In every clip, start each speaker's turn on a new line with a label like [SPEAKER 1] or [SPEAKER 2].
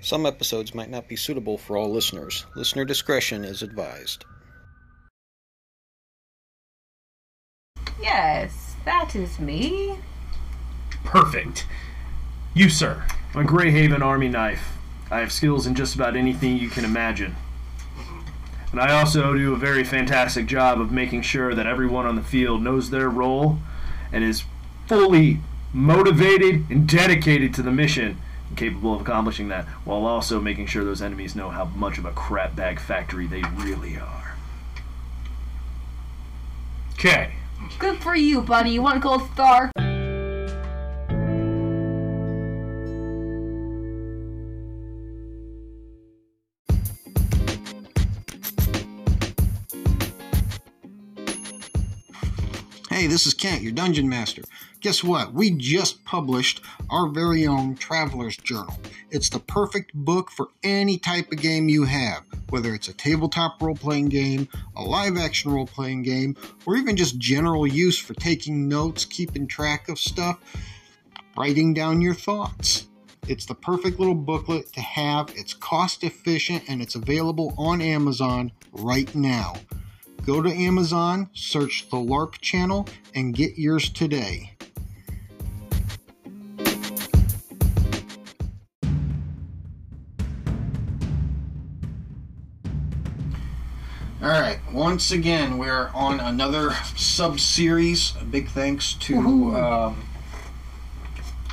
[SPEAKER 1] Some episodes might not be suitable for all listeners. Listener discretion is advised.
[SPEAKER 2] Yes, that is me.
[SPEAKER 3] Perfect. You, sir, a Greyhaven army knife. I have skills in just about anything you can imagine. And I also do a very fantastic job of making sure that everyone on the field knows their role and is fully motivated and dedicated to the mission and capable of accomplishing that while also making sure those enemies know how much of a crapbag factory they really are. Okay.
[SPEAKER 2] Good for you, buddy. One gold star.
[SPEAKER 1] Hey, this is Kent, your dungeon master. Guess what? We just published our very own Traveler's Journal. It's the perfect book for any type of game you have, whether it's a tabletop role playing game, a live action role playing game, or even just general use for taking notes, keeping track of stuff, writing down your thoughts. It's the perfect little booklet to have. It's cost efficient and it's available on Amazon right now. Go to Amazon, search the LARP channel, and get yours today. All right, once again, we're on another sub series. A big thanks to um,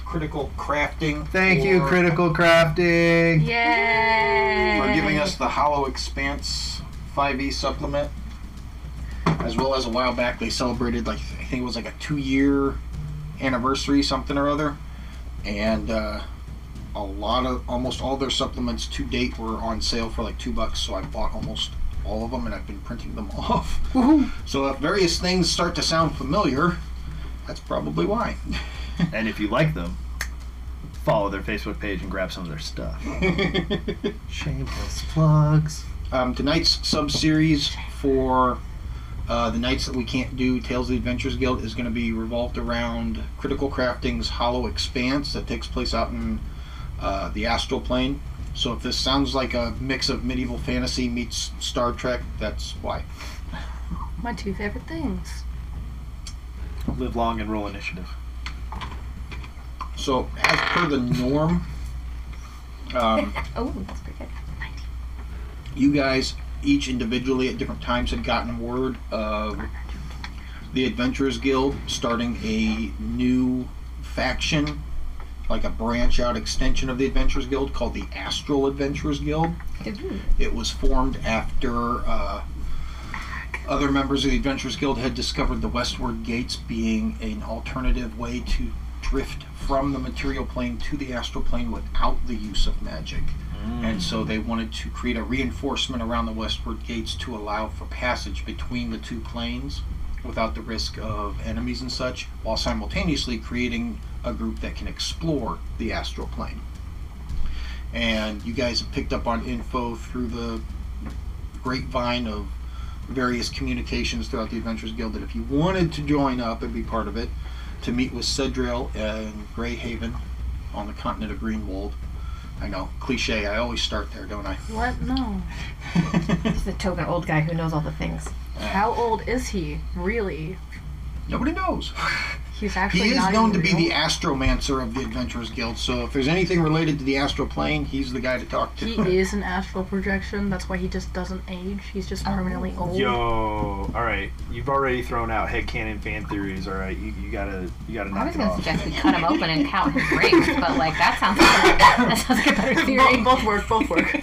[SPEAKER 1] Critical Crafting.
[SPEAKER 3] Thank you,
[SPEAKER 1] for-
[SPEAKER 3] Critical Crafting.
[SPEAKER 2] Yay!
[SPEAKER 1] for giving us the Hollow Expanse 5e supplement, as well as a while back they celebrated like I think it was like a two-year anniversary, something or other, and uh, a lot of almost all their supplements to date were on sale for like two bucks. So I bought almost all of them, and I've been printing them off. So if various things start to sound familiar, that's probably why.
[SPEAKER 3] And if you like them, follow their Facebook page and grab some of their stuff. Shameless plugs.
[SPEAKER 1] um, tonight's sub series for uh, the nights that we can't do Tales of the Adventures Guild is going to be revolved around Critical Crafting's Hollow Expanse that takes place out in uh, the astral plane. So if this sounds like a mix of medieval fantasy meets Star Trek, that's why.
[SPEAKER 2] my two favorite things.
[SPEAKER 3] Live long and roll initiative.
[SPEAKER 1] So as per the norm, um,
[SPEAKER 2] Oh, that's pretty good.
[SPEAKER 1] you guys each individually at different times had gotten word of the Adventurers Guild starting a new faction, like a branch out extension of the Adventurers Guild called the Astral Adventurers Guild. It was formed after uh, other members of the Adventurers Guild had discovered the Westward Gates being an alternative way to drift from the material plane to the astral plane without the use of magic.
[SPEAKER 4] Mm.
[SPEAKER 3] Mm.
[SPEAKER 1] And so they wanted to create a reinforcement around the Westward Gates to allow for passage between the two planes without the risk of enemies and such, while simultaneously creating a group that can explore the astral plane. And you guys have picked up on info through the grapevine of various communications throughout the Adventures Guild that if you wanted to join up and be part of it, to meet with Cedril and Greyhaven on the continent of Greenwald. I know, cliche. I always start there, don't I?
[SPEAKER 2] What? No. He's the token old guy who knows all the things. How old is he, really?
[SPEAKER 1] Nobody knows.
[SPEAKER 2] He's actually
[SPEAKER 1] He is
[SPEAKER 2] not
[SPEAKER 1] known to
[SPEAKER 2] even
[SPEAKER 1] be
[SPEAKER 2] real.
[SPEAKER 1] the Astromancer of the Adventurers Guild, so if there's anything related to the astral plane, he's the guy to talk to.
[SPEAKER 2] He is an astral projection. That's why he just doesn't age. He's just permanently old.
[SPEAKER 4] Yo, all right. You've already thrown out headcanon fan theories. All right, you, you gotta you gotta
[SPEAKER 5] I
[SPEAKER 4] knock
[SPEAKER 5] was
[SPEAKER 4] it
[SPEAKER 5] gonna
[SPEAKER 4] off.
[SPEAKER 5] suggest we cut him open and count his rings, but like that sounds like a, that sounds like a better
[SPEAKER 2] Bo-
[SPEAKER 5] theory.
[SPEAKER 2] both work. Both work.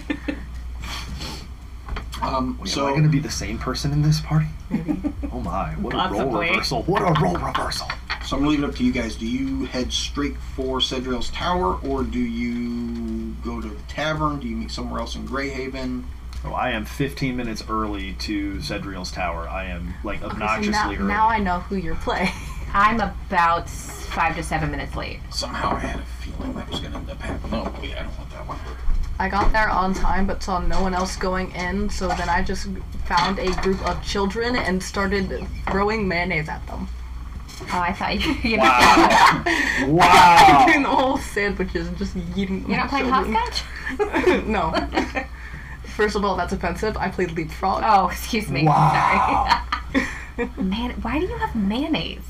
[SPEAKER 1] um,
[SPEAKER 3] Wait, am I
[SPEAKER 1] so,
[SPEAKER 3] gonna be the same person in this party?
[SPEAKER 2] Maybe.
[SPEAKER 3] Oh my! What a role
[SPEAKER 5] Possibly.
[SPEAKER 3] reversal! What a role reversal!
[SPEAKER 1] so I'm gonna leave it up to you guys. Do you head straight for Cedril's tower, or do you go to the tavern? Do you meet somewhere else in Greyhaven?
[SPEAKER 3] Oh, I am 15 minutes early to Cedriel's tower. I am like
[SPEAKER 2] So
[SPEAKER 3] obnoxiously
[SPEAKER 2] now,
[SPEAKER 3] early.
[SPEAKER 2] now I know who you're playing.
[SPEAKER 5] I'm about s- five to seven minutes late.
[SPEAKER 1] Somehow I had a feeling that was gonna end up happening. No, wait, I don't want that one.
[SPEAKER 2] I got there on time but saw no one else going in, so then I just found a group of children and started throwing mayonnaise at them.
[SPEAKER 5] Oh, I thought you. you
[SPEAKER 6] Wow.
[SPEAKER 3] Oh.
[SPEAKER 2] Doing the
[SPEAKER 6] Wow.
[SPEAKER 2] whole sandwiches and just eating them.
[SPEAKER 5] You're not playing hopscotch?
[SPEAKER 2] no. First of all, that's offensive. I played leapfrog.
[SPEAKER 5] Oh, excuse me.
[SPEAKER 6] Wow.
[SPEAKER 5] Sorry. Man, why do you have mayonnaise?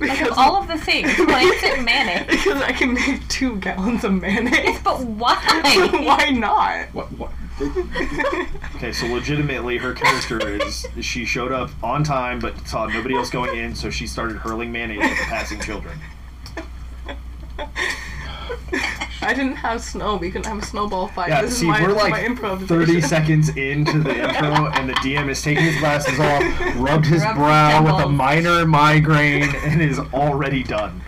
[SPEAKER 5] Like
[SPEAKER 2] Because-
[SPEAKER 5] of all of the things, why is it mayonnaise?
[SPEAKER 2] Because I can make two gallons of mayonnaise.
[SPEAKER 5] But why?
[SPEAKER 2] Why not?
[SPEAKER 1] What? What?
[SPEAKER 6] Okay,
[SPEAKER 3] Okay, so legitimately, her character is she showed up on time but saw nobody else going in, so she started hurling mayonnaise at the passing children.
[SPEAKER 2] I didn't have snow. We couldn't have a snowball fight.
[SPEAKER 6] Yeah,
[SPEAKER 2] this
[SPEAKER 6] see,
[SPEAKER 2] is my,
[SPEAKER 6] we're like
[SPEAKER 2] my improvisation.
[SPEAKER 6] 30 seconds into the intro, and the DM is taking his glasses off, rubbed his
[SPEAKER 5] Rubbed
[SPEAKER 6] brow with a
[SPEAKER 5] temples.
[SPEAKER 6] minor migraine, and is already done.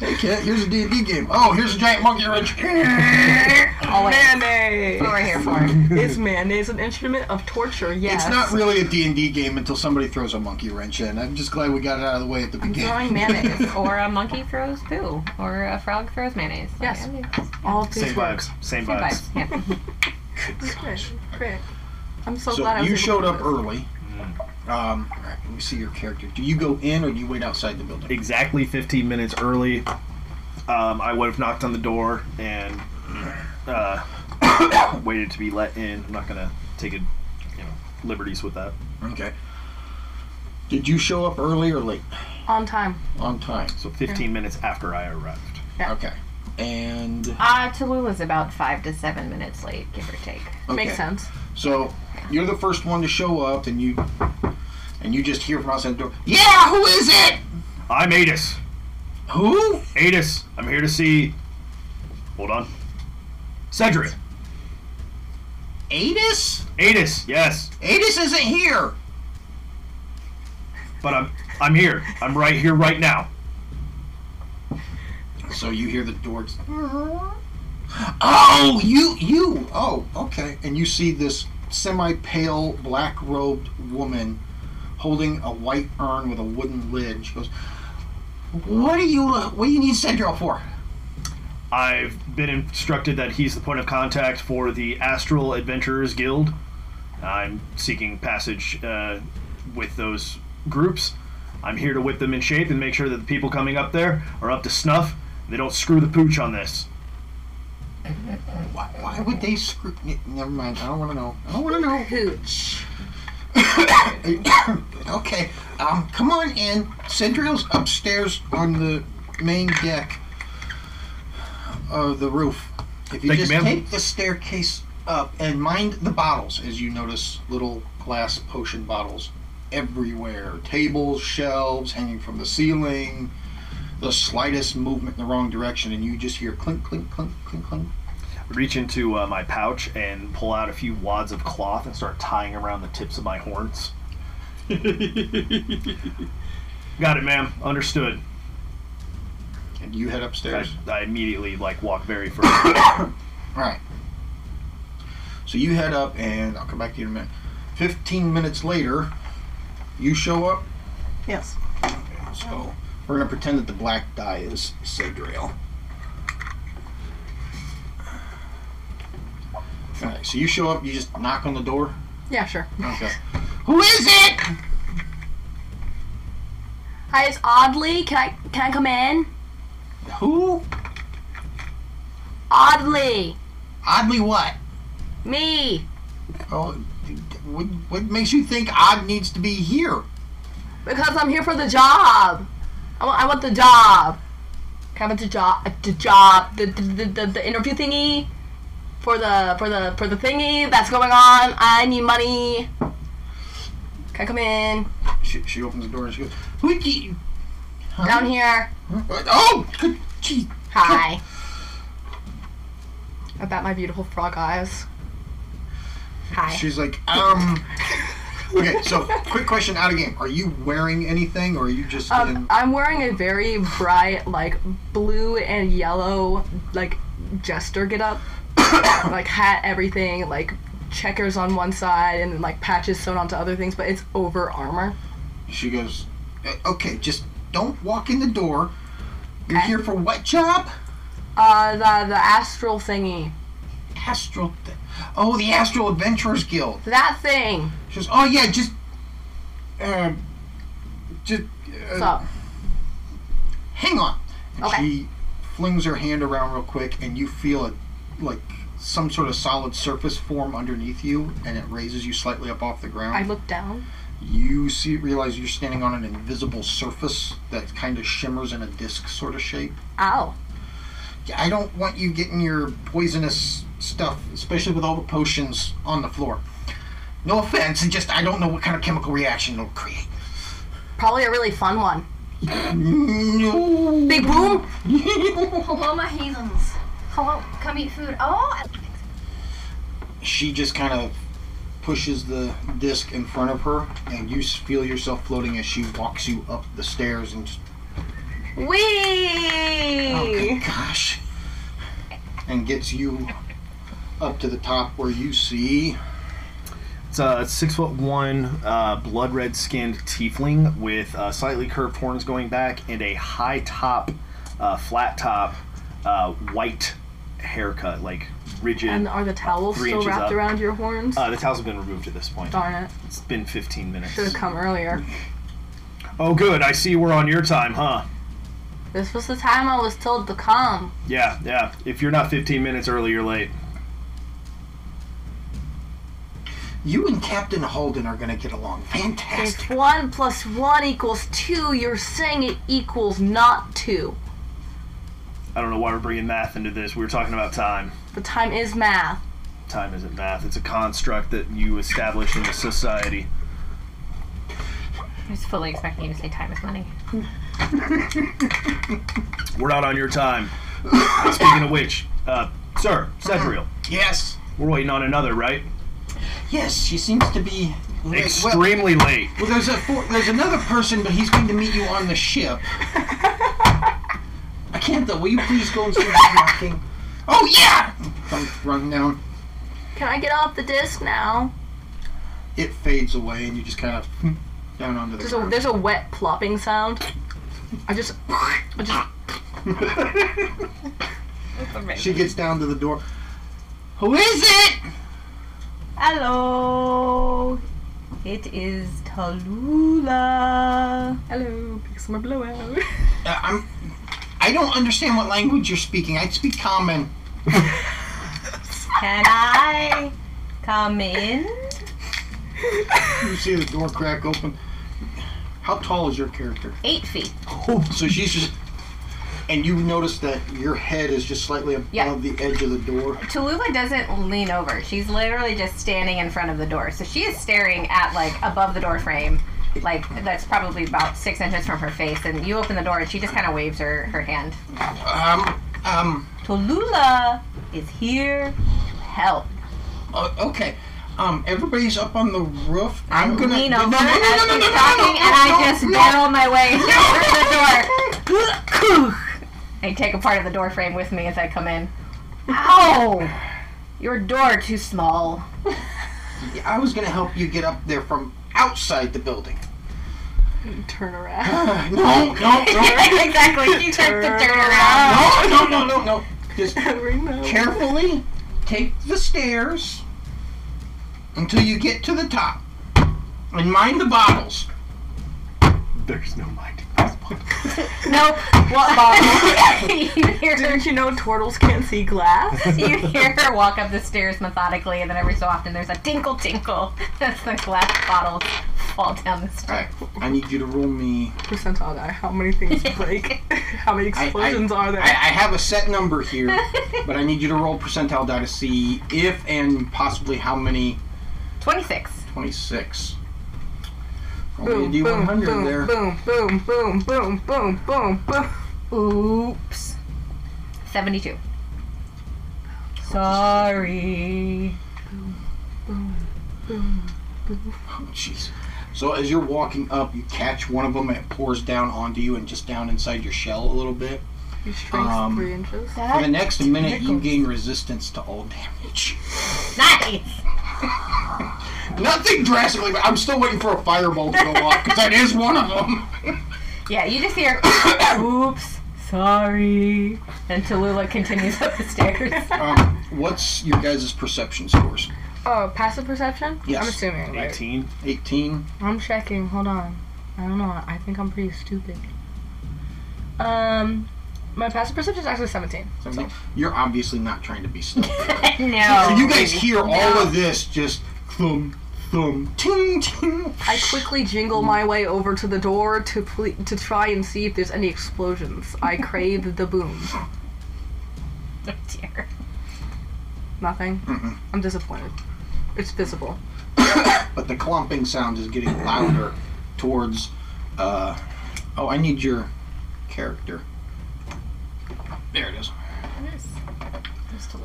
[SPEAKER 1] Hey, cat, here's a D&D game. Oh, here's a giant monkey wrench.
[SPEAKER 2] Oh,
[SPEAKER 5] Always.
[SPEAKER 2] Mayonnaise.
[SPEAKER 5] That's what we're here for.
[SPEAKER 2] Is mayonnaise an instrument of torture? Yes.
[SPEAKER 1] It's not really a D&D game until somebody throws a monkey wrench in. I'm just glad we got it out of the way at the beginning.
[SPEAKER 2] throwing mayonnaise.
[SPEAKER 5] Or a monkey throws poo, or a frog throws mayonnaise. Like,
[SPEAKER 2] Yes.
[SPEAKER 5] I mean,
[SPEAKER 2] All of these
[SPEAKER 3] Same
[SPEAKER 2] works.
[SPEAKER 3] vibes. Same
[SPEAKER 5] good
[SPEAKER 3] vibes.
[SPEAKER 5] vibes, yeah.
[SPEAKER 2] Great, great. I'm so, glad I
[SPEAKER 1] so
[SPEAKER 2] was
[SPEAKER 1] you
[SPEAKER 2] able to
[SPEAKER 1] showed
[SPEAKER 2] do
[SPEAKER 1] up
[SPEAKER 2] this.
[SPEAKER 1] early. Um, all right, let me see your character. Do you go in or do you wait outside the building?
[SPEAKER 3] Exactly 15 minutes early, um, I would have knocked on the door and uh, waited to be let in. I'm not gonna take it, you know, liberties with that.
[SPEAKER 1] Okay. Did you show up early or late?
[SPEAKER 2] On time.
[SPEAKER 1] On time.
[SPEAKER 3] So 15 minutes after I arrived.
[SPEAKER 2] Yeah.
[SPEAKER 1] Okay. And
[SPEAKER 5] Uh, Tallulah's about five to seven minutes late, give or take.
[SPEAKER 1] okay.
[SPEAKER 2] Makes sense.
[SPEAKER 1] So you're the first one to show up, and you and you just hear from outside the door. Yeah, who is it?
[SPEAKER 3] I'm Adis.
[SPEAKER 1] Who?
[SPEAKER 3] Adis, I'm here to see. Hold on. Cedric.
[SPEAKER 1] Adis?
[SPEAKER 3] Adis, yes.
[SPEAKER 1] Adis isn't here.
[SPEAKER 3] But I'm I'm here. I'm right here right now.
[SPEAKER 1] So you hear the door. Oh, you, you. Oh, okay. And you see this semi-pale, black-robed woman holding a white urn with a wooden lid. She goes, "What do you? uh, What do you need Cedro for?"
[SPEAKER 3] I've been instructed that he's the point of contact for the Astral Adventurers Guild. I'm seeking passage uh, with those groups. I'm here to whip them in shape and make sure that the people coming up there are up to snuff. They don't screw the pooch on this.
[SPEAKER 1] Why, why would they screw? n- Never mind. I don't want to know. I don't want to know.
[SPEAKER 2] Hooch.
[SPEAKER 1] okay, um, come on in. Centrio's upstairs on the main deck of the roof. If you
[SPEAKER 3] Thank you,
[SPEAKER 1] just
[SPEAKER 3] ma'am.
[SPEAKER 1] take the staircase up and mind the bottles, as you notice little glass potion bottles everywhere tables, shelves, hanging from the ceiling. The slightest movement in the wrong direction, and you just hear clink, clink, clink, clink, clink.
[SPEAKER 3] Reach into uh, my pouch and pull out a few wads of cloth and start tying around the tips of my horns. Got it, ma'am. Understood.
[SPEAKER 1] And you head upstairs.
[SPEAKER 3] I, I immediately like walk very far.
[SPEAKER 1] All right. So you head up, and I'll come back to you in a minute. Fifteen minutes later, you show up.
[SPEAKER 2] Yes.
[SPEAKER 1] So we're gonna pretend that the black die is Sadriel. All right. So you show up. You just knock on the door.
[SPEAKER 2] Yeah, sure.
[SPEAKER 1] Okay. Who is it?
[SPEAKER 2] Hi, it's Oddly. Can I can I come in?
[SPEAKER 1] Who?
[SPEAKER 2] Oddly,
[SPEAKER 1] Oddly, what?
[SPEAKER 2] me.
[SPEAKER 1] Oh, what, what makes you think Odd needs to be here?
[SPEAKER 2] Because I'm here for the job. I want, I want the job. Can I have the job? The job. The, the, the, the, the interview thingy. For the for the for the thingy that's going on. I need money. Can I come in?
[SPEAKER 1] She, she opens the door and she goes, "Who? do you- huh?
[SPEAKER 2] Down here.
[SPEAKER 1] Oh, good. Gee,
[SPEAKER 2] Hi. About my beautiful frog eyes. Hi.
[SPEAKER 1] She's like, um. Okay, so quick question out of game. Are you wearing anything or are you just
[SPEAKER 2] Um,
[SPEAKER 1] in.
[SPEAKER 2] I'm wearing a very bright, like blue and yellow, like jester get up, like hat, everything, like checkers on one side and like patches sewn onto other things, but it's over armor.
[SPEAKER 1] She goes, "Eh, okay, just don't walk in the door. You're
[SPEAKER 2] Okay.
[SPEAKER 1] here for what job?
[SPEAKER 2] Uh, the the astral thingy,
[SPEAKER 1] Astral. Th- oh, the Astral Adventurers Guild.
[SPEAKER 2] that thing.
[SPEAKER 1] She goes, oh, yeah, just. Um. Just.
[SPEAKER 2] What's
[SPEAKER 1] Uh,
[SPEAKER 2] up?
[SPEAKER 1] hang on. And
[SPEAKER 2] Okay.
[SPEAKER 1] She flings her hand around real quick, and you feel it like some sort of solid surface form underneath you, and it raises you slightly up off the ground.
[SPEAKER 2] I look down.
[SPEAKER 1] you see, realize you're standing on an invisible surface that kind of shimmers in a disc sort of shape.
[SPEAKER 2] Ow.
[SPEAKER 1] I don't want you getting your poisonous stuff, especially with all the potions on the floor. No offense, and just I don't know what kind of chemical reaction it'll create.
[SPEAKER 2] Probably a really fun one.
[SPEAKER 1] No.
[SPEAKER 2] Big boom.
[SPEAKER 5] Hello, my heathens. Hello, come eat food. Oh,
[SPEAKER 1] she just kind of pushes the disc in front of her, and you s- feel yourself floating as she walks you up the stairs. And just, oh
[SPEAKER 2] Wee.
[SPEAKER 1] good gosh, and gets you up to the top where you see
[SPEAKER 3] It's a six foot one, uh, blood red skinned tiefling with uh, slightly curved horns going back and a high top, uh, flat top, uh, white haircut, like rigid.
[SPEAKER 2] And are the towels
[SPEAKER 3] Three
[SPEAKER 2] still
[SPEAKER 3] inches
[SPEAKER 2] wrapped
[SPEAKER 3] up.
[SPEAKER 2] around your horns?
[SPEAKER 3] uh, the towels have been removed at this point.
[SPEAKER 2] Darn it.
[SPEAKER 3] It's been 15 minutes.
[SPEAKER 2] Should have come earlier.
[SPEAKER 3] mm. Oh, good. I see we're on your time, huh?
[SPEAKER 2] This was the time I was told to come.
[SPEAKER 3] Yeah, yeah. If you're not 15 minutes early, you're late.
[SPEAKER 1] you and Captain Holden are gonna get along fantastic.
[SPEAKER 2] If one plus one equals two, you're saying it equals not two.
[SPEAKER 3] I don't know why we're bringing math into this. We were talking about time.
[SPEAKER 2] But time is math.
[SPEAKER 3] Time isn't math, it's a construct that you establish in the society.
[SPEAKER 5] I was fully expecting you to say time is money.
[SPEAKER 3] We're not on your time. Speaking of which, uh, sir, Sedriel,
[SPEAKER 1] Yes,
[SPEAKER 3] we're waiting on another, right?
[SPEAKER 1] yes, she seems to be. like, well-
[SPEAKER 3] Extremely late.
[SPEAKER 1] Well, there's a four, there's another person, but he's going to meet you on the ship. I can't though. Will you please go and see who's knocking? Oh yeah! Come run down.
[SPEAKER 2] Can I get off the disc now?
[SPEAKER 1] It fades away, and you just kind of down onto the
[SPEAKER 2] There's a
[SPEAKER 1] ground.
[SPEAKER 2] there's a wet plopping sound. I just I just
[SPEAKER 1] she gets down to the door. Who is it?
[SPEAKER 5] Hello. It is Tallulah.
[SPEAKER 2] hello because I'm a blowout.
[SPEAKER 1] Uh, I'm. I don't understand what language you're speaking. I speak common.
[SPEAKER 5] Can I come in?
[SPEAKER 1] You see the door crack open. How tall is your character?
[SPEAKER 5] Eight feet.
[SPEAKER 1] Oh, So she's just. And you notice that your head is just slightly above
[SPEAKER 5] Yeah.
[SPEAKER 1] the edge of the door.
[SPEAKER 5] Tallulah doesn't lean over. She's literally just standing in front of the door. So she is staring at like above the door frame. Like that's probably about six inches from her face. And you open the door and she just kind of waves her, her hand.
[SPEAKER 1] Um, um,
[SPEAKER 5] Tallulah is here to help.
[SPEAKER 1] o- uh, okay. Um, everybody's up on the roof. I'm,
[SPEAKER 5] I
[SPEAKER 1] gonna
[SPEAKER 5] lean
[SPEAKER 1] no,
[SPEAKER 5] over
[SPEAKER 1] no, no,
[SPEAKER 5] as
[SPEAKER 1] no, no, no, no,
[SPEAKER 5] she's
[SPEAKER 1] no,
[SPEAKER 5] talking
[SPEAKER 1] no,
[SPEAKER 5] and I
[SPEAKER 1] no,
[SPEAKER 5] just
[SPEAKER 1] no.
[SPEAKER 5] barrel my way through the door. I take a part of the door frame with me as I come in. Ow! Your door too small.
[SPEAKER 1] I was gonna help you get up there from outside the building.
[SPEAKER 2] Turn around.
[SPEAKER 1] Uh, no, no, no,
[SPEAKER 5] exactly. She starts to turn around.
[SPEAKER 1] no, no, no, no, no. Just
[SPEAKER 2] Remember.
[SPEAKER 1] carefully take the stairs until you get to the top, and mind the bottles.
[SPEAKER 3] There's no mind.
[SPEAKER 5] Nope.
[SPEAKER 2] What bottle?
[SPEAKER 5] you hear her.
[SPEAKER 2] Didn't you know turtles can't see glass?
[SPEAKER 5] You hear her walk up the stairs methodically, and then every so often there's a tinkle tinkle. That's the glass bottles fall down the stairs.
[SPEAKER 1] Alright, I need you to roll me.
[SPEAKER 2] Percentile guy. How many things break? How many
[SPEAKER 1] I- I-
[SPEAKER 2] explosions are
[SPEAKER 1] I,
[SPEAKER 2] there?
[SPEAKER 1] I have a set number here, but I need you to roll percentile die to see if and possibly how many
[SPEAKER 5] 26.
[SPEAKER 1] 26. Only
[SPEAKER 2] boom,
[SPEAKER 1] a
[SPEAKER 2] boom,
[SPEAKER 1] D100
[SPEAKER 2] boom,
[SPEAKER 1] there.
[SPEAKER 2] boom, boom, boom, boom, boom, boom, boom.
[SPEAKER 5] Oops. 72. Sorry.
[SPEAKER 1] Oh, Jeez. So as you're walking up, you catch one of them and it pours down onto you and just down inside your shell a little bit.
[SPEAKER 2] You shrinks
[SPEAKER 1] Um,
[SPEAKER 2] three inches.
[SPEAKER 1] For
[SPEAKER 5] That
[SPEAKER 1] the next minute, you gain resistance to all damage.
[SPEAKER 5] nice.
[SPEAKER 1] Nothing drastically, but I'm still waiting for a fireball to go off because that is one of them.
[SPEAKER 5] Yeah, you just hear, oops, sorry. And Tallulah continues up the stairs.
[SPEAKER 1] Um, what's your guys' perception scores?
[SPEAKER 2] Oh, passive perception?
[SPEAKER 1] Yes.
[SPEAKER 2] I'm assuming. right?
[SPEAKER 3] 18.
[SPEAKER 1] 18.
[SPEAKER 2] I'm checking. Hold on. I don't know. I think I'm pretty stupid. Um, my passive perception is actually 17.
[SPEAKER 1] Something. You're obviously not trying to be stealthy.
[SPEAKER 5] no.
[SPEAKER 1] So you guys hear all
[SPEAKER 2] No.
[SPEAKER 1] of this just thump, thump, ting, ting.
[SPEAKER 2] I quickly jingle my way over to the door to ple- to try and see if there's any explosions. I crave the boom.
[SPEAKER 5] Oh, dear.
[SPEAKER 2] Nothing. I'm disappointed. It's visible.
[SPEAKER 1] But the clumping sound is getting louder towards. Uh, oh, I need your character. There it is.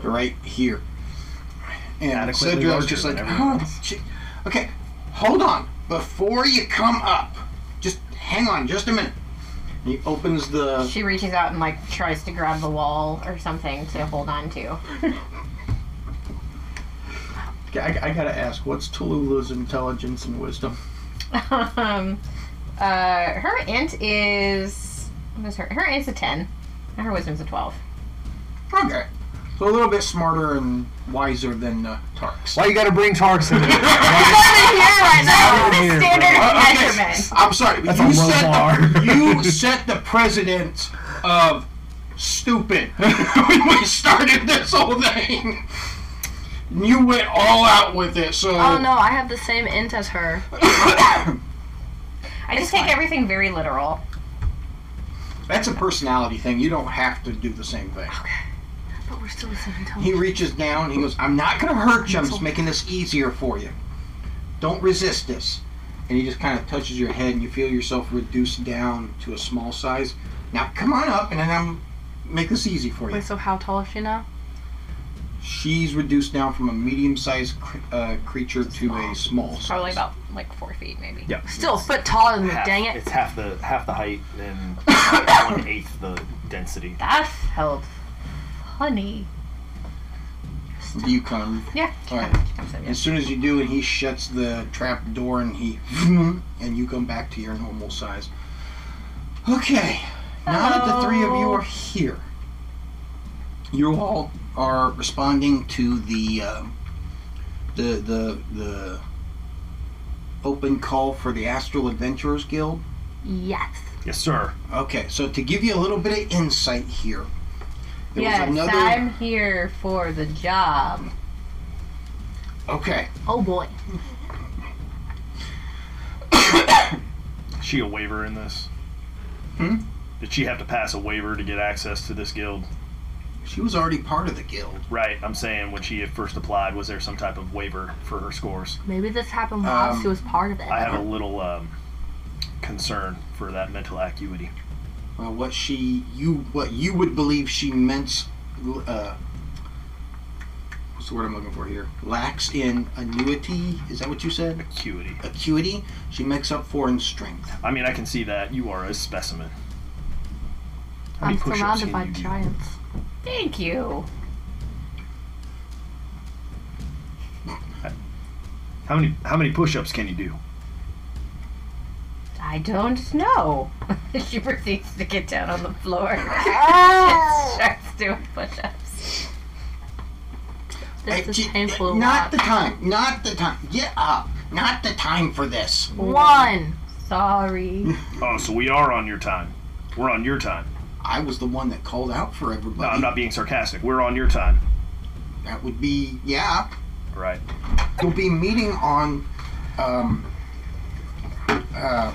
[SPEAKER 1] Right here. And
[SPEAKER 3] Adequately
[SPEAKER 1] Cedric's
[SPEAKER 3] larger
[SPEAKER 1] just
[SPEAKER 3] than
[SPEAKER 1] like,
[SPEAKER 3] everyone
[SPEAKER 1] "Oh, shit." okay, hold on. Before you come up, just hang on just a minute. And he opens the
[SPEAKER 5] She reaches out and like tries to grab the wall or something to hold on to.
[SPEAKER 1] I, I gotta ask, what's Tallulah's intelligence and wisdom?
[SPEAKER 5] um, uh, her int is what is her? Her int's a ten. And her wisdom's a twelve.
[SPEAKER 1] Okay. So a little bit smarter and wiser than uh, Tark's.
[SPEAKER 7] Why you gotta bring Tarks in? here?
[SPEAKER 5] standard measurement.
[SPEAKER 1] Uh, I'm sorry, but
[SPEAKER 7] That's
[SPEAKER 1] you
[SPEAKER 7] a low
[SPEAKER 1] set, the,
[SPEAKER 7] bar.
[SPEAKER 1] you set the precedent of stupid when we started this whole thing. You went all out with it, so
[SPEAKER 2] Oh no, I have the same int as her.
[SPEAKER 5] I just take everything very literal.
[SPEAKER 1] that's a personality thing. You don't have to do the same thing.
[SPEAKER 2] But we're still the same intelligence.
[SPEAKER 1] He reaches down. He goes, "I'm not gonna hurt you. I'm just making this easier for you. Don't resist this." And he just kind of touches your head, and you feel yourself reduced down to a small size. Now come on up, and then I'm make this easy for you.
[SPEAKER 2] Wait, so how tall is she now?
[SPEAKER 1] She's reduced down from a medium-sized cr- uh, creature to a small. size.
[SPEAKER 5] Probably about like four feet, maybe.
[SPEAKER 3] Yeah.
[SPEAKER 2] Still a foot taller than me,
[SPEAKER 3] half-
[SPEAKER 2] dang it.
[SPEAKER 3] It's half the half the height and one eighth the density.
[SPEAKER 5] That felt funny.
[SPEAKER 1] Do you come?
[SPEAKER 5] Yeah.
[SPEAKER 1] All right. As soon as you do, and he shuts the trap door, and he and you come back to your normal size. Okay, now that the three of you are here, you all are responding to the um, the the the open call for the Astral Adventurers Guild.
[SPEAKER 2] Yes.
[SPEAKER 3] Yes, sir.
[SPEAKER 1] Okay, so to give you a little bit of insight here, there
[SPEAKER 5] Yes,
[SPEAKER 1] was another.
[SPEAKER 5] I'm here for the job.
[SPEAKER 1] Okay,
[SPEAKER 2] Oh boy.
[SPEAKER 3] Is she a waiver in this?
[SPEAKER 1] Hmm?
[SPEAKER 3] Did she have to pass a waiver to get access to this guild?
[SPEAKER 1] she was already part of the guild.
[SPEAKER 3] Right. I'm saying when she had first applied, was there some type of waiver for her scores?
[SPEAKER 2] Maybe this happened while
[SPEAKER 1] Um,
[SPEAKER 2] she was part of it.
[SPEAKER 3] I have a little um, concern for that mental acuity.
[SPEAKER 1] uh, what she you what you would believe she meant uh, what's the word I'm looking for here lacks in annuity is that what you said
[SPEAKER 3] Acuity.
[SPEAKER 1] acuity she makes up for in strength
[SPEAKER 3] I mean, I can see that you are a specimen. How
[SPEAKER 2] I'm
[SPEAKER 3] many push-ups
[SPEAKER 2] surrounded
[SPEAKER 3] can
[SPEAKER 2] by
[SPEAKER 3] you do?
[SPEAKER 2] giants.
[SPEAKER 5] Thank you.
[SPEAKER 3] How many how many push-ups can you do?
[SPEAKER 5] I don't know. she proceeds to get down on the floor. starts doing push-ups.
[SPEAKER 2] This
[SPEAKER 1] Uh,
[SPEAKER 2] is
[SPEAKER 1] gee,
[SPEAKER 2] painful. to
[SPEAKER 1] not
[SPEAKER 2] watch.
[SPEAKER 1] the time not the time get up not the time for this
[SPEAKER 2] One.
[SPEAKER 5] Sorry.
[SPEAKER 3] Oh, so we are on your time. We're on your time.
[SPEAKER 1] I was the one that called out for
[SPEAKER 3] No,
[SPEAKER 1] everybody
[SPEAKER 3] I'm not being sarcastic. We're on your time.
[SPEAKER 1] that would be yeah
[SPEAKER 3] Right.
[SPEAKER 1] you'll be meeting on um, uh,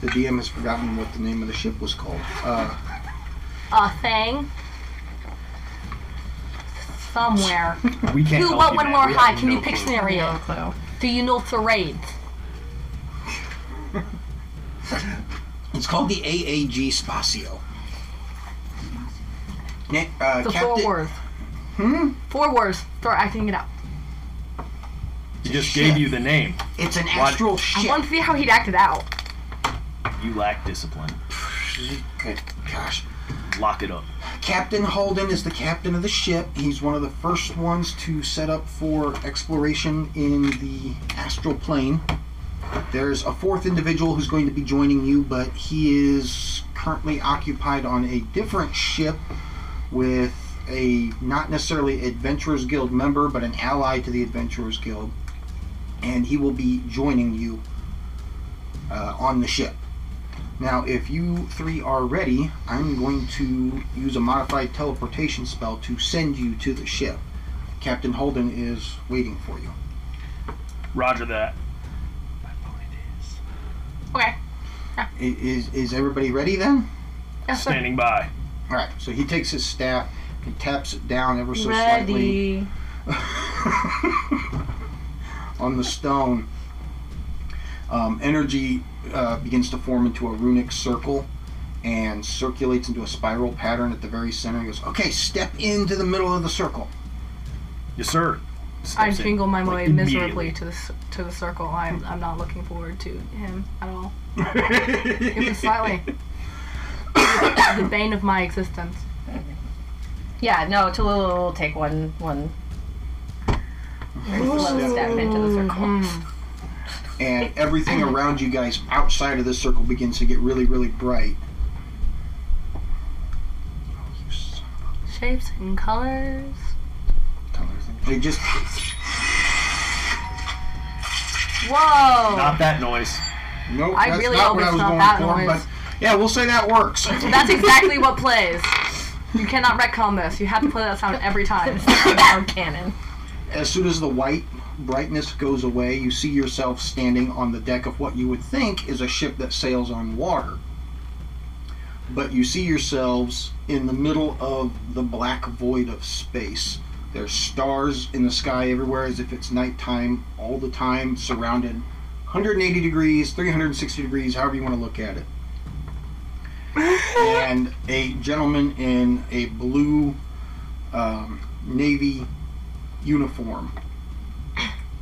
[SPEAKER 1] the DM has forgotten what the name of the ship was called uh,
[SPEAKER 2] A thing. Somewhere.
[SPEAKER 3] We can't.
[SPEAKER 2] Who,
[SPEAKER 3] help
[SPEAKER 2] what,
[SPEAKER 3] you,
[SPEAKER 2] when,
[SPEAKER 3] man.
[SPEAKER 2] where,
[SPEAKER 3] We
[SPEAKER 2] high?
[SPEAKER 3] have
[SPEAKER 2] Can
[SPEAKER 3] no
[SPEAKER 2] you pick
[SPEAKER 3] clue.
[SPEAKER 2] scenario?
[SPEAKER 5] clue.
[SPEAKER 2] Do you know charades?
[SPEAKER 1] It's called the AAG Spacio. Na- Uh,
[SPEAKER 2] The
[SPEAKER 1] Captain-
[SPEAKER 2] four words.
[SPEAKER 1] Hmm?
[SPEAKER 2] Four words. Start acting it out.
[SPEAKER 3] He just
[SPEAKER 1] Shit.
[SPEAKER 3] gave you the name.
[SPEAKER 1] It's an
[SPEAKER 3] What?
[SPEAKER 1] astral
[SPEAKER 2] I
[SPEAKER 1] ship.
[SPEAKER 2] want to see how he'd act it out.
[SPEAKER 3] You lack discipline.
[SPEAKER 1] Good gosh.
[SPEAKER 3] Lock it up.
[SPEAKER 1] Captain Holden is the captain of the ship. He's one of the first ones to set up for exploration in the astral plane. There's a fourth individual who's going to be joining you, but he is currently occupied on a different ship with a not necessarily Adventurers Guild member, but an ally to the Adventurers Guild. And he will be joining you uh, on the ship. Now, if you three are ready, I'm going to use a modified teleportation spell to send you to the ship. Captain Holden is waiting for you.
[SPEAKER 3] Roger that.
[SPEAKER 5] Okay.
[SPEAKER 1] I- Is, is everybody ready then?
[SPEAKER 2] Yes, sir.
[SPEAKER 3] Standing by.
[SPEAKER 1] All right. So he takes his staff and taps it down ever so slightly
[SPEAKER 2] Ready.
[SPEAKER 1] on the stone. Um, energy uh, begins to form into a runic circle and circulates into a spiral pattern at the very center. He goes, "Okay, step into the middle of the circle."
[SPEAKER 3] Yes, sir.
[SPEAKER 2] I
[SPEAKER 3] Steps in,
[SPEAKER 2] jingle my
[SPEAKER 3] like,
[SPEAKER 2] way miserably to the s- to the circle. I'm I'm not looking forward to him at all. Even slightly. the bane of my existence.
[SPEAKER 5] Yeah, no, Tallulah will take one one slow step into the circle.
[SPEAKER 2] Hmm.
[SPEAKER 1] and everything around you guys outside of this circle begins to get really, really bright.
[SPEAKER 2] Shapes and colors.
[SPEAKER 1] They just
[SPEAKER 2] Whoa!
[SPEAKER 3] Not that noise.
[SPEAKER 1] nope.
[SPEAKER 2] I
[SPEAKER 1] that's
[SPEAKER 2] really
[SPEAKER 1] not
[SPEAKER 2] hope
[SPEAKER 1] what I
[SPEAKER 2] it's
[SPEAKER 1] was
[SPEAKER 2] not
[SPEAKER 1] going
[SPEAKER 2] that
[SPEAKER 1] for,
[SPEAKER 2] noise.
[SPEAKER 1] but yeah, we'll say that works.
[SPEAKER 2] That's exactly what plays. You cannot retcon this. You have to play that sound every time.
[SPEAKER 5] Down cannon.
[SPEAKER 1] as soon as the white brightness goes away, you see yourself standing on the deck of what you would think is a ship that sails on water. But you see yourselves in the middle of the black void of space. There's stars in the sky everywhere as if it's nighttime all the time, surrounded 180 degrees, 360 degrees, however you want to look at it. and a gentleman in a blue um, navy uniform,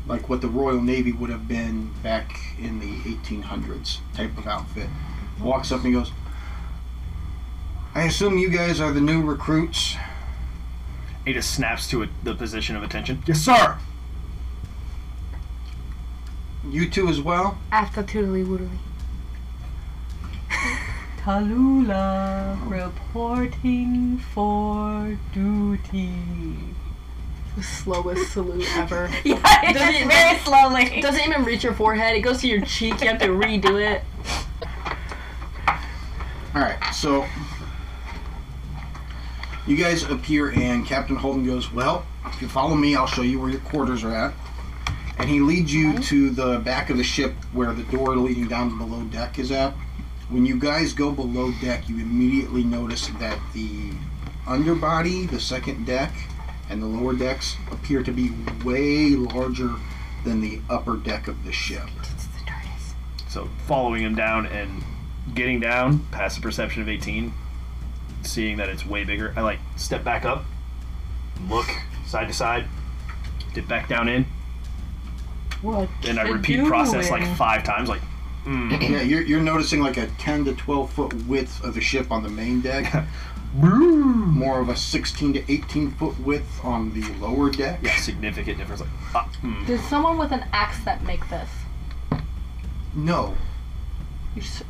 [SPEAKER 1] like what the Royal Navy would have been back in the 1800s type of outfit. Walks up and goes, I assume you guys are the new recruits.
[SPEAKER 3] He just snaps to a, the position of attention. Yes, sir.
[SPEAKER 1] You two as well?
[SPEAKER 2] After tootly woodly.
[SPEAKER 5] Tallulah reporting for duty.
[SPEAKER 2] The slowest salute ever.
[SPEAKER 5] Yeah,
[SPEAKER 2] Does it-
[SPEAKER 5] it's very slowly.
[SPEAKER 2] It doesn't even reach your forehead. It goes to your cheek. You have to redo it.
[SPEAKER 1] Alright, so you guys appear, and Captain Holden goes, Well, if you follow me, I'll show you where your quarters are at. And he leads you to the back of the ship where the door leading down to below deck is at. When you guys go below deck, you immediately notice that the underbody, the second deck, and the lower decks appear to be way larger than the upper deck of the ship.
[SPEAKER 5] It's the TARDIS.
[SPEAKER 3] So following him down and getting down past the perception of 18, seeing that it's way bigger, I like step back up, look side to side, dip back down in,
[SPEAKER 5] What?
[SPEAKER 3] and I
[SPEAKER 5] you
[SPEAKER 3] repeat process like
[SPEAKER 5] doing?
[SPEAKER 3] five times. Like, mm,
[SPEAKER 1] Yeah, you're, you're noticing like a 10 to 12 foot width of the ship on the main deck.
[SPEAKER 3] brrr.
[SPEAKER 1] more of a 16 to 18 foot width on the lower deck.
[SPEAKER 3] yeah, significant difference. Like, ah, mm.
[SPEAKER 2] Did someone with an accent make this?
[SPEAKER 1] No,
[SPEAKER 2] You s-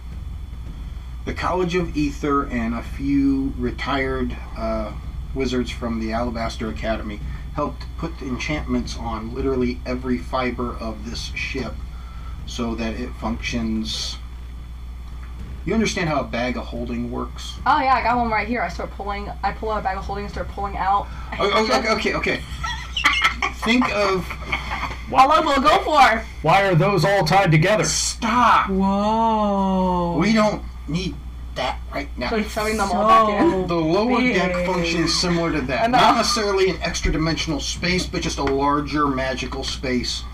[SPEAKER 1] the College of Ether and a few retired uh, wizards from the Alabaster Academy helped put enchantments on literally every fiber of this ship so that it functions. You understand how a bag of holding works?
[SPEAKER 2] Oh yeah, I got one right here. I start pulling. I pull out a bag of holding and start pulling out.
[SPEAKER 1] Oh, okay, okay, okay. Think of.
[SPEAKER 2] All I will go for.
[SPEAKER 3] Why are those all tied together?
[SPEAKER 1] Stop!
[SPEAKER 5] Whoa.
[SPEAKER 1] We don't need that right now.
[SPEAKER 2] So he's shoving them all back in.
[SPEAKER 1] The lower
[SPEAKER 5] Big.
[SPEAKER 1] deck function is similar to that.
[SPEAKER 2] Enough.
[SPEAKER 1] Not necessarily an extra dimensional space, but just a larger magical space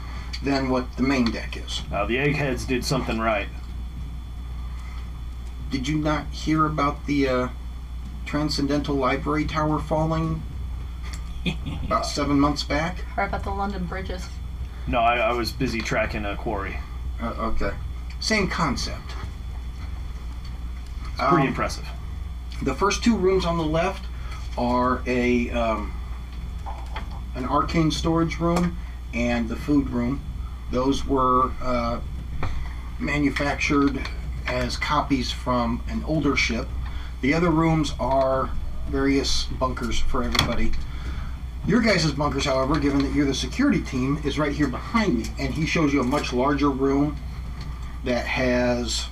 [SPEAKER 1] than what the main deck is.
[SPEAKER 3] Uh, the eggheads did something right.
[SPEAKER 1] Did you not hear about the uh, Transcendental Library Tower falling about seven months back?
[SPEAKER 2] Heard about the London bridges.
[SPEAKER 3] No, I, I was busy tracking a quarry.
[SPEAKER 1] Uh, okay. Same concept.
[SPEAKER 3] It's pretty
[SPEAKER 1] Um,
[SPEAKER 3] impressive.
[SPEAKER 1] The first two rooms on the left are a um, an arcane storage room and the food room. Those were uh, manufactured as copies from an older ship. The other rooms are various bunkers for everybody. Your guys' bunkers, however, given that you're the security team, is right here behind me, and he shows you a much larger room that has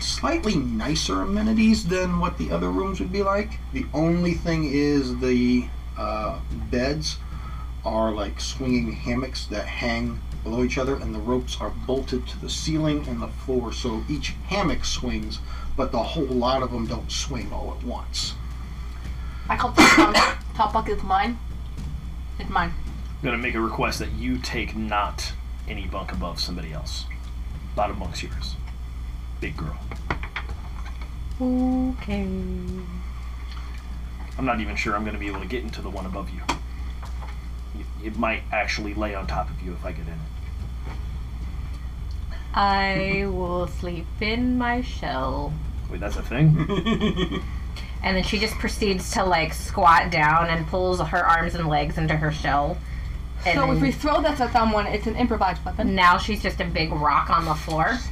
[SPEAKER 1] slightly nicer amenities than what the other rooms would be like. The only thing is the uh, beds are like swinging hammocks that hang below each other, and the ropes are bolted to the ceiling and the floor, so each hammock swings, but the whole lot of them don't swing all at once.
[SPEAKER 8] I call top bucket. top bucket's mine. It's mine.
[SPEAKER 9] I'm gonna make a request that you take not any bunk above somebody else. Bottom bunk's yours. Big girl.
[SPEAKER 5] Okay.
[SPEAKER 9] I'm not even sure I'm gonna be able to get into the one above you. It- It might actually lay on top of you if I get in it.
[SPEAKER 5] I will sleep in my shell.
[SPEAKER 9] Wait, that's a thing?
[SPEAKER 5] And then she just proceeds to like squat down and pulls her arms and legs into her shell. And
[SPEAKER 8] so if
[SPEAKER 5] then
[SPEAKER 8] we throw this at someone, it's an improvised weapon.
[SPEAKER 5] now she's just a big rock on the floor.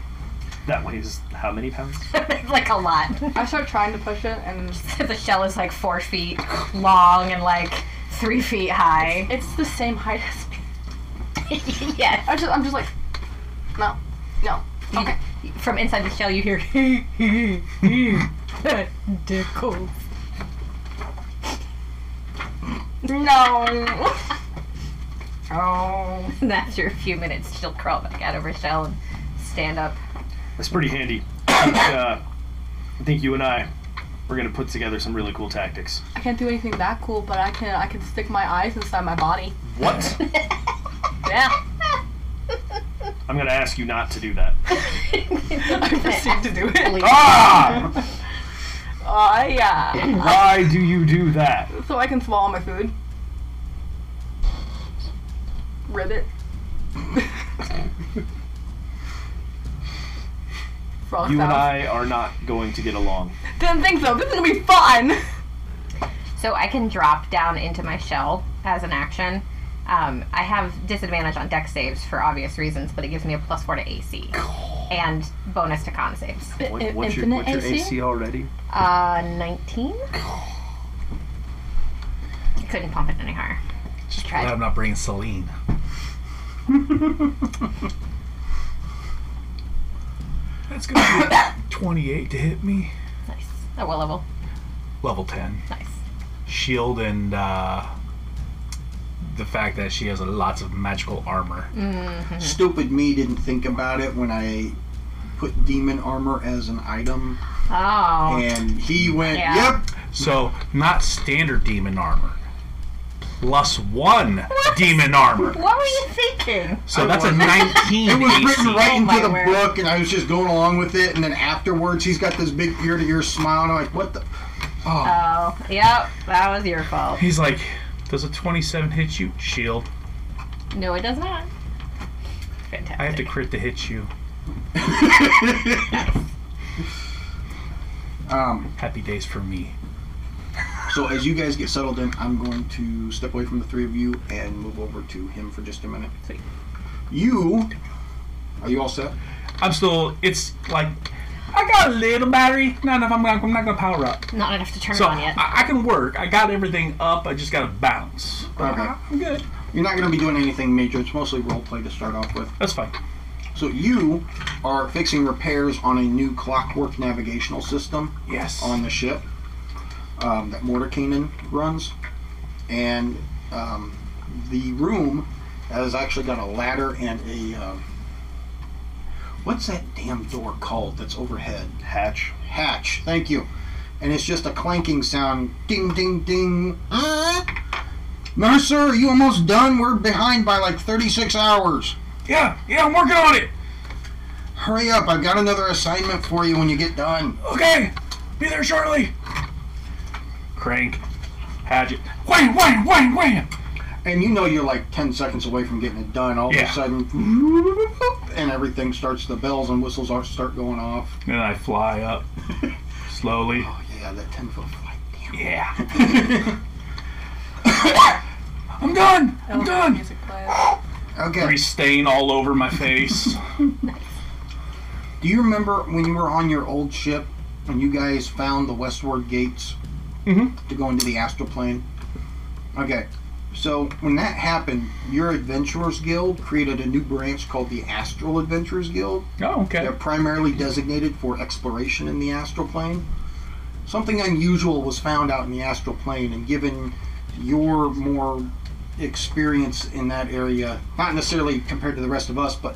[SPEAKER 9] That weighs how many pounds?
[SPEAKER 5] it's like a lot.
[SPEAKER 8] I start trying to push it, and
[SPEAKER 5] the shell is like four feet long and like three feet high.
[SPEAKER 8] it's the same height as me.
[SPEAKER 5] yes.
[SPEAKER 8] I just, I'm just like, no, no. Okay.
[SPEAKER 5] From inside the shell, you hear Dickles.
[SPEAKER 8] No.
[SPEAKER 5] Oh. And after a few minutes, she'll crawl back out of her shell and stand up.
[SPEAKER 9] That's pretty handy. I think, uh, I think you and I we're gonna put together some really cool tactics.
[SPEAKER 8] I can't do anything that cool, but I can, I can stick my eyes inside my body.
[SPEAKER 9] What?
[SPEAKER 8] Yeah.
[SPEAKER 9] I'm gonna ask you not to do that.
[SPEAKER 8] I proceed to do it.
[SPEAKER 9] Ah!
[SPEAKER 8] Oh yeah.
[SPEAKER 9] Why do you do that?
[SPEAKER 8] So I can swallow my food. Ribbit. Frog
[SPEAKER 9] You and
[SPEAKER 8] sounds.
[SPEAKER 9] I are not going to get along.
[SPEAKER 8] Didn't think so. This is gonna be fun.
[SPEAKER 5] So I can drop down into my shell as an action. Um, I have disadvantage on deck saves for obvious reasons, but it gives me a plus four to AC and bonus to con saves.
[SPEAKER 8] In-
[SPEAKER 9] what's your,
[SPEAKER 8] infinite
[SPEAKER 9] what's your AC?
[SPEAKER 8] AC?
[SPEAKER 9] already?
[SPEAKER 5] Uh, 19? I couldn't pump it any higher. Just
[SPEAKER 3] Glad I'm
[SPEAKER 5] tried.
[SPEAKER 3] not bringing Celine. That's gonna be 28 to hit me.
[SPEAKER 5] Nice. Oh, what level?
[SPEAKER 3] Level 10.
[SPEAKER 5] Nice.
[SPEAKER 3] Shield and uh, the fact that she has lots of magical armor.
[SPEAKER 1] Stupid me didn't think about it when I put demon armor as an item,
[SPEAKER 5] Oh.
[SPEAKER 1] and he went,
[SPEAKER 5] Yeah.
[SPEAKER 1] "Yep,
[SPEAKER 3] So, not standard demon armor. Plus one demon armor.
[SPEAKER 5] What were you thinking?
[SPEAKER 3] So that's a 19.
[SPEAKER 1] It was
[SPEAKER 3] AC.
[SPEAKER 1] written right
[SPEAKER 5] Oh my
[SPEAKER 1] into the
[SPEAKER 5] word.
[SPEAKER 1] book, and I was just going along with it. And then afterwards, he's got this big ear to ear smile, and I'm like, "What the? Oh,
[SPEAKER 5] Oh, yep. That was your fault.
[SPEAKER 3] He's like, does a 27 hit you? Shield.
[SPEAKER 5] No, it does not.
[SPEAKER 3] I have to
[SPEAKER 5] Fantastic.
[SPEAKER 3] crit to hit you.
[SPEAKER 1] um,
[SPEAKER 3] Happy days for me.
[SPEAKER 1] so as you guys get settled in, I'm going to step away from the three of you and move over to him for just a minute. You, are you all set?
[SPEAKER 3] I'm still. It's like I got a little battery. Not enough. I'm not, I'm not gonna power up.
[SPEAKER 5] Not enough to turn
[SPEAKER 3] So
[SPEAKER 5] it on yet.
[SPEAKER 3] I, I can work. I got everything up. I just gotta bounce.
[SPEAKER 5] Uh-huh.
[SPEAKER 3] But
[SPEAKER 1] Okay.
[SPEAKER 3] I- I'm good.
[SPEAKER 1] You're not going to be doing anything major. It's mostly role play to start off with.
[SPEAKER 3] That's fine.
[SPEAKER 1] So you are fixing repairs on a new clockwork navigational system.
[SPEAKER 3] Yes.
[SPEAKER 1] on the ship um, that Mordekainen runs, and um, the room has actually got a ladder and a um, what's that damn door called that's overhead?
[SPEAKER 9] Hatch.
[SPEAKER 1] Hatch. Thank you. And it's just a clanking sound. Ding, ding, ding. Ah! No, sir, are you almost done? We're behind by like 36 hours.
[SPEAKER 3] yeah. Yeah. I'm working on it.
[SPEAKER 1] Hurry up, I've got another assignment for you when you get done.
[SPEAKER 3] Okay. Be there shortly. Crank. Hatchet. Wham! Wham! Wham! Wham!
[SPEAKER 1] And you know you're like 10 seconds away from getting it done. All of
[SPEAKER 3] Yeah.
[SPEAKER 1] a sudden, and everything starts, the bells and whistles are, start going off.
[SPEAKER 3] And I fly up slowly.
[SPEAKER 1] Oh, yeah, that 10 foot flight. Damn.
[SPEAKER 3] Yeah. I'm done. I'm
[SPEAKER 2] Oh.
[SPEAKER 3] done.
[SPEAKER 8] Music plays.
[SPEAKER 1] Okay.
[SPEAKER 3] Every stain all over my face.
[SPEAKER 1] Do you remember when you were on your old ship and you guys found the westward gates
[SPEAKER 3] Mhm.
[SPEAKER 1] to go into the astral plane? Okay. So when that happened, your Adventurers Guild created a new branch called the Astral Adventurers Guild.
[SPEAKER 3] Oh, okay.
[SPEAKER 1] They're primarily designated for exploration in the astral plane. Something unusual was found out in the astral plane, and given your more experience in that area, not necessarily compared to the rest of us, but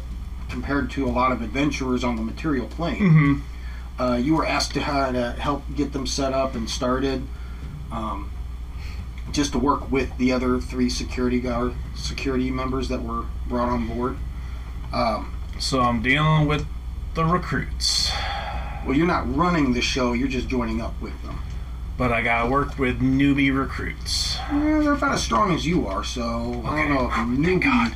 [SPEAKER 1] compared to a lot of adventurers on the material plane,
[SPEAKER 3] Mhm.
[SPEAKER 1] uh, you were asked to how to help get them set up and started. Um, just to work with the other three security guard security members that were brought on board. Um,
[SPEAKER 3] So I'm dealing with the recruits,
[SPEAKER 1] Well, you're not running the show, you're just joining up with them.
[SPEAKER 3] but I gotta work with newbie recruits.
[SPEAKER 1] Yeah, Eh, they're about as strong as you are, so I
[SPEAKER 3] Okay.
[SPEAKER 1] don't know if a newbie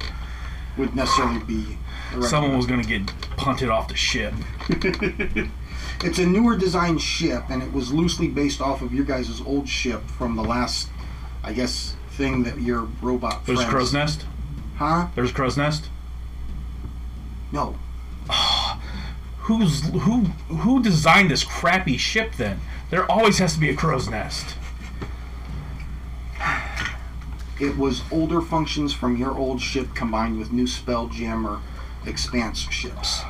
[SPEAKER 1] would necessarily be the right
[SPEAKER 3] Someone was gonna get punted off the ship.
[SPEAKER 1] It's a newer design ship, and it was loosely based off of your guys' old ship from the last, I guess, thing that your robot
[SPEAKER 3] There's a
[SPEAKER 1] friends-
[SPEAKER 3] crow's nest.
[SPEAKER 1] Huh?
[SPEAKER 3] There's a crow's nest.
[SPEAKER 1] No.
[SPEAKER 3] Who's who? Who designed this crappy ship? Then there always has to be a crow's nest.
[SPEAKER 1] It was older functions from your old ship combined with new Spelljammer expanse ships.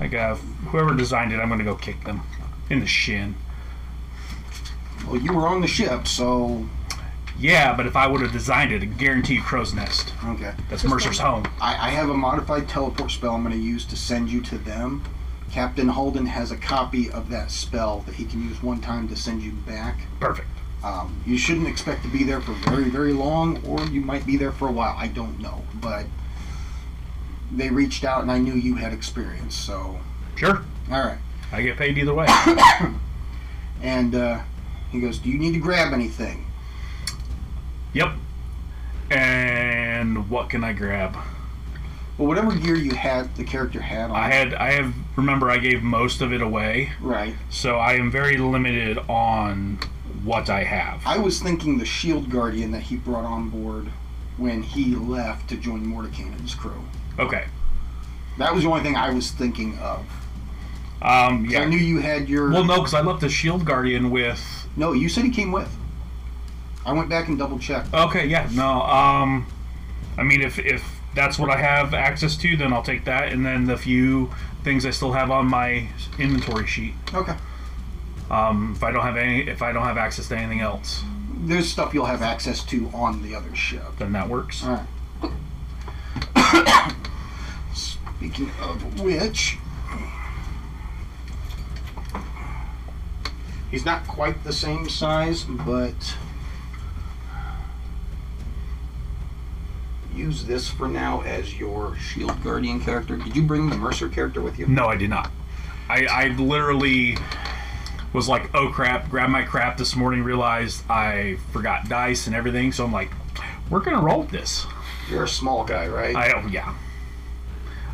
[SPEAKER 3] Like uh, whoever designed it, I'm gonna go kick them in the shin.
[SPEAKER 1] Well, you were on the ship, so.
[SPEAKER 3] Yeah, but if I would have designed it, I guarantee you crow's nest.
[SPEAKER 1] Okay.
[SPEAKER 3] That's Mercer's home.
[SPEAKER 1] I, I have a modified teleport spell I'm going to use to send you to them. Captain Holden has a copy of that spell that he can use one time to send you back.
[SPEAKER 3] Perfect.
[SPEAKER 1] Um, you shouldn't expect to be there for very, very long, or you might be there for a while. I don't know. But they reached out, and I knew you had experience, so.
[SPEAKER 3] Sure.
[SPEAKER 1] All right.
[SPEAKER 3] I get paid either way.
[SPEAKER 1] And uh, he goes, Do you need to grab anything?
[SPEAKER 3] yep. And what can I grab?
[SPEAKER 1] Well, whatever gear you had, the character had on.
[SPEAKER 3] I had I have remember I gave most of it away,
[SPEAKER 1] Right.
[SPEAKER 3] so I am very limited on what I have.
[SPEAKER 1] I was thinking the shield guardian that he brought on board when he left to join Mordecai and his crew.
[SPEAKER 3] Okay.
[SPEAKER 1] That was the only thing I was thinking of.
[SPEAKER 3] Um.
[SPEAKER 1] 'Cause I
[SPEAKER 3] Yeah.
[SPEAKER 1] knew you had your.
[SPEAKER 3] Well, no, because I left the shield guardian with.
[SPEAKER 1] no, you said he came with. I went back and double checked.
[SPEAKER 3] Okay. Yeah. No. Um. I mean, if if that's what I have access to, then I'll take that, and then the few things I still have on my inventory sheet.
[SPEAKER 1] Okay.
[SPEAKER 3] Um. If I don't have any, if I don't have access to anything else,
[SPEAKER 1] There's stuff you'll have access to on the other ship.
[SPEAKER 3] then that works.
[SPEAKER 1] Alright. Speaking of which. He's not quite the same size, but. Use this for now as your Shield Guardian character. Did you bring the Mercer character with you?
[SPEAKER 3] No, I did not. I, I literally was like, oh crap, grabbed my crap this morning, realized I forgot dice and everything, so I'm like, we're gonna roll with this.
[SPEAKER 1] You're a small guy, right?
[SPEAKER 3] I oh yeah.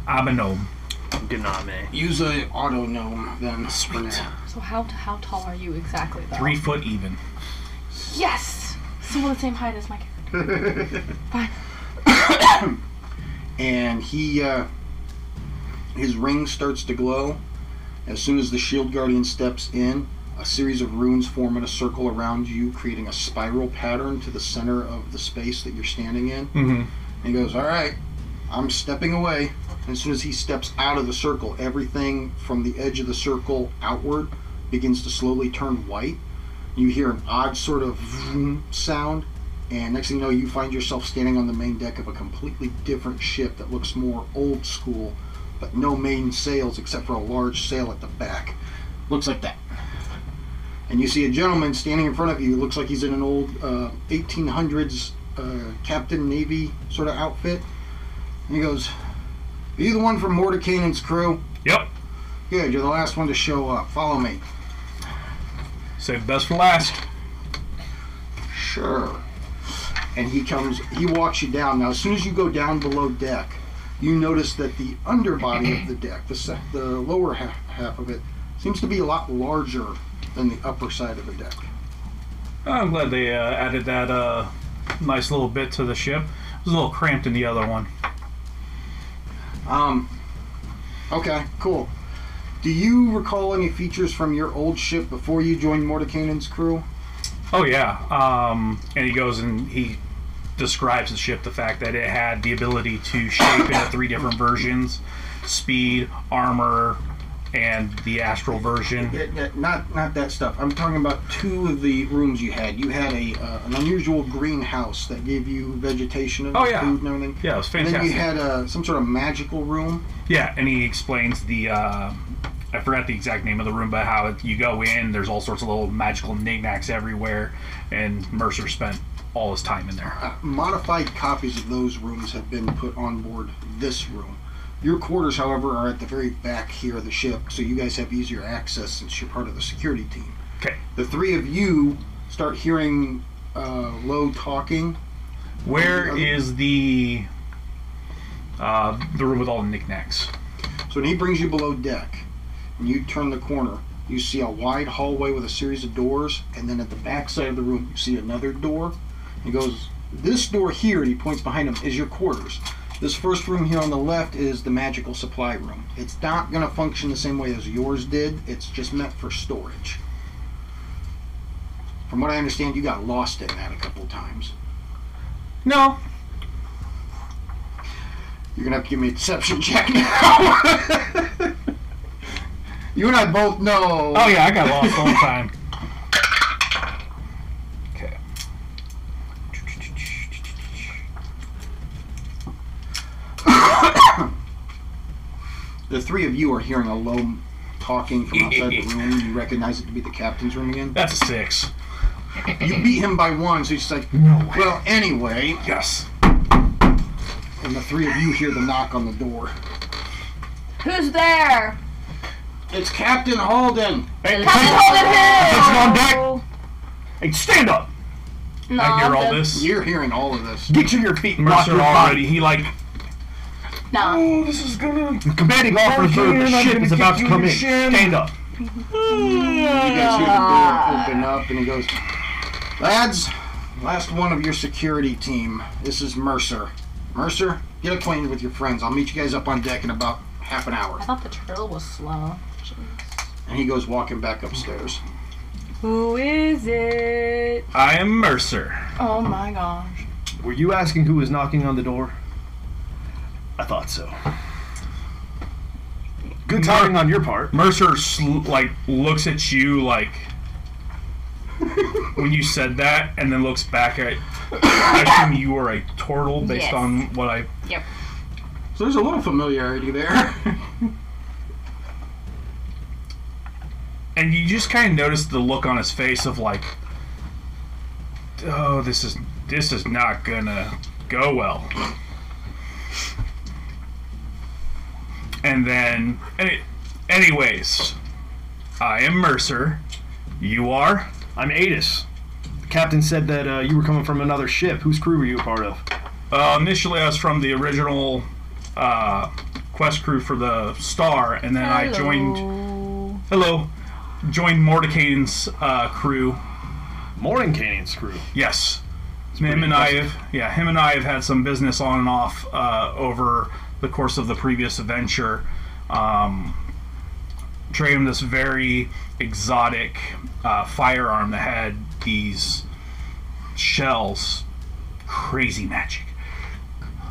[SPEAKER 3] I'm a gnome.
[SPEAKER 9] Dename.
[SPEAKER 1] Use a auto gnome then. Sweet.
[SPEAKER 8] So how how tall are you exactly? Though?
[SPEAKER 3] Three foot even.
[SPEAKER 8] Yes. So we're the same height as my character.
[SPEAKER 1] and he uh, his ring starts to glow. As soon as the shield guardian steps in, a series of runes form in a circle around you, creating a spiral pattern to the center of the space that you're standing in.
[SPEAKER 3] Mm-hmm.
[SPEAKER 1] And he goes, "All right, I'm stepping away." And as soon as he steps out of the circle, everything from the edge of the circle outward begins to slowly turn white. You hear an odd sort of vroom sound, and next thing you know, you find yourself standing on the main deck of a completely different ship that looks more old school, but no main sails except for a large sail at the back. Looks like that. And you see a gentleman standing in front of you. Looks like he's in an old uh, 1800s uh, Captain Navy sort of outfit. And he goes, Are you the one from Mordekainen's crew?
[SPEAKER 3] Yep.
[SPEAKER 1] Good, you're the last one to show up. Follow me.
[SPEAKER 3] Save the best for last.
[SPEAKER 1] Sure. And he comes, he walks you down. Now, as soon as you go down below deck, you notice that the underbody of the deck, the, se- the lower half, half of it, seems to be a lot larger than the upper side of the deck.
[SPEAKER 3] I'm glad they uh, added that uh, nice little bit to the ship. It was a little cramped in the other one.
[SPEAKER 1] Um, okay, cool. Do you recall any features from your old ship before you joined Mordekainen's crew?
[SPEAKER 3] Oh yeah. Um, and he goes and he describes the ship the fact that it had the ability to shape into three different versions speed, armor, and the astral version.
[SPEAKER 1] Yeah, yeah, not not that stuff. I'm talking about two of the rooms you had. You had a uh, an unusual greenhouse that gave you vegetation and
[SPEAKER 3] Oh, yeah.
[SPEAKER 1] food and everything.
[SPEAKER 3] Yeah, it was
[SPEAKER 1] And then
[SPEAKER 3] fantastic.
[SPEAKER 1] you had uh, some sort of magical room.
[SPEAKER 3] Yeah, and he explains the. Uh, I forgot the exact name of the room, but how it, you go in, there's all sorts of little magical knickknacks everywhere, and Mercer spent all his time in there.
[SPEAKER 1] Uh, modified copies of those rooms have been put on board this room. Your quarters, however, are at the very back here of the ship, so you guys have easier access since you're part of the security team.
[SPEAKER 3] Okay.
[SPEAKER 1] The three of you start hearing uh, low talking.
[SPEAKER 3] Where is the uh, the room with all the knickknacks?
[SPEAKER 1] So when he brings you below deck, and you turn the corner, you see a wide hallway with a series of doors, and then at the back side of the room, you see another door. He goes, "This door here," and he points behind him, "is your quarters. This first room here on the left is the magical supply room. It's not going to function the same way as yours did. It's just meant for storage." From what I understand, you got lost in that a couple times.
[SPEAKER 3] No.
[SPEAKER 1] You're gonna have to give me a deception check now. you and I both know.
[SPEAKER 3] Oh yeah, I got lost all the time. Okay.
[SPEAKER 1] The three of you are hearing a low talking from outside the room. You recognize it to be the captain's room again.
[SPEAKER 3] That's a six.
[SPEAKER 1] You beat him by one, so he's just like,
[SPEAKER 3] No way.
[SPEAKER 1] well, anyway.
[SPEAKER 3] Yes.
[SPEAKER 1] And the three of you hear the knock on the door.
[SPEAKER 8] Who's there?
[SPEAKER 1] It's Captain Holden.
[SPEAKER 3] Hey,
[SPEAKER 8] Captain Holden
[SPEAKER 3] Attention
[SPEAKER 8] Hill!
[SPEAKER 3] on deck. Hey, stand up.
[SPEAKER 8] No,
[SPEAKER 3] I hear all
[SPEAKER 8] the-
[SPEAKER 3] this.
[SPEAKER 1] You're hearing all of this.
[SPEAKER 3] Get to your feet, and
[SPEAKER 9] Mercer
[SPEAKER 3] Mercer. Already, he like
[SPEAKER 8] No.
[SPEAKER 3] Oh, this is gonna.
[SPEAKER 9] Commanding officer of the ship is about to come in. Stand up.
[SPEAKER 1] You guys hear the door open up, and he goes, lads, last one of your security team. This is Mercer. Mercer, get acquainted with your friends. I'll meet you guys up on deck in about half an hour.
[SPEAKER 8] I thought the turtle was slow.
[SPEAKER 1] And he goes walking back upstairs.
[SPEAKER 5] Who is it?
[SPEAKER 3] I am Mercer.
[SPEAKER 8] Oh my gosh.
[SPEAKER 10] Were you asking who was knocking on the door?
[SPEAKER 9] I thought so.
[SPEAKER 10] Good timing on your part.
[SPEAKER 3] Mercer sl- like looks at you like when you said that, and then looks back at. I assume you are a turtle based
[SPEAKER 5] Yes.
[SPEAKER 3] on what I.
[SPEAKER 5] Yep.
[SPEAKER 1] So there's a little familiarity there.
[SPEAKER 3] And you just kind of notice the look on his face of like, oh, this is this is not gonna go well. And then, any, anyways, I am Mercer. You are.
[SPEAKER 9] I'm Adis.
[SPEAKER 10] The captain said that uh, you were coming from another ship. Whose crew were you a part of?
[SPEAKER 3] Uh, initially, I was from the original uh, quest crew for the Star, and then I joined.
[SPEAKER 5] Hello.
[SPEAKER 3] Hello, joined Mordecai's uh, crew.
[SPEAKER 10] Morning Canyon's crew.
[SPEAKER 3] Yes, him and I have. Yeah, him and I have had some business on and off uh, over the course of the previous adventure. Um, trade him this very exotic uh, firearm that had these shells, crazy magic,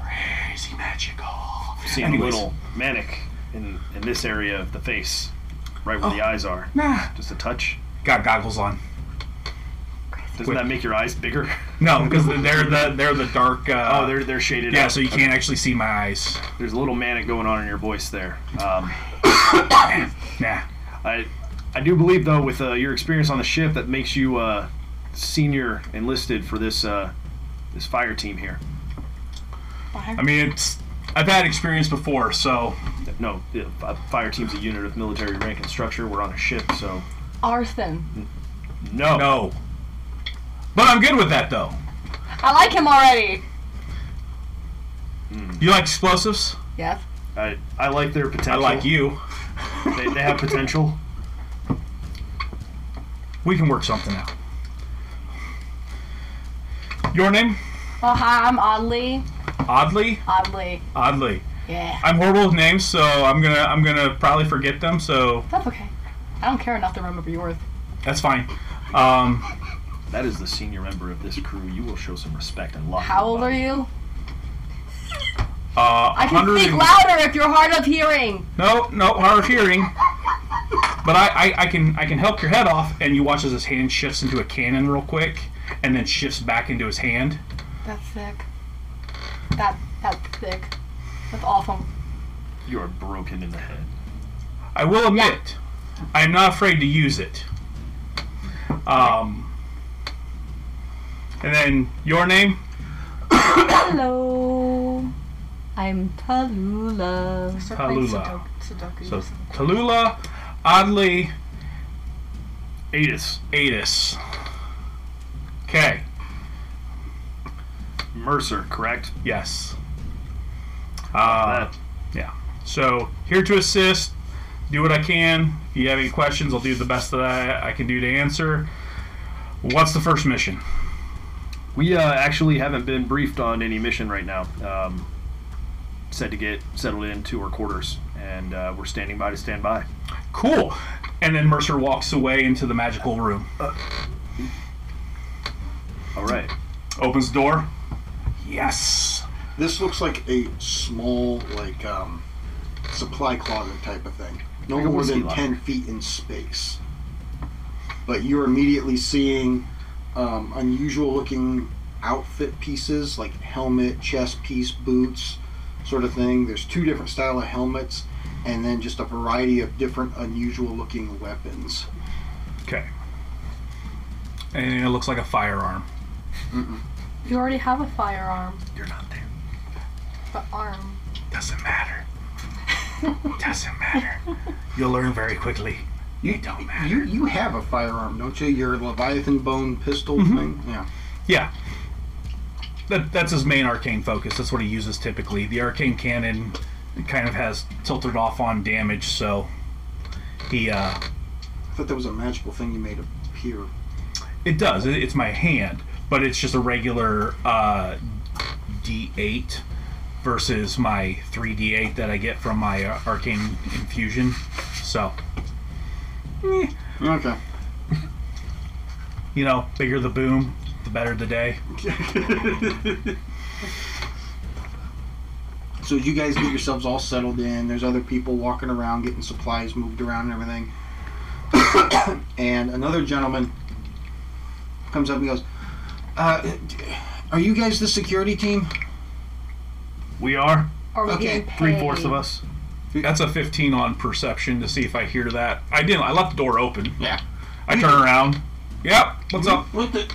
[SPEAKER 3] crazy magical.
[SPEAKER 9] See a
[SPEAKER 3] Anyways.
[SPEAKER 9] little manic in, in this area of the face, right where the eyes are.
[SPEAKER 3] Nah,
[SPEAKER 9] Just a touch.
[SPEAKER 3] got goggles on.
[SPEAKER 9] Doesn't
[SPEAKER 3] Wait.
[SPEAKER 9] that make your eyes bigger?
[SPEAKER 3] No, because they're the they're the dark. Uh,
[SPEAKER 9] Oh, they're they're shaded.
[SPEAKER 3] yeah,
[SPEAKER 9] out.
[SPEAKER 3] so you can't actually see my eyes.
[SPEAKER 9] There's a little manic going on in your voice there. Um,
[SPEAKER 3] Nah.
[SPEAKER 9] I I do believe though with uh, your experience on the ship that makes you uh, senior enlisted for this uh, this fire team here.
[SPEAKER 3] I mean, it's I've had experience before, so
[SPEAKER 9] No, the uh, fire team's a unit of military rank and structure. We're on a ship, so
[SPEAKER 8] Arson.
[SPEAKER 9] no.
[SPEAKER 3] no. But I'm good with that though.
[SPEAKER 8] I like him already.
[SPEAKER 3] You like explosives?
[SPEAKER 8] Yes.
[SPEAKER 9] I, I like their potential.
[SPEAKER 3] I like you.
[SPEAKER 9] They, they have potential.
[SPEAKER 3] We can work something out. Your name?
[SPEAKER 8] Oh hi, I'm Oddly.
[SPEAKER 3] Oddly.
[SPEAKER 8] Oddly.
[SPEAKER 3] Oddly.
[SPEAKER 8] Yeah.
[SPEAKER 3] I'm horrible with names, so I'm gonna I'm gonna probably forget them. So
[SPEAKER 8] That's okay. I don't care enough to remember yours.
[SPEAKER 3] that's fine. Um,
[SPEAKER 9] That is the senior member of this crew. You will show some respect and love.
[SPEAKER 8] How old are you?
[SPEAKER 3] Uh,
[SPEAKER 8] I can speak louder if you're hard of hearing.
[SPEAKER 3] No, no, hard of hearing. But I, I, I can I can help your head off, and you watch as his hand shifts into a cannon real quick, and then shifts back into his hand.
[SPEAKER 8] That's sick. That that's sick. That's awful.
[SPEAKER 9] You are broken in the head.
[SPEAKER 3] I will admit, I am not afraid to use it. Um, and then your name?
[SPEAKER 5] Hello. I'm Tallulah.
[SPEAKER 8] Start
[SPEAKER 3] playing Tallulah.
[SPEAKER 8] Sudoku.
[SPEAKER 3] So Tallulah, oddly
[SPEAKER 9] Adis,
[SPEAKER 3] Adis. Okay.
[SPEAKER 9] Mercer, correct?
[SPEAKER 3] Yes. Uh,
[SPEAKER 9] That-
[SPEAKER 3] Yeah. So here to assist. Do what I can. If you have any questions, I'll do the best that I, I can do to answer. What's the first mission?
[SPEAKER 9] We uh, actually haven't been briefed on any mission right now. Um, said to get settled into our quarters, and uh, we're standing by to stand by.
[SPEAKER 3] Cool. And then Mercer walks away into the magical room.
[SPEAKER 9] All right.
[SPEAKER 3] Opens the door. Yes.
[SPEAKER 1] This looks like a small, like, um, supply closet type of thing. No
[SPEAKER 9] Like a
[SPEAKER 1] more
[SPEAKER 9] whiskey
[SPEAKER 1] than
[SPEAKER 9] locker.
[SPEAKER 1] 10 feet in space. But you're immediately seeing um, unusual looking outfit pieces, like helmet, chest piece, boots, sort of thing. There's two different style of helmets, and then just a variety of different unusual looking weapons.
[SPEAKER 3] Okay. And it looks like a firearm.
[SPEAKER 8] you already have a firearm,
[SPEAKER 9] You're not there.
[SPEAKER 8] but arm.
[SPEAKER 3] Doesn't matter. Doesn't matter. You'll learn very quickly. You don't matter.
[SPEAKER 1] You you have a firearm, don't you? Your Leviathan bone pistol thing. Yeah.
[SPEAKER 3] Yeah. That, that's his main arcane focus. That's what he uses typically. The arcane cannon kind of has tilted off on damage, so he uh,
[SPEAKER 1] I thought that was a magical thing you made appear.
[SPEAKER 3] it does. It, it's my hand, but it's just a regular uh, D8 versus my 3D8 that I get from my uh, arcane infusion. So, eh,
[SPEAKER 1] Okay.
[SPEAKER 3] you know, bigger the boom, the better the day.
[SPEAKER 1] So you guys get yourselves all settled in. There's other people walking around, getting supplies moved around and everything. and another gentleman comes up and goes, uh, d- "Are you guys the security team?"
[SPEAKER 9] We are
[SPEAKER 8] Are we
[SPEAKER 1] Okay,
[SPEAKER 8] getting paid?
[SPEAKER 9] three fourths of us.
[SPEAKER 3] That's a 15 on perception to see if I hear that. I didn't. I left the door open.
[SPEAKER 1] Yeah.
[SPEAKER 3] I turn around. Yep. What's up?
[SPEAKER 1] What the?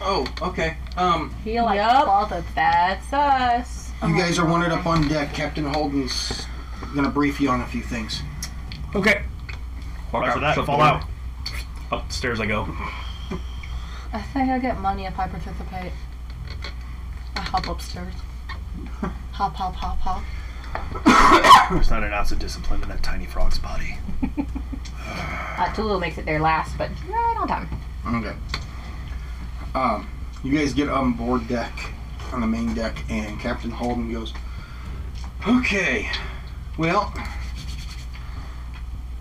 [SPEAKER 1] Oh, okay. Um,
[SPEAKER 5] He like
[SPEAKER 8] Yup.
[SPEAKER 5] faulted. That's us.
[SPEAKER 1] you guys are wanted up on deck. Captain Holden's gonna brief you on a few things.
[SPEAKER 3] Okay. Walk
[SPEAKER 9] Right for that,
[SPEAKER 3] shut the
[SPEAKER 9] fall
[SPEAKER 3] door.
[SPEAKER 9] out.
[SPEAKER 3] Upstairs I go.
[SPEAKER 8] I think I get money if I participate. I hop upstairs. hop, hop, hop, hop.
[SPEAKER 9] There's not an ounce of discipline in that tiny frog's body.
[SPEAKER 5] Uh, Tulul makes it there last, but right on time.
[SPEAKER 1] Okay. Um, you guys get on board deck, on the main deck, and Captain Holden goes, Okay, well,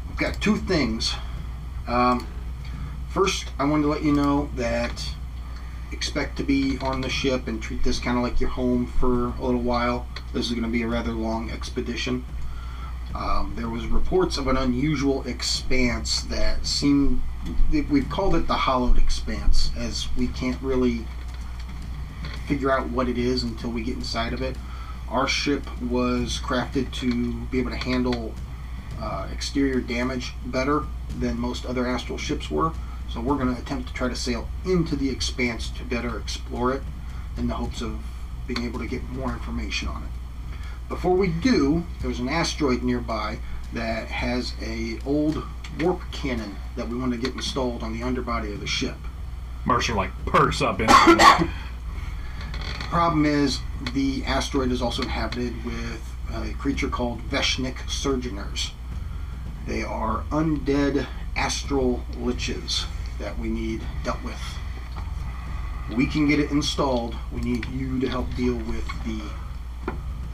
[SPEAKER 1] I've got two things. Um, first, I wanted to let you know that expect to be on the ship and treat this kind of like your home for a little while. This is going to be a rather long expedition. Um, there was reports of an unusual expanse that seemed they- we've called it the hollowed expanse as we can't really figure out what it is until we get inside of it our ship was crafted to be able to handle uh, exterior damage better than most other astral ships were so we're going to attempt to try to sail into the expanse to better explore it in the hopes of being able to get more information on it before we do there's an asteroid nearby that has a old warp cannon that we want to get installed on the underbody of the ship.
[SPEAKER 3] Mercer like perks up and
[SPEAKER 1] Problem is, the asteroid is also inhabited with a creature called Veshnik Surgeoners. They are undead astral liches that we need dealt with. We can get it installed. We need you to help deal with the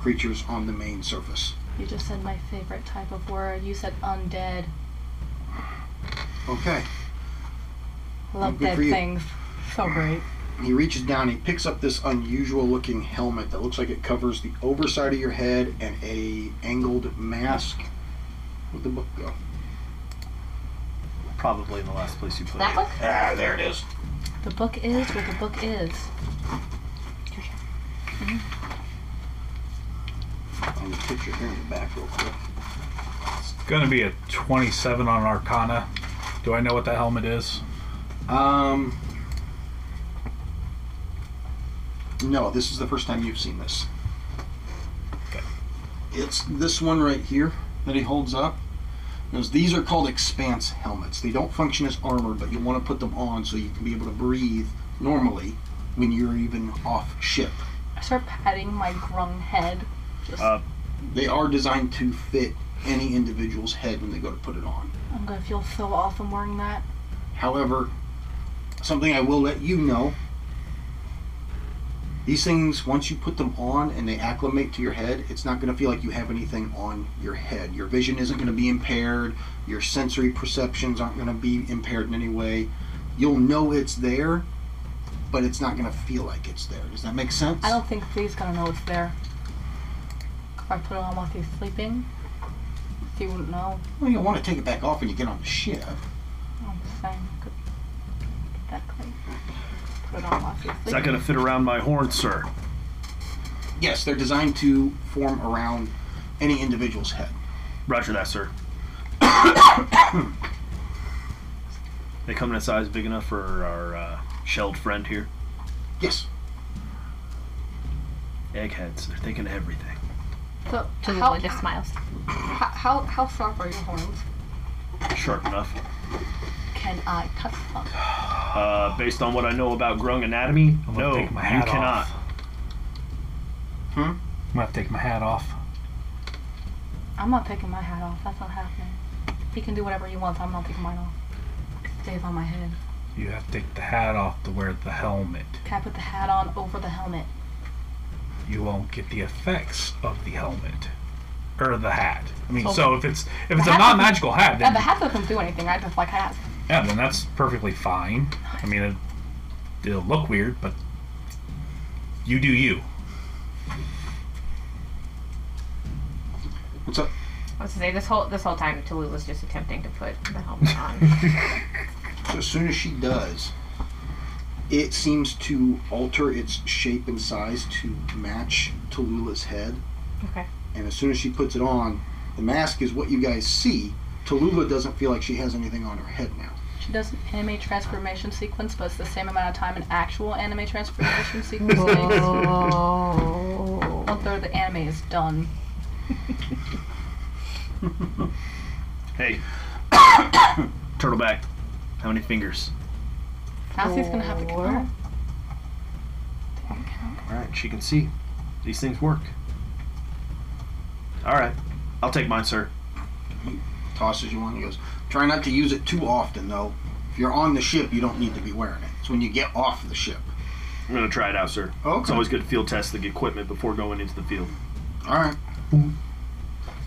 [SPEAKER 1] creatures on the main surface.
[SPEAKER 8] You just said my favorite type of word. You said undead.
[SPEAKER 1] Okay.
[SPEAKER 8] Love
[SPEAKER 1] Good for
[SPEAKER 8] dead
[SPEAKER 1] you.
[SPEAKER 8] things. So great.
[SPEAKER 1] He reaches down, he picks up this unusual looking helmet that looks like it covers the overside of your head and a angled mask. Where'd the book go?
[SPEAKER 9] Probably in the last place you put
[SPEAKER 5] That
[SPEAKER 9] it.
[SPEAKER 5] book?
[SPEAKER 1] Ah, there it is.
[SPEAKER 2] The book is what the book is.
[SPEAKER 1] On the picture here in the back, real quick.
[SPEAKER 3] It's gonna be a 27 on Arcana. Do I know what that helmet is?
[SPEAKER 1] Um. No, this is the first time you've seen this. It's this one right here that he holds up. Those- These are called expanse helmets. They don't function as armor, but you want to put them on so you can be able to breathe normally when you're even off ship.
[SPEAKER 2] I start patting my grung head. Just,
[SPEAKER 9] Uh,
[SPEAKER 1] They are designed to fit any individual's head when they go to put it on.
[SPEAKER 2] I'm gonna feel so awesome wearing that.
[SPEAKER 1] However, something I will let you know these things, once you put them on and they acclimate to your head, it's not going to feel like you have anything on your head. Your vision isn't going to be impaired, your sensory perceptions aren't going to be impaired in any way. You'll know it's there, but it's not going to feel like it's there. Does that make sense?
[SPEAKER 2] I don't think Thee's gonna know it's there. If I put it on while he's sleeping, he wouldn't know.
[SPEAKER 1] Well, you'll want to take it back off when you get on the ship.
[SPEAKER 2] I'm just saying, I could get that clean. Put it on while he's
[SPEAKER 9] is
[SPEAKER 2] sleeping.
[SPEAKER 9] that going to fit around my horn, sir?
[SPEAKER 1] Yes, they're designed to form around any individual's head.
[SPEAKER 9] Roger that, sir. they come in a size big enough for our uh, shelled friend here.
[SPEAKER 1] Yes.
[SPEAKER 9] Eggheads, they're thinking of everything.
[SPEAKER 2] So,
[SPEAKER 5] Julio
[SPEAKER 2] how,
[SPEAKER 5] just smiles.
[SPEAKER 2] how, how, how sharp are your horns?
[SPEAKER 9] Sharp enough.
[SPEAKER 2] Can I touch them?
[SPEAKER 9] Uh, based on what I know about grung anatomy,
[SPEAKER 3] I'm gonna
[SPEAKER 9] no, you
[SPEAKER 3] take my hat
[SPEAKER 9] cannot.
[SPEAKER 3] off. I'm gonna have to take my hat off.
[SPEAKER 2] I'm not taking my hat off. That's not happening. He can do whatever he wants. I'm not taking mine off. It stays on my head.
[SPEAKER 3] You have to take the hat off to wear the helmet.
[SPEAKER 2] Can I put the hat on over the helmet?
[SPEAKER 3] You won't get the effects of the helmet or the hat. I mean,
[SPEAKER 2] So-
[SPEAKER 3] so if it's if it's a
[SPEAKER 2] hat
[SPEAKER 3] non magical hat,
[SPEAKER 2] Yeah,
[SPEAKER 3] then
[SPEAKER 2] the hat doesn't do anything. I just like hats.
[SPEAKER 3] yeah, then that's perfectly fine. I mean, it, it'll look weird, but you do you.
[SPEAKER 1] What's up?
[SPEAKER 5] I was gonna say this whole this whole time Tulu was just attempting to put the helmet on.
[SPEAKER 1] So as soon as she does, it seems to alter its shape and size to match Tallulah's head.
[SPEAKER 5] Okay.
[SPEAKER 1] And as soon as she puts it on, the mask is what you guys see. Tallulah doesn't feel like she has anything on her head now.
[SPEAKER 2] She does an anime transformation sequence, but it's the same amount of time an actual anime transformation sequence takes.
[SPEAKER 8] Oh.
[SPEAKER 2] One third of the anime is done.
[SPEAKER 9] Hey, turtleback, how many fingers?
[SPEAKER 2] Cassie's gonna have to count.
[SPEAKER 9] All right, she can see. These things work. All right, I'll take mine, sir.
[SPEAKER 1] Tosses you one. He goes, try not to use it too often though. If you're on the ship, you don't need to be wearing it. It's when you get off the ship.
[SPEAKER 9] I'm gonna try it out, sir.
[SPEAKER 1] Okay.
[SPEAKER 9] It's always good to field test the equipment before going into the field.
[SPEAKER 1] All right.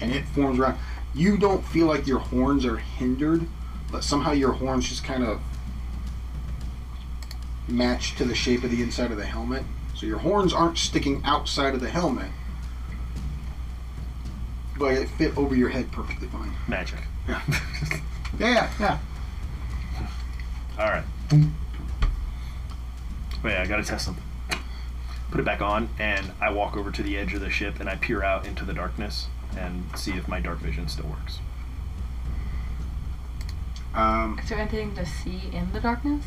[SPEAKER 1] And it forms around. You don't feel like your horns are hindered, but somehow your horns just kind of match to the shape of the inside of the helmet. So your horns aren't sticking outside of the helmet, but it fit over your head perfectly fine.
[SPEAKER 9] Magic.
[SPEAKER 1] Yeah, yeah, yeah.
[SPEAKER 9] All right. Wait, I gotta test something. Put it back on, and I walk over to the edge of the ship, and I peer out into the darkness and see if my dark vision still works.
[SPEAKER 1] Um,
[SPEAKER 2] Is there anything to see in the darkness?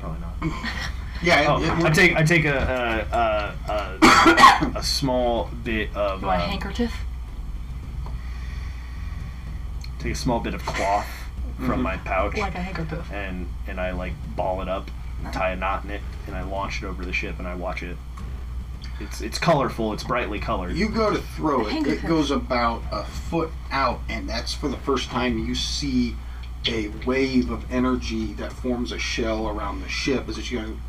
[SPEAKER 9] Probably not.
[SPEAKER 1] Mm-hmm. yeah,
[SPEAKER 9] Oh,
[SPEAKER 1] it, it
[SPEAKER 9] I
[SPEAKER 1] works.
[SPEAKER 9] take I take a a, a, a, a small bit of
[SPEAKER 2] Do I
[SPEAKER 9] uh,
[SPEAKER 2] handkerchief?
[SPEAKER 9] take a small bit of cloth
[SPEAKER 1] Mm-hmm.
[SPEAKER 9] from my pouch
[SPEAKER 2] Like a handkerchief.
[SPEAKER 9] and and I like ball it up, tie a knot in it, and I launch it over the ship and I watch it. It's it's colorful. It's brightly colored.
[SPEAKER 1] You go to throw it, it
[SPEAKER 2] Handkerchief.
[SPEAKER 1] goes about a foot out, and that's for the first time you see a wave of energy that forms a shell around the ship as it's going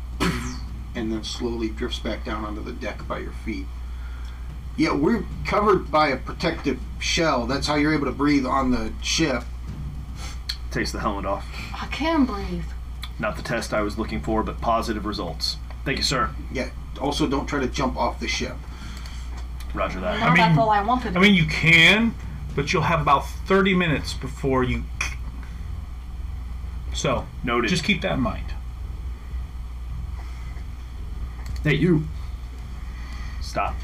[SPEAKER 1] and then slowly drifts back down onto the deck by your feet. Yeah, we're covered by a protective shell. That's how you're able to breathe on the ship.
[SPEAKER 9] Takes the helmet off.
[SPEAKER 2] I can breathe.
[SPEAKER 9] Not the test I was looking for, but positive results. Thank you, sir.
[SPEAKER 1] Yeah. Also, don't try to jump off the ship.
[SPEAKER 9] Roger that.
[SPEAKER 2] No, that's
[SPEAKER 3] mean-
[SPEAKER 2] all I wanted.
[SPEAKER 3] I mean, you can, but you'll have about 30 minutes before you. So,
[SPEAKER 9] Noted.
[SPEAKER 3] just keep that in mind.
[SPEAKER 9] Hey, you. Stop.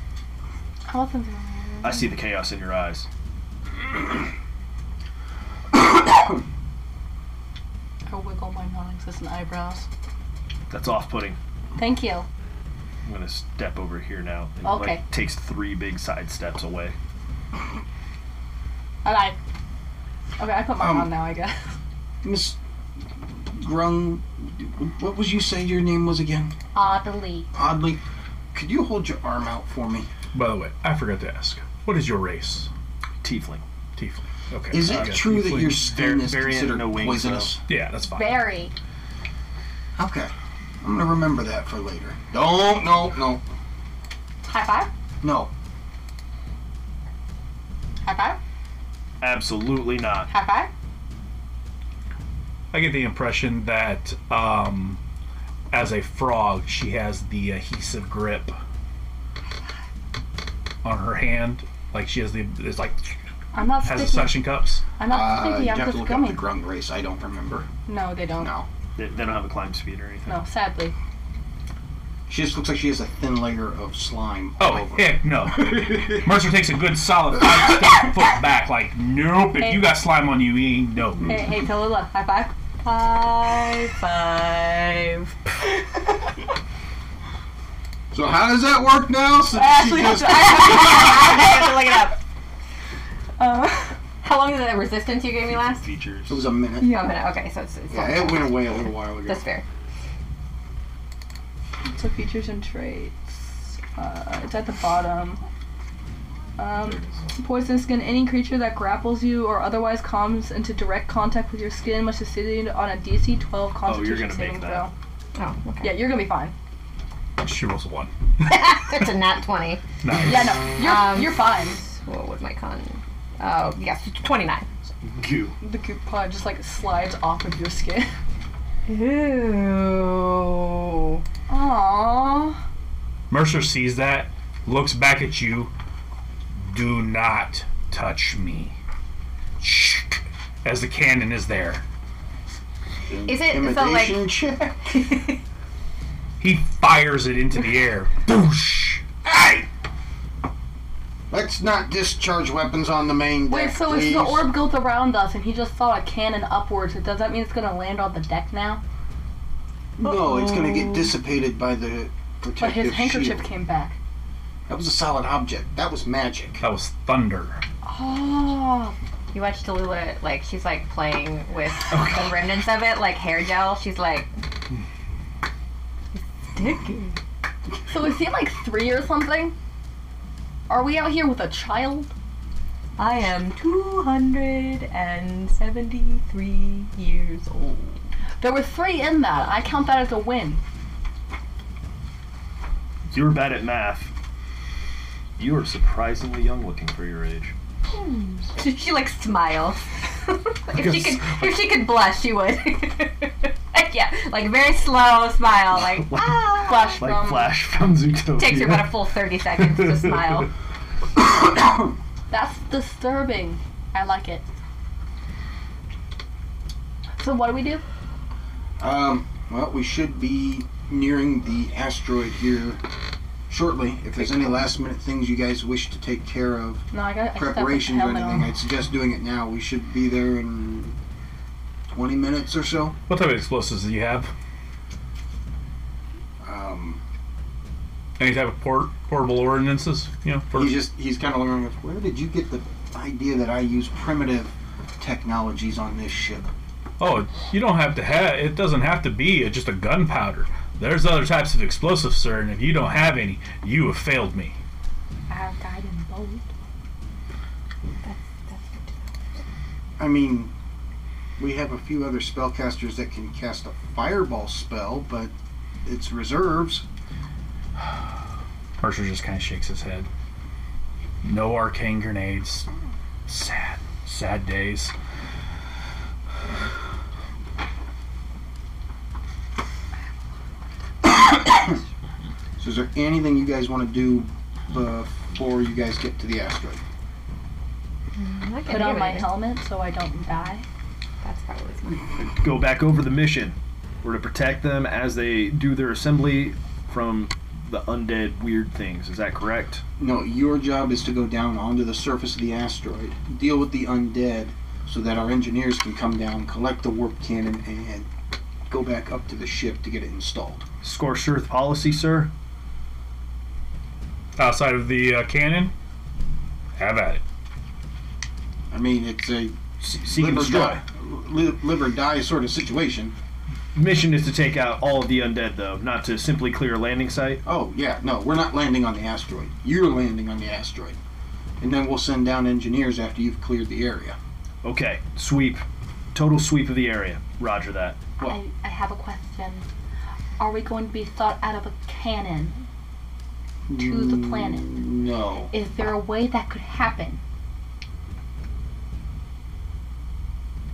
[SPEAKER 2] I wasn't doing it.
[SPEAKER 9] I see the chaos in your eyes.
[SPEAKER 2] I Oh, wiggle my non-existent eyebrows.
[SPEAKER 9] That's off-putting.
[SPEAKER 2] Thank you.
[SPEAKER 9] I'm gonna step over here now. And
[SPEAKER 2] Okay.
[SPEAKER 9] Like, takes three big side steps away.
[SPEAKER 2] I lied. Okay, I put mine
[SPEAKER 1] Um,
[SPEAKER 2] on now. I guess.
[SPEAKER 1] Miss Grung, what was you say your name was again?
[SPEAKER 2] Oddly,
[SPEAKER 1] Oddly, could you hold your arm out for me?
[SPEAKER 3] By the way, I forgot to ask. What is your race?
[SPEAKER 9] Tiefling.
[SPEAKER 3] Tiefling. Okay.
[SPEAKER 1] Is
[SPEAKER 3] I
[SPEAKER 1] it
[SPEAKER 3] got
[SPEAKER 1] true that
[SPEAKER 3] tiefling.
[SPEAKER 1] your skin
[SPEAKER 9] Var-
[SPEAKER 1] is
[SPEAKER 9] variant,
[SPEAKER 1] considered
[SPEAKER 9] no wings,
[SPEAKER 1] poisonous?
[SPEAKER 3] Yeah, that's fine.
[SPEAKER 2] very.
[SPEAKER 1] Okay. I'm gonna remember that for later. No, no, no,
[SPEAKER 2] High five.
[SPEAKER 1] no.
[SPEAKER 2] High five.
[SPEAKER 9] Absolutely not.
[SPEAKER 2] High five.
[SPEAKER 3] I get the impression that um, as a frog, she has the adhesive grip on her hand. Like she has the it's like
[SPEAKER 2] I'm not
[SPEAKER 3] has the
[SPEAKER 2] sticky.
[SPEAKER 3] suction cups.
[SPEAKER 2] I'm not
[SPEAKER 1] Uh, you
[SPEAKER 2] sticky. I'm
[SPEAKER 1] have to
[SPEAKER 2] just
[SPEAKER 1] look
[SPEAKER 2] gummy.
[SPEAKER 1] up the Grung race. I don't remember.
[SPEAKER 2] No, they don't.
[SPEAKER 1] No.
[SPEAKER 9] They, they don't have a climb speed or anything.
[SPEAKER 2] No, sadly.
[SPEAKER 1] She just looks like she has a thin layer of slime. all
[SPEAKER 3] Oh
[SPEAKER 1] over.
[SPEAKER 3] heck no! Mercer takes a good solid five step foot back. Like nope, if you got slime on you, you ain't no.
[SPEAKER 2] Hey, hey, Tallulah. High five.
[SPEAKER 5] High five.
[SPEAKER 1] So how does that work now? Since
[SPEAKER 2] I
[SPEAKER 1] she
[SPEAKER 2] actually have
[SPEAKER 1] just,
[SPEAKER 2] to. I have
[SPEAKER 5] I have to look it up.
[SPEAKER 2] to uh,
[SPEAKER 5] How long is the resistance you gave me last?
[SPEAKER 9] Features.
[SPEAKER 1] it was a minute.
[SPEAKER 5] Oh, minute. Okay, so it's, it's
[SPEAKER 1] Yeah, it went away a little while ago.
[SPEAKER 5] that's fair.
[SPEAKER 2] So features and traits. Uh, it's at the bottom. Um, poison skin. Any creature that grapples you or otherwise comes into direct contact with your skin must succeed on a DC 12 Constitution
[SPEAKER 9] gonna
[SPEAKER 2] saving
[SPEAKER 9] make
[SPEAKER 2] throw.
[SPEAKER 9] that.
[SPEAKER 5] Oh, okay.
[SPEAKER 2] Yeah, you're gonna be fine.
[SPEAKER 3] She rolls a one.
[SPEAKER 5] it's a nat 20.
[SPEAKER 3] Nice.
[SPEAKER 2] Yeah, no, you're
[SPEAKER 5] Um,
[SPEAKER 2] you're fine.
[SPEAKER 5] What would my con? Oh, yes, 29.
[SPEAKER 9] Goo.
[SPEAKER 2] The goop pod just like slides off of your skin.
[SPEAKER 5] Ooh.
[SPEAKER 2] Aww.
[SPEAKER 3] Mercer sees that, looks back at you. Do not touch me. Shh. As the cannon is there.
[SPEAKER 5] Is it so like?
[SPEAKER 1] Intimidation check.
[SPEAKER 3] He fires it into the air. Boosh! Hey!
[SPEAKER 1] Let's not discharge weapons on the main deck,
[SPEAKER 2] Wait, so
[SPEAKER 1] please.
[SPEAKER 2] if the orb goes around us and he just saw a cannon upwards, does that mean it's gonna land on the deck now?
[SPEAKER 1] No, it's gonna get dissipated by the protective
[SPEAKER 2] Oh. But his handkerchief
[SPEAKER 1] shield.
[SPEAKER 2] came back.
[SPEAKER 1] That was a solid object. That was magic.
[SPEAKER 3] That was thunder.
[SPEAKER 2] Oh,
[SPEAKER 5] You watch Tallulah, like she's like playing with the remnants of it, like hair gel. She's like,
[SPEAKER 2] so is he like three or something? Are we out here with a child?
[SPEAKER 5] I am 273 years old.
[SPEAKER 2] There were three in that. I count that as a win.
[SPEAKER 9] You're bad at math. You are surprisingly young looking for your age.
[SPEAKER 5] She, she like smiles. if she could, if she could blush, she would. Like, yeah, like very slow smile, like ah.
[SPEAKER 2] Flash
[SPEAKER 9] Like
[SPEAKER 2] from
[SPEAKER 9] Flash from Zootopia.
[SPEAKER 5] Takes her about a full 30 seconds to smile.
[SPEAKER 2] That's disturbing. I like it. So what do we do?
[SPEAKER 1] Um, well, we should be nearing the asteroid here shortly. If there's any last minute things you guys wish to take care of,
[SPEAKER 2] No, I got I just have to
[SPEAKER 1] preparations or
[SPEAKER 2] helmet
[SPEAKER 1] anything,
[SPEAKER 2] on.
[SPEAKER 1] I'd suggest doing it now. We should be there in 20 minutes or so.
[SPEAKER 3] What type of explosives do you have?
[SPEAKER 1] Um,
[SPEAKER 3] Any type of port- portable ordinances? You know, for
[SPEAKER 1] he's just, he's kind of looking at, where did you get the idea that I use primitive technologies on this ship?
[SPEAKER 3] oh, you don't have to have. It doesn't have to be just a gunpowder. There's other types of explosives, sir, and if you don't have any, you have failed me.
[SPEAKER 2] I have died in bold.
[SPEAKER 1] I mean, we have a few other spellcasters that can cast a fireball spell, but it's reserves.
[SPEAKER 3] Mercer just kind of shakes his head. No arcane grenades. Sad, sad days.
[SPEAKER 1] So, is there anything you guys want to do before you guys get to the asteroid?
[SPEAKER 5] I can
[SPEAKER 2] Put
[SPEAKER 5] do
[SPEAKER 2] on my
[SPEAKER 5] it.
[SPEAKER 2] helmet so I don't die.
[SPEAKER 5] That's probably smart.
[SPEAKER 10] go back over the mission. We're to protect them as they do their assembly from the undead weird things. Is that correct?
[SPEAKER 1] No, your job is to go down onto the surface of the asteroid, deal with the undead, so that our engineers can come down, collect the warp cannon, and go back up to the ship to get it installed.
[SPEAKER 10] Scorched earth policy, sir?
[SPEAKER 3] Outside of the uh, cannon, have at it.
[SPEAKER 1] I mean, it's a
[SPEAKER 10] S- seek and
[SPEAKER 1] live or,
[SPEAKER 10] destroy.
[SPEAKER 1] die, li- live or die sort of situation.
[SPEAKER 10] Mission is to take out all of the undead, though, not to simply clear a landing site.
[SPEAKER 1] Oh, yeah, no, we're not landing on the asteroid. You're landing on the asteroid. And then we'll send down engineers after you've cleared the area.
[SPEAKER 10] Okay, sweep. Total sweep of the area. Roger that.
[SPEAKER 1] Well,
[SPEAKER 2] I, I have a question. Are we going to be shot out of a cannon? to the planet.
[SPEAKER 1] No.
[SPEAKER 2] Is there a way that could happen?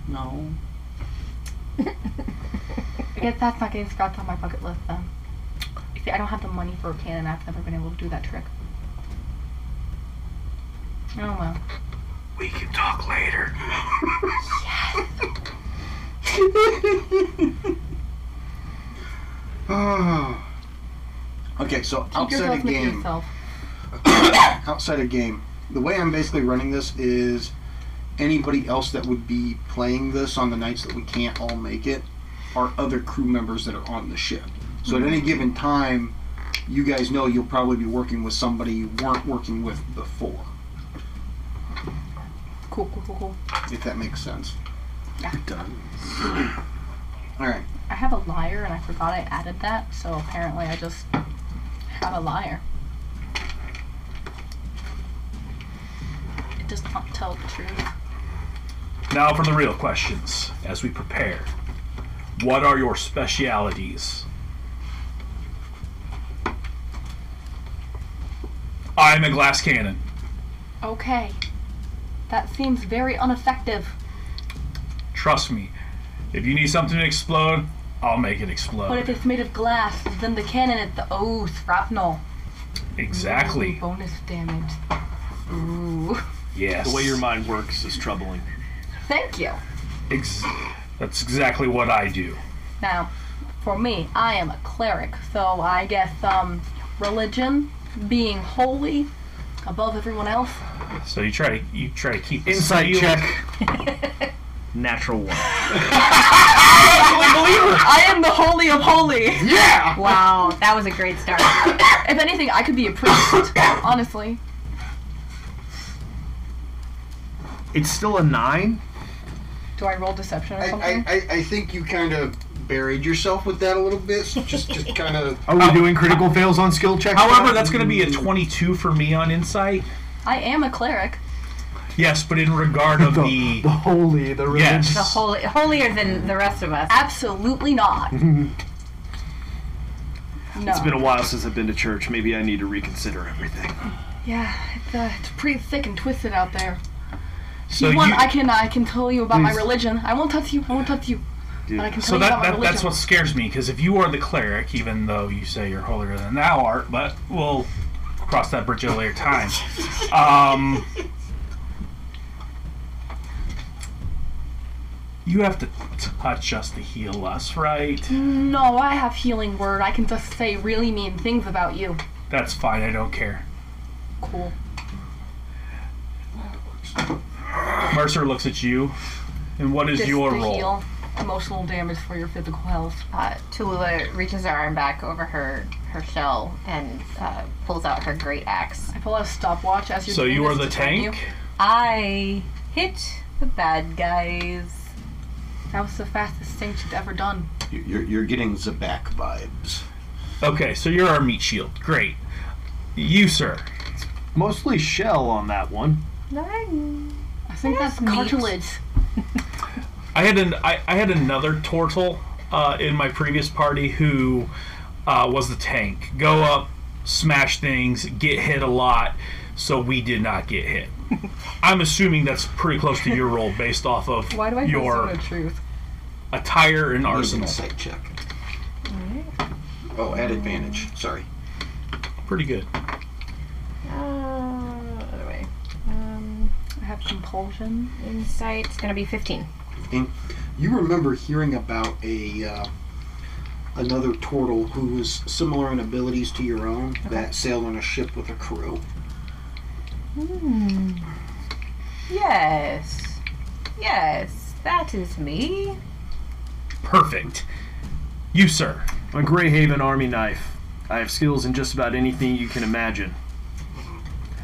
[SPEAKER 1] No.
[SPEAKER 2] I guess that's not getting scratched on my bucket list then. See, I don't have the money for a cannon. I've never been able to do that trick. Oh well.
[SPEAKER 3] We can talk later.
[SPEAKER 1] okay, so
[SPEAKER 2] Keep your
[SPEAKER 1] outside
[SPEAKER 2] girls
[SPEAKER 1] of
[SPEAKER 2] with
[SPEAKER 1] game,
[SPEAKER 2] yourself.
[SPEAKER 1] outside of game, the way I'm basically running this is anybody else that would be playing this on the nights that we can't all make it are other crew members that are on the ship. So
[SPEAKER 2] Hmm.
[SPEAKER 1] at any given time, you guys know you'll probably be working with somebody you weren't working with before,
[SPEAKER 2] Cool, cool, cool, cool.
[SPEAKER 1] if that makes sense.
[SPEAKER 10] Done.
[SPEAKER 1] All right.
[SPEAKER 2] I have a liar and I forgot I added that, so apparently I just have a liar. It does not tell the truth.
[SPEAKER 3] Now for the real questions as we prepare. What are your specialities? I'm a glass cannon.
[SPEAKER 2] Okay. That seems very ineffective.
[SPEAKER 3] Trust me. If you need something to explode, I'll make it
[SPEAKER 2] But if
[SPEAKER 3] explode.
[SPEAKER 2] it's made of glass, then the cannon at the oh shrapnel.
[SPEAKER 3] Exactly.
[SPEAKER 2] Bonus damage. Ooh.
[SPEAKER 3] Yes.
[SPEAKER 9] The way your mind works is troubling.
[SPEAKER 2] Thank you.
[SPEAKER 3] Ex- that's exactly what I do.
[SPEAKER 2] Now, for me, I am a cleric, so I guess um, religion, being holy, above everyone else.
[SPEAKER 3] So you try to you try to keep this
[SPEAKER 10] Insight
[SPEAKER 3] sealed.
[SPEAKER 10] check. Natural one.
[SPEAKER 2] I am the holy of holy.
[SPEAKER 5] Wow, that was a great start.
[SPEAKER 2] If anything, I could be a priest, honestly.
[SPEAKER 10] It's still a nine.
[SPEAKER 2] Do I roll deception or
[SPEAKER 1] I,
[SPEAKER 2] something?
[SPEAKER 1] I, I, I think you kind of buried yourself with that a little bit. so Just just kind of.
[SPEAKER 10] Are we doing critical fails on skill checks?
[SPEAKER 3] Oh. However, that's going to be a 22 for me on insight.
[SPEAKER 2] I, am a cleric.
[SPEAKER 3] Yes, but in regard of
[SPEAKER 10] the,
[SPEAKER 3] the
[SPEAKER 10] the holy, the religious.
[SPEAKER 3] yes,
[SPEAKER 5] The holy, holier than the rest of us.
[SPEAKER 2] Absolutely not. no.
[SPEAKER 10] It's been a while since I've been to church. Maybe I need to reconsider everything.
[SPEAKER 2] yeah, it's, uh, it's pretty thick and twisted out there.
[SPEAKER 3] So
[SPEAKER 2] you want?
[SPEAKER 3] you-
[SPEAKER 2] I can I can tell you about my
[SPEAKER 10] Please.
[SPEAKER 2] religion. I won't touch you. I won't touch you.
[SPEAKER 10] Dude.
[SPEAKER 2] But I can tell
[SPEAKER 3] So
[SPEAKER 2] you
[SPEAKER 3] that,
[SPEAKER 2] about my
[SPEAKER 3] that
[SPEAKER 2] religion.
[SPEAKER 3] that's what scares me because if you are the cleric, even though you say you're holier than thou art, but we'll cross that bridge at a later time. Um, you have to touch us to heal us, right?
[SPEAKER 2] Mm. No, I have healing word. I can just say really mean things about you.
[SPEAKER 3] That's fine. I don't care.
[SPEAKER 2] Cool.
[SPEAKER 3] Mercer looks at you, and what is
[SPEAKER 2] Just
[SPEAKER 3] your
[SPEAKER 2] to
[SPEAKER 3] role?
[SPEAKER 2] heal emotional damage for your physical health.
[SPEAKER 5] Uh, Tulula reaches her arm back over her, her shell and uh, pulls out her great axe.
[SPEAKER 2] I pull out a stopwatch as you're
[SPEAKER 3] So
[SPEAKER 2] doing
[SPEAKER 3] you are
[SPEAKER 2] this
[SPEAKER 3] the
[SPEAKER 2] to threaten you.
[SPEAKER 3] tank.
[SPEAKER 5] I hit the bad guys.
[SPEAKER 2] That was the fastest thing she'd ever done.
[SPEAKER 1] You're, you're getting Zabak vibes.
[SPEAKER 3] Okay, so you're our meat shield. Great. You, sir.
[SPEAKER 10] Mostly shell on that one.
[SPEAKER 2] I think that's
[SPEAKER 5] meat.
[SPEAKER 2] cartilage.
[SPEAKER 3] I had an I, I had another turtle uh, in my previous party who uh, was the tank. Go up, smash things, get hit a lot, so we did not get hit. I'm assuming that's pretty close to your role based off of
[SPEAKER 2] Why do I feel so
[SPEAKER 3] your
[SPEAKER 2] no truth?
[SPEAKER 3] attire and
[SPEAKER 1] Arsenal.
[SPEAKER 3] arsenal.
[SPEAKER 1] Insight check. Oh, at advantage. Sorry.
[SPEAKER 11] Pretty good.
[SPEAKER 5] Uh, other way. Um,
[SPEAKER 2] I have compulsion.
[SPEAKER 5] insight's gonna be 15.
[SPEAKER 1] You remember hearing about a uh, another turtle who was similar in abilities to your own that sailed on a ship with a crew.
[SPEAKER 5] Hmm. Yes. Yes, that is me.
[SPEAKER 9] Perfect. You, sir, a Greyhaven army knife. I have skills in just about anything you can imagine.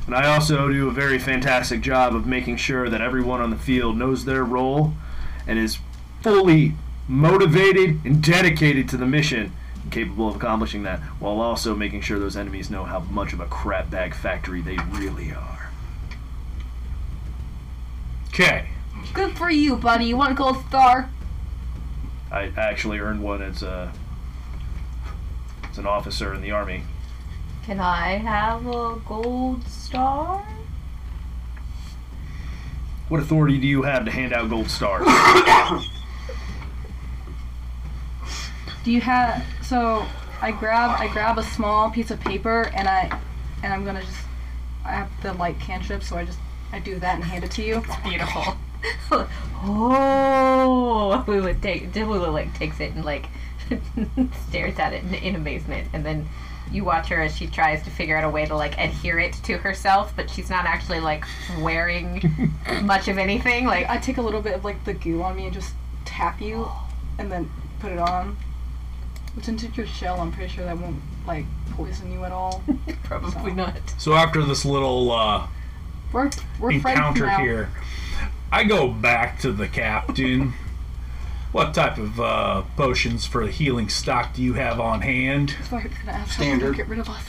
[SPEAKER 9] And I also do a very fantastic job of making sure that everyone on the field knows their role and is fully motivated and dedicated to the mission, and capable of accomplishing that, while also making sure those enemies know how much of a crap bag factory they really are.
[SPEAKER 3] Okay.
[SPEAKER 2] Good for you, buddy. You want a gold star?
[SPEAKER 9] I actually earned one as a as an officer in the army.
[SPEAKER 5] Can I have a gold star?
[SPEAKER 9] What authority do you have to hand out gold stars?
[SPEAKER 2] Do you have? So I grab I grab a small piece of paper and I and I'm gonna just I have the light cantrip, so I just I do that and hand it to you.
[SPEAKER 5] Beautiful. oh, Lulu take Lulu like takes it and like stares at it in, in amazement, and then you watch her as she tries to figure out a way to like adhere it to herself, but she's not actually like wearing much of anything. Like oh,
[SPEAKER 2] I take a little bit of like the goo on me and just tap you, and then put it on. It's into your shell. I'm pretty sure that won't like poison you at all.
[SPEAKER 5] probably not.
[SPEAKER 3] So after this little uh,
[SPEAKER 2] We're we're friends
[SPEAKER 3] encounter
[SPEAKER 2] now.
[SPEAKER 3] here, I go back to the captain. what type of uh, potions for healing stock do you have on hand?
[SPEAKER 2] Sorry, I was gonna ask how
[SPEAKER 1] Standard.
[SPEAKER 2] to get rid of us.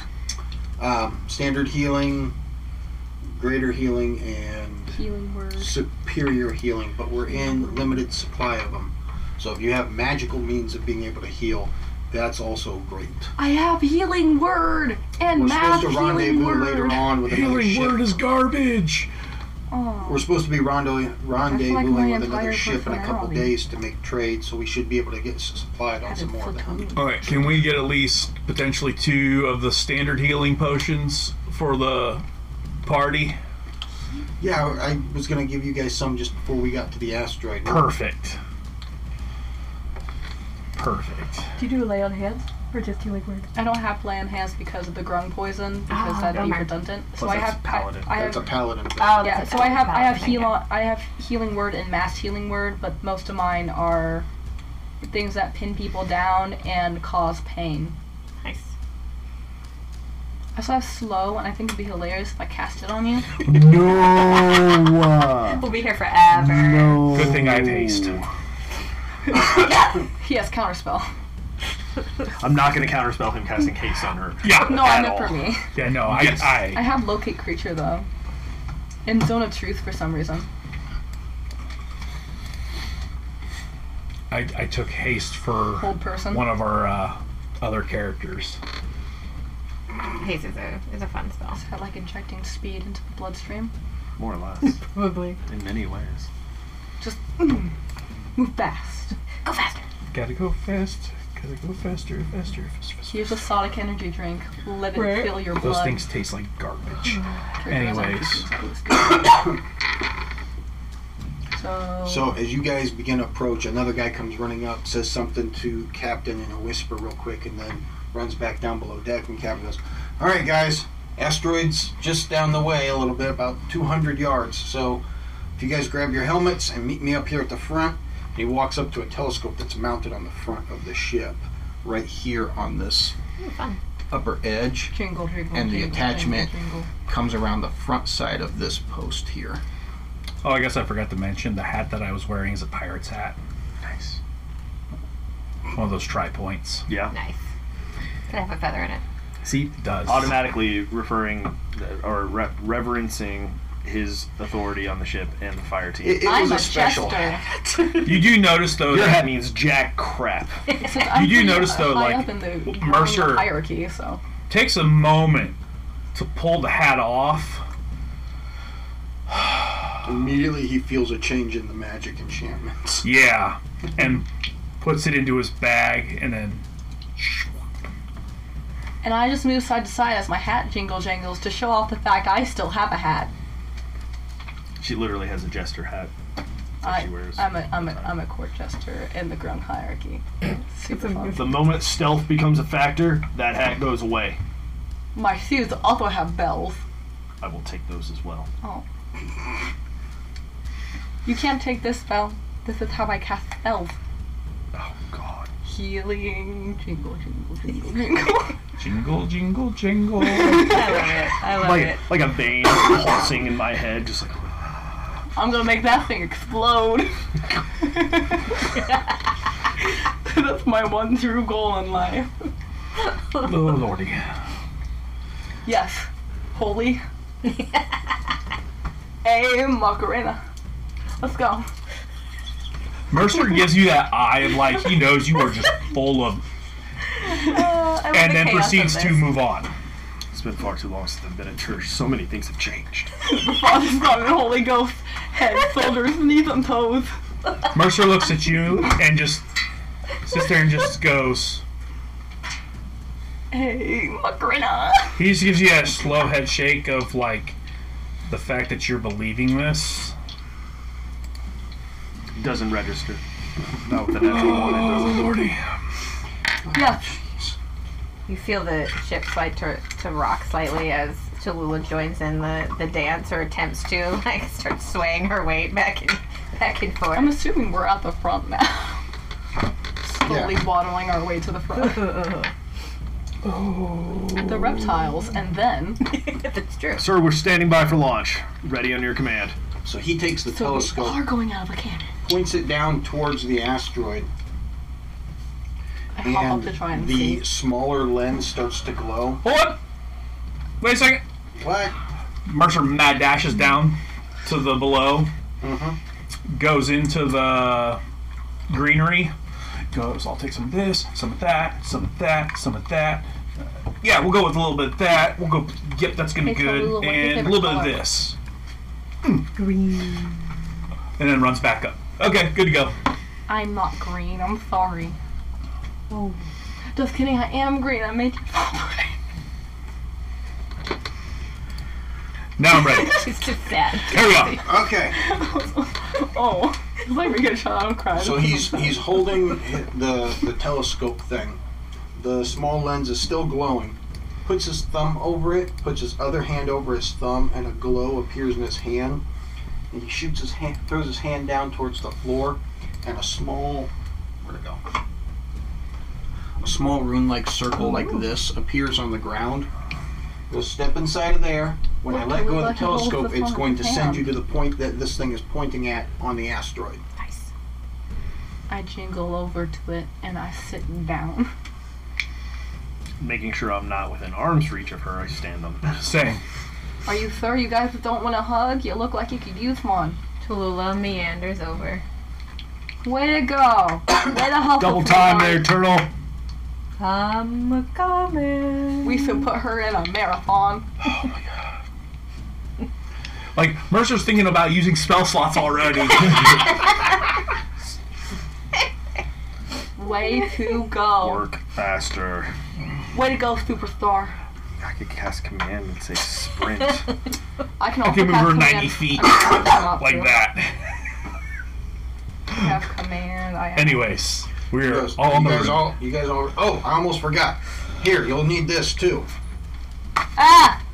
[SPEAKER 1] Um, standard healing, greater healing, and
[SPEAKER 2] Healing word.
[SPEAKER 1] superior healing, but we're in limited supply of them. So if you have magical means of being able to heal, that's also great.
[SPEAKER 2] I have healing word and
[SPEAKER 1] We're
[SPEAKER 2] math
[SPEAKER 1] supposed to rendezvous
[SPEAKER 2] healing word.
[SPEAKER 1] later on with another
[SPEAKER 3] Healing
[SPEAKER 1] ship.
[SPEAKER 3] word is garbage.
[SPEAKER 2] Aw.
[SPEAKER 1] We're supposed to be rondo- rendezvousing
[SPEAKER 2] my
[SPEAKER 1] with another
[SPEAKER 2] entire
[SPEAKER 1] ship in a couple
[SPEAKER 2] personality.
[SPEAKER 1] days to make trades, so we should be able to get s- supplied on
[SPEAKER 2] That
[SPEAKER 1] some
[SPEAKER 2] is
[SPEAKER 1] more
[SPEAKER 2] so
[SPEAKER 1] of them.
[SPEAKER 2] convenient.
[SPEAKER 3] All right, can we get at least potentially two of the standard healing potions for the party?
[SPEAKER 1] Yeah, I I was going to give you guys some just before we got to the asteroid.
[SPEAKER 3] Perfect. Perfect.
[SPEAKER 5] Do you do lay on hands or just healing word?
[SPEAKER 2] I don't have land hands because of the grung poison because
[SPEAKER 5] Ah,
[SPEAKER 2] that'd be
[SPEAKER 5] bummer.
[SPEAKER 2] redundant. so
[SPEAKER 9] Plus
[SPEAKER 2] I
[SPEAKER 9] that's
[SPEAKER 2] have
[SPEAKER 9] paladin.
[SPEAKER 2] I, I
[SPEAKER 1] That's a
[SPEAKER 2] have
[SPEAKER 1] paladin thing.
[SPEAKER 5] Oh,
[SPEAKER 2] yeah. So I have I have heal I have healing word and mass healing word, but most of mine are things that pin people down and cause pain.
[SPEAKER 5] Nice.
[SPEAKER 2] I also have slow, and I think it'd be hilarious if I cast it on you.
[SPEAKER 9] no.
[SPEAKER 5] We'll be here forever.
[SPEAKER 9] No.
[SPEAKER 3] Good thing I have haste.
[SPEAKER 2] He has counterspell.
[SPEAKER 12] I'm not going to counterspell him casting haste on her.
[SPEAKER 3] Yeah.
[SPEAKER 2] No, I
[SPEAKER 12] At
[SPEAKER 2] meant for
[SPEAKER 12] all.
[SPEAKER 2] me.
[SPEAKER 3] Yeah, no, I,
[SPEAKER 12] Yes.
[SPEAKER 2] I
[SPEAKER 3] I,
[SPEAKER 2] have locate creature though, and zone of truth for some reason.
[SPEAKER 3] I, I took haste for
[SPEAKER 2] Hold person.
[SPEAKER 3] one of our uh, other characters.
[SPEAKER 5] Haze is a is a fun spell.
[SPEAKER 2] Is that like injecting speed into the bloodstream?
[SPEAKER 9] More or less,
[SPEAKER 5] Probably.
[SPEAKER 9] in many ways.
[SPEAKER 2] Just mm, move fast.
[SPEAKER 5] Go faster.
[SPEAKER 3] Gotta go fast. Gotta go faster, faster, faster. faster.
[SPEAKER 2] Here's a sonic energy drink. Let it
[SPEAKER 5] Right.
[SPEAKER 2] fill your
[SPEAKER 3] Those
[SPEAKER 2] blood. Mm-hmm.
[SPEAKER 3] things taste like garbage. anyways.
[SPEAKER 2] so,
[SPEAKER 1] So as you guys begin to approach, another guy comes running up, says something to Captain in a whisper real quick, and then runs back down below deck. And Captain goes, "All right, guys, asteroids just down the way a little bit, about 200 yards. So if you guys grab your helmets and meet me up here at the front." And he walks up to a telescope that's mounted on the front of the ship, right here on this
[SPEAKER 5] fun.
[SPEAKER 1] upper edge.
[SPEAKER 2] jingle, jingle,
[SPEAKER 1] and the
[SPEAKER 2] jingle,
[SPEAKER 1] attachment.
[SPEAKER 2] jingle, jingle.
[SPEAKER 1] Comes around the front side of this post here.
[SPEAKER 3] Oh, I guess I forgot to mention the hat that I was wearing is a pirate's hat.
[SPEAKER 9] Nice.
[SPEAKER 3] One of those tri points.
[SPEAKER 9] Yeah.
[SPEAKER 5] Nice. Can I have a feather in it?
[SPEAKER 9] See,
[SPEAKER 3] It does.
[SPEAKER 12] Automatically referring or re- reverencing his authority on the ship and the fire team.
[SPEAKER 1] It, it
[SPEAKER 2] I'm
[SPEAKER 1] was a,
[SPEAKER 2] a
[SPEAKER 1] special
[SPEAKER 2] Chester.
[SPEAKER 3] You do notice though
[SPEAKER 12] Your hat
[SPEAKER 3] that
[SPEAKER 12] means jack crap.
[SPEAKER 2] Except I'm
[SPEAKER 3] do
[SPEAKER 2] pretty
[SPEAKER 3] notice, though, like,
[SPEAKER 2] high up in the
[SPEAKER 3] Mercer-
[SPEAKER 2] hierarchy, so
[SPEAKER 3] it takes a moment to pull the hat off.
[SPEAKER 1] Immediately, he feels a change in the magic enchantments.
[SPEAKER 3] Yeah, and puts it into his bag and then
[SPEAKER 2] and I just move side to side as my hat jingle jangles to show off the fact I still have a hat.
[SPEAKER 9] She literally has a jester hat.
[SPEAKER 2] I,
[SPEAKER 9] she wears
[SPEAKER 2] I'm a I'm a I'm a court jester in the grung hierarchy. Super fun.
[SPEAKER 9] The moment stealth becomes a factor, that hat goes away.
[SPEAKER 2] My shoes also have bells.
[SPEAKER 9] I will take those as well.
[SPEAKER 2] You can't take this spell. This is how I cast spells.
[SPEAKER 9] Oh God!
[SPEAKER 2] Healing jingle jingle jingle jingle.
[SPEAKER 3] Jingle, jingle, jingle.
[SPEAKER 5] I love it. I love it.
[SPEAKER 9] Like like a vein pulsing in my head, just like oh,
[SPEAKER 2] I'm gonna make that thing explode. That's my one true goal in life.
[SPEAKER 3] oh, lordy.
[SPEAKER 2] Yes. Holy. A Macarena. Let's go.
[SPEAKER 3] Mercer gives you that eye of like he knows you are just full of,
[SPEAKER 2] Uh, I love
[SPEAKER 3] and
[SPEAKER 2] the
[SPEAKER 3] then
[SPEAKER 2] chaos of
[SPEAKER 3] proceeds to
[SPEAKER 2] this.
[SPEAKER 3] move on.
[SPEAKER 9] it's been far too long since I've been at church. So many things have changed.
[SPEAKER 2] Father, Son, and Holy Ghost. Head, shoulders, knees, and toes.
[SPEAKER 3] Mercer looks at you and just sits there and just goes.
[SPEAKER 2] Hey, Macarena.
[SPEAKER 3] He just gives you a slow head shake of like the fact that you're believing this.
[SPEAKER 9] Doesn't register. Not with the natural one, it doesn't.
[SPEAKER 3] lordy.
[SPEAKER 2] Yes.
[SPEAKER 5] You feel the ship slide to, to rock slightly as Cholula joins in the, the dance or attempts to like start swaying her weight back and back and forth.
[SPEAKER 2] I'm assuming we're at the front now. Slowly waddling our way to the front. The reptiles, and then
[SPEAKER 5] That's true.
[SPEAKER 9] Sir, we're standing by for launch. Ready on your command.
[SPEAKER 1] So he takes the
[SPEAKER 2] so we
[SPEAKER 1] telescope,
[SPEAKER 2] are going out of a cannon.
[SPEAKER 1] points it down towards the asteroid,
[SPEAKER 2] I hop
[SPEAKER 1] and
[SPEAKER 2] up to try and
[SPEAKER 1] the
[SPEAKER 2] see.
[SPEAKER 1] smaller lens starts to glow.
[SPEAKER 3] Hold up. Wait a second.
[SPEAKER 1] What?
[SPEAKER 3] Mercer mad dashes down to the below,
[SPEAKER 1] Mhm.
[SPEAKER 3] goes into the greenery, goes, I'll take some of this, some of that, some of that, some of that. Uh, yeah, we'll go with a little bit of that. We'll go, yep, that's going to be
[SPEAKER 2] Hey, Kalula,
[SPEAKER 3] good.
[SPEAKER 2] what's your
[SPEAKER 3] And a
[SPEAKER 2] favorite
[SPEAKER 3] little bit of
[SPEAKER 2] color?
[SPEAKER 3] this.
[SPEAKER 1] Hmm.
[SPEAKER 3] Green. And then runs back up. Okay, good to go.
[SPEAKER 2] I'm not green. I'm sorry. Just kidding. I am green. I made you fall for it.
[SPEAKER 3] Now I'm ready.
[SPEAKER 5] She's just sad.
[SPEAKER 3] Carry on.
[SPEAKER 1] Okay.
[SPEAKER 2] Oh, it's like we get shot. I'm crying.
[SPEAKER 1] So he's he's holding hi- the the telescope thing. The small lens is still glowing. Puts his thumb over it. Puts his other hand over his thumb, and a glow appears in his hand. And he shoots his hand, throws his hand down towards the floor, and a small where to go? A small rune-like circle like this appears on the ground. You'll step inside of there. When I
[SPEAKER 2] Look,
[SPEAKER 1] let go of the
[SPEAKER 2] look, it holds the
[SPEAKER 1] telescope, it's
[SPEAKER 2] phone
[SPEAKER 1] going to send
[SPEAKER 2] hand.
[SPEAKER 1] you to the point that this thing is pointing at on the asteroid.
[SPEAKER 5] Nice.
[SPEAKER 2] I jingle over to it and I sit down.
[SPEAKER 9] Making sure I'm not within arm's reach of her, I stand on the pedestal.
[SPEAKER 3] Same.
[SPEAKER 2] Are you sure you guys don't want a hug? You look like you could use one.
[SPEAKER 5] Cholula meanders over.
[SPEAKER 2] Way to go. Way to help.
[SPEAKER 9] Double
[SPEAKER 2] us,
[SPEAKER 9] time
[SPEAKER 2] Levi.
[SPEAKER 9] there, turtle.
[SPEAKER 5] I'm a coming.
[SPEAKER 2] We should put her in a marathon.
[SPEAKER 3] Like, Mercer's thinking about using spell slots already.
[SPEAKER 2] Way to go.
[SPEAKER 9] Work faster.
[SPEAKER 2] Way to go, superstar.
[SPEAKER 9] I could cast command and say sprint.
[SPEAKER 2] I can
[SPEAKER 3] I
[SPEAKER 2] also
[SPEAKER 3] can move
[SPEAKER 2] cast
[SPEAKER 3] her
[SPEAKER 2] command.
[SPEAKER 3] 90 feet like
[SPEAKER 2] like
[SPEAKER 3] that.
[SPEAKER 2] Have command. I have
[SPEAKER 3] Anyways, we're
[SPEAKER 1] Yes,
[SPEAKER 3] all on
[SPEAKER 1] you
[SPEAKER 3] the
[SPEAKER 1] guys
[SPEAKER 3] route.
[SPEAKER 1] all you guys all oh i almost forgot here you'll need this too
[SPEAKER 2] ah.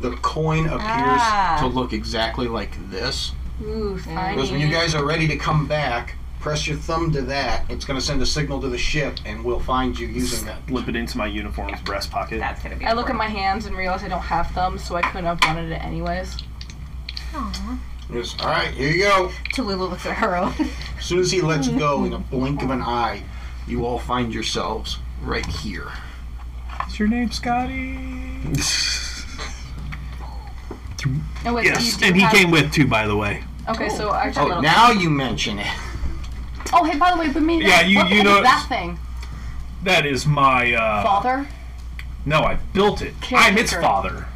[SPEAKER 1] the coin appears
[SPEAKER 5] Ah.
[SPEAKER 13] To look exactly like this.
[SPEAKER 2] Ooh,
[SPEAKER 1] because when
[SPEAKER 2] tiny.
[SPEAKER 1] you guys are ready to come back press your thumb to that it's going to send a signal to the ship and we'll find you using that
[SPEAKER 9] Slip it into my uniform's breast pocket.
[SPEAKER 5] That's gonna be.
[SPEAKER 2] I look at my hands and realize I don't have thumbs, so I couldn't have wanted it anyways.
[SPEAKER 1] Yes, all right here you go
[SPEAKER 5] Cholula looks at her own.
[SPEAKER 1] as soon as he lets go in a blink of an eye you all find yourselves right here
[SPEAKER 3] What's your name, Scotty?
[SPEAKER 2] And wait,
[SPEAKER 9] Yes,
[SPEAKER 2] so you do
[SPEAKER 9] and he
[SPEAKER 2] have-
[SPEAKER 9] came with too, by the way.
[SPEAKER 2] Okay, so actually,
[SPEAKER 1] oh now you mention it
[SPEAKER 2] oh hey, by the way, but me.
[SPEAKER 3] Yeah, you-
[SPEAKER 2] what
[SPEAKER 3] you
[SPEAKER 2] the heck
[SPEAKER 3] know-
[SPEAKER 2] is that thing,
[SPEAKER 3] That is my uh
[SPEAKER 2] father.
[SPEAKER 3] No, I built it. I'm its
[SPEAKER 2] Caretaker.
[SPEAKER 3] father.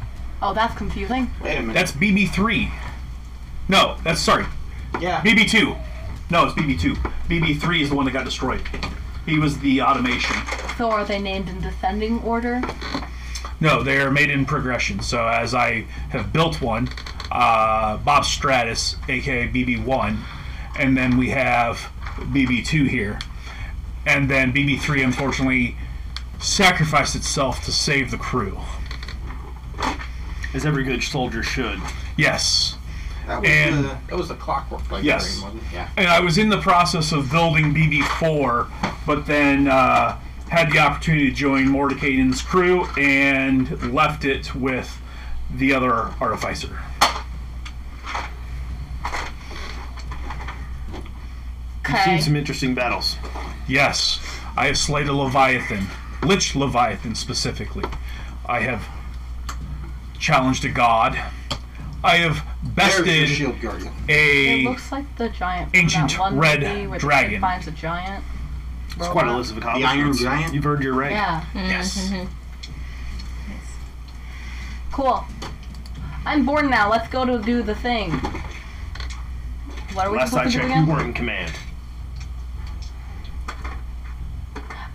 [SPEAKER 2] Oh, that's confusing.
[SPEAKER 1] wait a minute
[SPEAKER 3] That's BB3. No, that's sorry.
[SPEAKER 1] yeah
[SPEAKER 3] BB2. No, it's BB2. BB3 is the one that got destroyed. He was the automation.
[SPEAKER 2] So are they named in descending order?
[SPEAKER 3] No, they are made in progression. So as I have built one, uh, Bob Stratus, aka BB1, and then we have BB2 here, and then BB3 unfortunately sacrificed itself to save the crew.
[SPEAKER 9] as every good soldier should.
[SPEAKER 3] Yes,
[SPEAKER 14] That was,
[SPEAKER 3] And-
[SPEAKER 14] the, that was the clockwork like
[SPEAKER 3] Yes.
[SPEAKER 14] wasn't it? Yeah.
[SPEAKER 3] and I was in the process of building BB4, but then uh, had the opportunity to join Mordekainen's crew and left it with the other artificer.
[SPEAKER 2] Okay.
[SPEAKER 9] Seen some interesting battles.
[SPEAKER 3] Yes, I have slayed a Leviathan, Lich Leviathan specifically. I have challenged a god. I have
[SPEAKER 14] There's your
[SPEAKER 3] bested
[SPEAKER 14] shield guardian.
[SPEAKER 2] It
[SPEAKER 3] a.
[SPEAKER 2] looks like the giant. From
[SPEAKER 3] Ancient
[SPEAKER 2] that one
[SPEAKER 3] red
[SPEAKER 2] movie where the kid
[SPEAKER 3] dragon.
[SPEAKER 2] Finds a giant.
[SPEAKER 9] It's quite a list of
[SPEAKER 14] uh, The Iron
[SPEAKER 9] accomplishments.
[SPEAKER 14] Giant.
[SPEAKER 9] You've earned your rank.
[SPEAKER 2] Yeah.
[SPEAKER 3] Yes.
[SPEAKER 2] Cool. I'm bored now. Let's go to do the thing. What are we
[SPEAKER 9] Last I
[SPEAKER 2] supposed to do
[SPEAKER 9] checked, you
[SPEAKER 2] again?
[SPEAKER 9] were in command.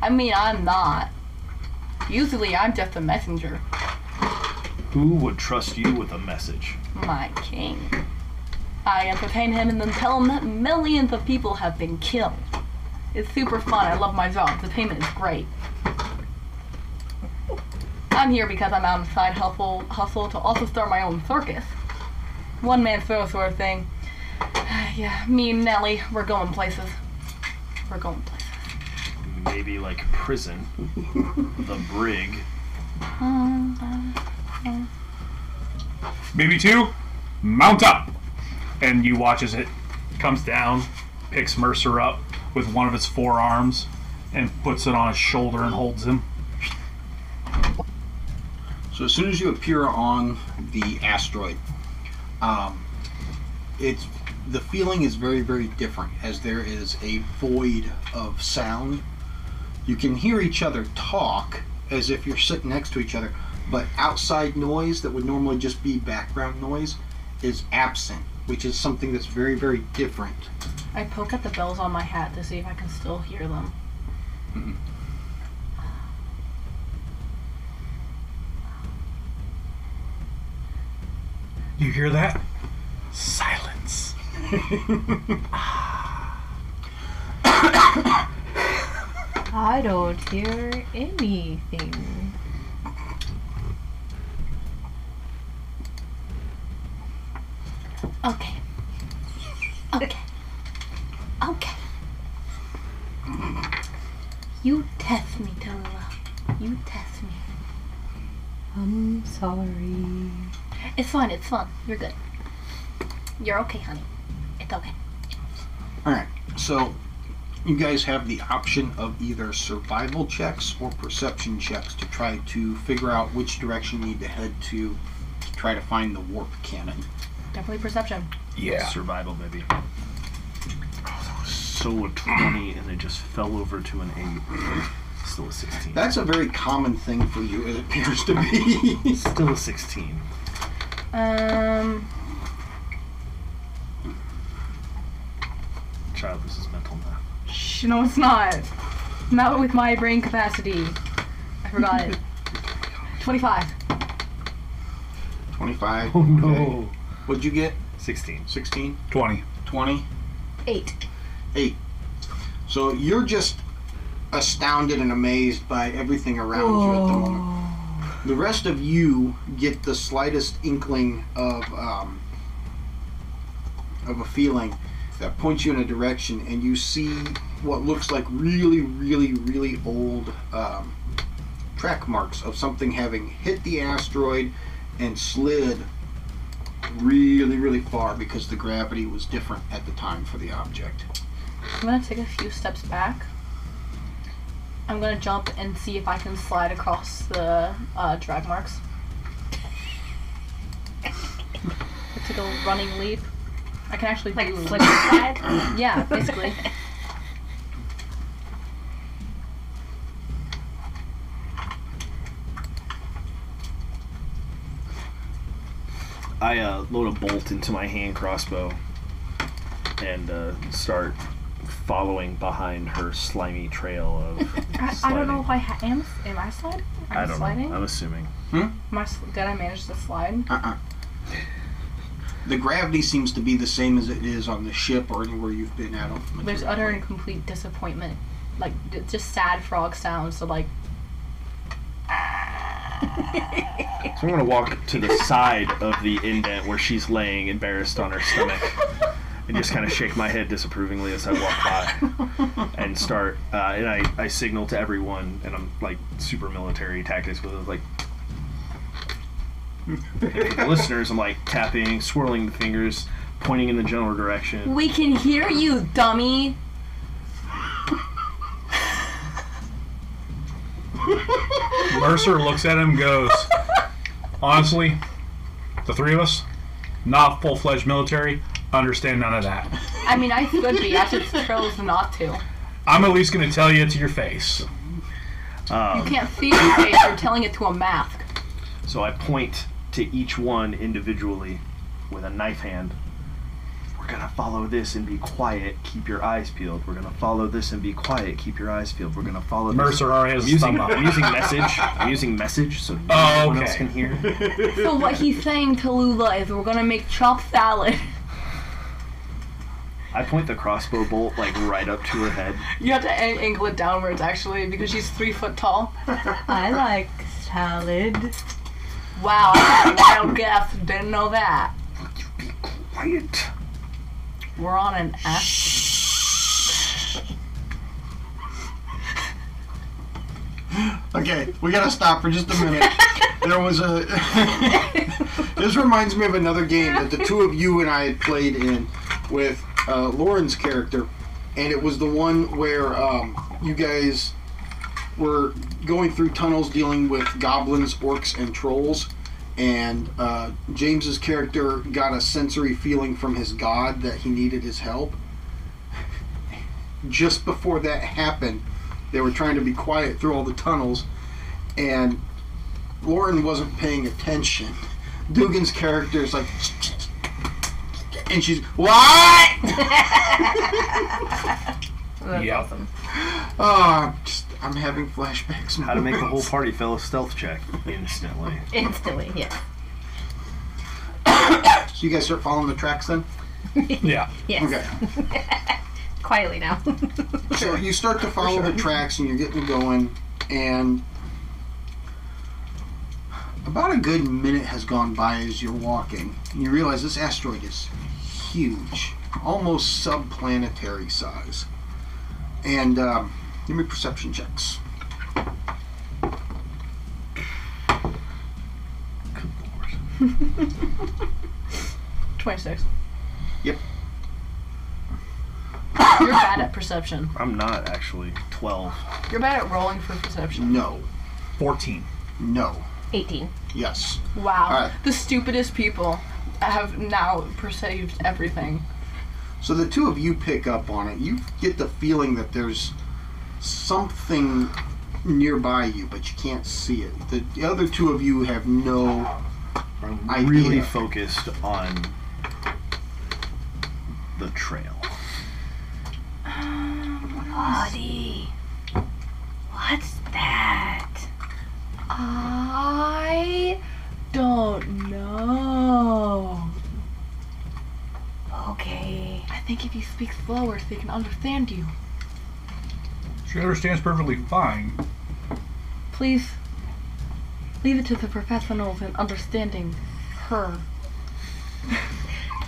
[SPEAKER 2] I mean, I'm not. Usually, I'm just a messenger.
[SPEAKER 9] Who would trust you with a message?
[SPEAKER 2] My king. I entertain him and then tell him that millions of people have been killed. It's super fun. I love my job. The payment is great. I'm here because I'm out of side hustle, hustle to also start my own circus. One man show sort of thing. yeah, me and Nelly, we're going places. We're going places.
[SPEAKER 9] Maybe like prison, the brig.
[SPEAKER 3] BB2, mount up! And you watch as it comes down, picks Mercer up with one of its forearms, and puts it on his shoulder and holds him.
[SPEAKER 1] So as soon as you appear on the asteroid, um, it's the feeling is very very different as there is a void of sound. You can hear each other talk as if you're sitting next to each other, but outside noise that would normally just be background noise is absent, which is something that's very very different.
[SPEAKER 2] I poke at the bells on my hat to see if I can still hear them.
[SPEAKER 3] You hear that? Silence.
[SPEAKER 5] I don't hear anything.
[SPEAKER 2] Okay. Okay. Okay. You test me, Tallulah. You test me.
[SPEAKER 5] I'm sorry.
[SPEAKER 2] It's fine, it's fun. You're good. You're okay, honey. It's okay.
[SPEAKER 1] All right, so you guys have the option of either survival checks or perception checks to try to figure out which direction you need to head to to try to find the warp cannon.
[SPEAKER 2] Definitely perception.
[SPEAKER 3] Yeah.
[SPEAKER 9] Survival, maybe. So a 20, and it just fell over to an 8. Still a 16.
[SPEAKER 1] That's a very common thing for you, it appears to be.
[SPEAKER 9] Still a 16.
[SPEAKER 2] Um.
[SPEAKER 9] Child, this is mental math.
[SPEAKER 2] Shh, no, it's not. Not with my brain capacity. I forgot it. 25.
[SPEAKER 1] 25.
[SPEAKER 9] Oh no.
[SPEAKER 1] What'd you get?
[SPEAKER 9] 16.
[SPEAKER 1] 16?
[SPEAKER 3] 20.
[SPEAKER 1] 20?
[SPEAKER 2] Eight.
[SPEAKER 1] So you're just astounded and amazed by everything around you at the moment. The rest of you get the slightest inkling of um, of a feeling that points you in a direction, and you see what looks like really, really, really old um, track marks of something having hit the asteroid and slid really, really far because the gravity was different at the time for the object.
[SPEAKER 2] I'm gonna take a few steps back. I'm gonna jump and see if I can slide across the uh, drag marks. I took a running leap. I can actually
[SPEAKER 5] Like
[SPEAKER 2] do
[SPEAKER 5] slip and slide?
[SPEAKER 2] Yeah, basically.
[SPEAKER 9] I uh, load a bolt into my hand crossbow and uh, start following behind her slimy trail of.
[SPEAKER 2] I, I don't know if I ha- am. Am I sliding? Am
[SPEAKER 9] I don't
[SPEAKER 2] sliding?
[SPEAKER 9] know. I'm assuming.
[SPEAKER 2] Am I sl- did I manage to slide?
[SPEAKER 1] Uh-uh.
[SPEAKER 14] The gravity seems to be the same as it is on the ship or anywhere you've been at.
[SPEAKER 2] There's utter and complete disappointment, like d- just sad frog sounds. So like,
[SPEAKER 9] So I'm gonna walk to the side of the indent where she's laying embarrassed on her stomach, and just kind of shake my head disapprovingly as I walk by, and start. Uh, and I, I signal to everyone, and I'm like super military tactics with it, like. And for the listeners, I'm like tapping, swirling the fingers, pointing in the general direction.
[SPEAKER 8] We can hear you, dummy.
[SPEAKER 3] Mercer looks at him and goes, Honestly, the three of us, not full fledged military, understand none of that.
[SPEAKER 2] I mean, I could be. I just chose not to. You
[SPEAKER 3] I'm at least going to tell you to your face.
[SPEAKER 9] Um,
[SPEAKER 2] can't see your face. You're telling it to a mask.
[SPEAKER 9] so I point to each one individually with a knife hand. We're gonna follow this and be quiet. Keep your eyes peeled. We're gonna follow this and be quiet. Keep your eyes peeled. We're gonna follow this.
[SPEAKER 3] Mercer already has
[SPEAKER 9] I'm
[SPEAKER 3] his
[SPEAKER 9] using,
[SPEAKER 3] thumb
[SPEAKER 9] I'm
[SPEAKER 3] up.
[SPEAKER 9] using message. I'm using message so no
[SPEAKER 3] Oh,
[SPEAKER 9] one
[SPEAKER 3] okay.
[SPEAKER 9] else can hear.
[SPEAKER 2] So what he's saying to Lula is, we're gonna make chopped salad.
[SPEAKER 9] I point the crossbow bolt like right up to her head.
[SPEAKER 2] You have to an- angle it downwards actually because she's three foot tall.
[SPEAKER 5] I like salad.
[SPEAKER 2] Wow, that's a wild guess. Didn't know that.
[SPEAKER 9] Be quiet.
[SPEAKER 2] We're on an ass.
[SPEAKER 1] Okay, we gotta stop for just a minute. there was a. this reminds me of another game that the two of you and I had played in with uh, Lauren's character, and it was the one where um, you guys were going through tunnels dealing with goblins, orcs, and trolls. And uh, James's character got a sensory feeling from his god that he needed his help. Just before that happened, they were trying to be quiet through all the tunnels, and Lauren wasn't paying attention. Dugan's character is like, and she's what?
[SPEAKER 3] Yeah.
[SPEAKER 1] Oh, I'm just I'm having flashbacks.
[SPEAKER 9] How to make the whole party fail a stealth check instantly.
[SPEAKER 5] Instantly, yeah.
[SPEAKER 1] So you guys start following the tracks then.
[SPEAKER 3] Yeah.
[SPEAKER 5] Yes.
[SPEAKER 1] Okay.
[SPEAKER 5] Quietly now.
[SPEAKER 1] So you start to follow the tracks and you're getting going, and about a good minute has gone by as you're walking. You realize this asteroid is huge, almost subplanetary size. And um, give me perception checks.
[SPEAKER 2] Twenty six.
[SPEAKER 1] Yep.
[SPEAKER 2] You're bad at perception.
[SPEAKER 9] I'm not actually 12.
[SPEAKER 2] You're bad at rolling for perception.
[SPEAKER 1] No.
[SPEAKER 3] 14.
[SPEAKER 1] No.
[SPEAKER 5] 18.
[SPEAKER 1] Yes.
[SPEAKER 2] Wow.
[SPEAKER 1] All right.
[SPEAKER 2] The stupidest people have now perceived everything.
[SPEAKER 1] So the two of you pick up on it. You get the feeling that there's something nearby you, but you can't see it. The, the other two of you have no.
[SPEAKER 9] I'm
[SPEAKER 1] Idea.
[SPEAKER 9] really focused on the trail.
[SPEAKER 5] Buddy. What's that?
[SPEAKER 2] I don't know.
[SPEAKER 5] Okay.
[SPEAKER 2] I think if you speak slower, they can understand you.
[SPEAKER 3] She understands perfectly fine.
[SPEAKER 2] Please leave it to the professionals in understanding her.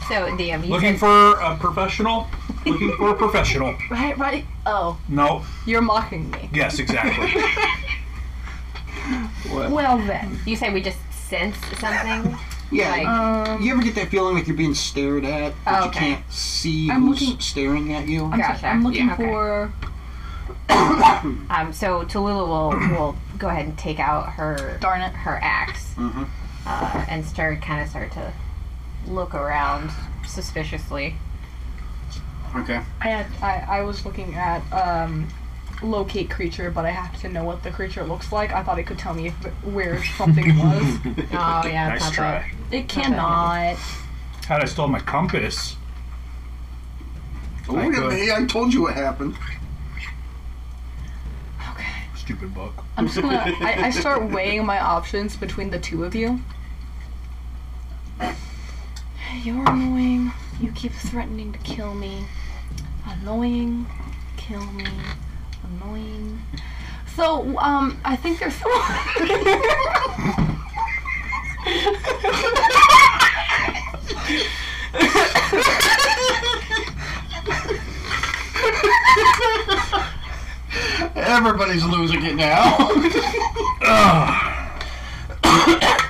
[SPEAKER 5] So, DM, you
[SPEAKER 3] Looking
[SPEAKER 5] said,
[SPEAKER 3] for a professional? Looking for a professional.
[SPEAKER 2] Right, right. Oh,
[SPEAKER 3] No.
[SPEAKER 2] you're mocking me.
[SPEAKER 3] Yes, exactly.
[SPEAKER 2] Well then.
[SPEAKER 5] you said we just sense something?
[SPEAKER 1] Yeah.
[SPEAKER 5] Like-
[SPEAKER 2] Um,
[SPEAKER 1] you ever get that feeling like you're being stared at, but
[SPEAKER 5] Okay.
[SPEAKER 1] you can't see
[SPEAKER 2] Oh, I'm
[SPEAKER 1] who's
[SPEAKER 2] looking-
[SPEAKER 1] staring at you?
[SPEAKER 2] I'm, sorry,
[SPEAKER 5] Gotcha.
[SPEAKER 2] I'm looking
[SPEAKER 5] Yeah, okay.
[SPEAKER 2] for.
[SPEAKER 5] Um, so Tallulah will will go ahead and take out her
[SPEAKER 2] Darn it.
[SPEAKER 5] her ax
[SPEAKER 1] Mhm.
[SPEAKER 5] uh, and start kind of start to look around suspiciously.
[SPEAKER 1] Okay.
[SPEAKER 2] I had. I, I was looking at um, locate creature, but I have to know what the creature looks like. I thought it could tell me if, where something was.
[SPEAKER 5] Oh yeah,
[SPEAKER 9] Nice
[SPEAKER 5] that's
[SPEAKER 9] try.
[SPEAKER 2] It cannot.
[SPEAKER 3] Had I stole my compass,
[SPEAKER 1] Look at
[SPEAKER 3] could.
[SPEAKER 1] me, I told you what happened.
[SPEAKER 2] Okay.
[SPEAKER 3] Stupid buck.
[SPEAKER 2] I'm just gonna. I, I start weighing my options between the two of you. You're annoying. You keep threatening to kill me. Annoying. Kill me. Annoying. So, um, I think there's
[SPEAKER 1] Everybody's losing it now.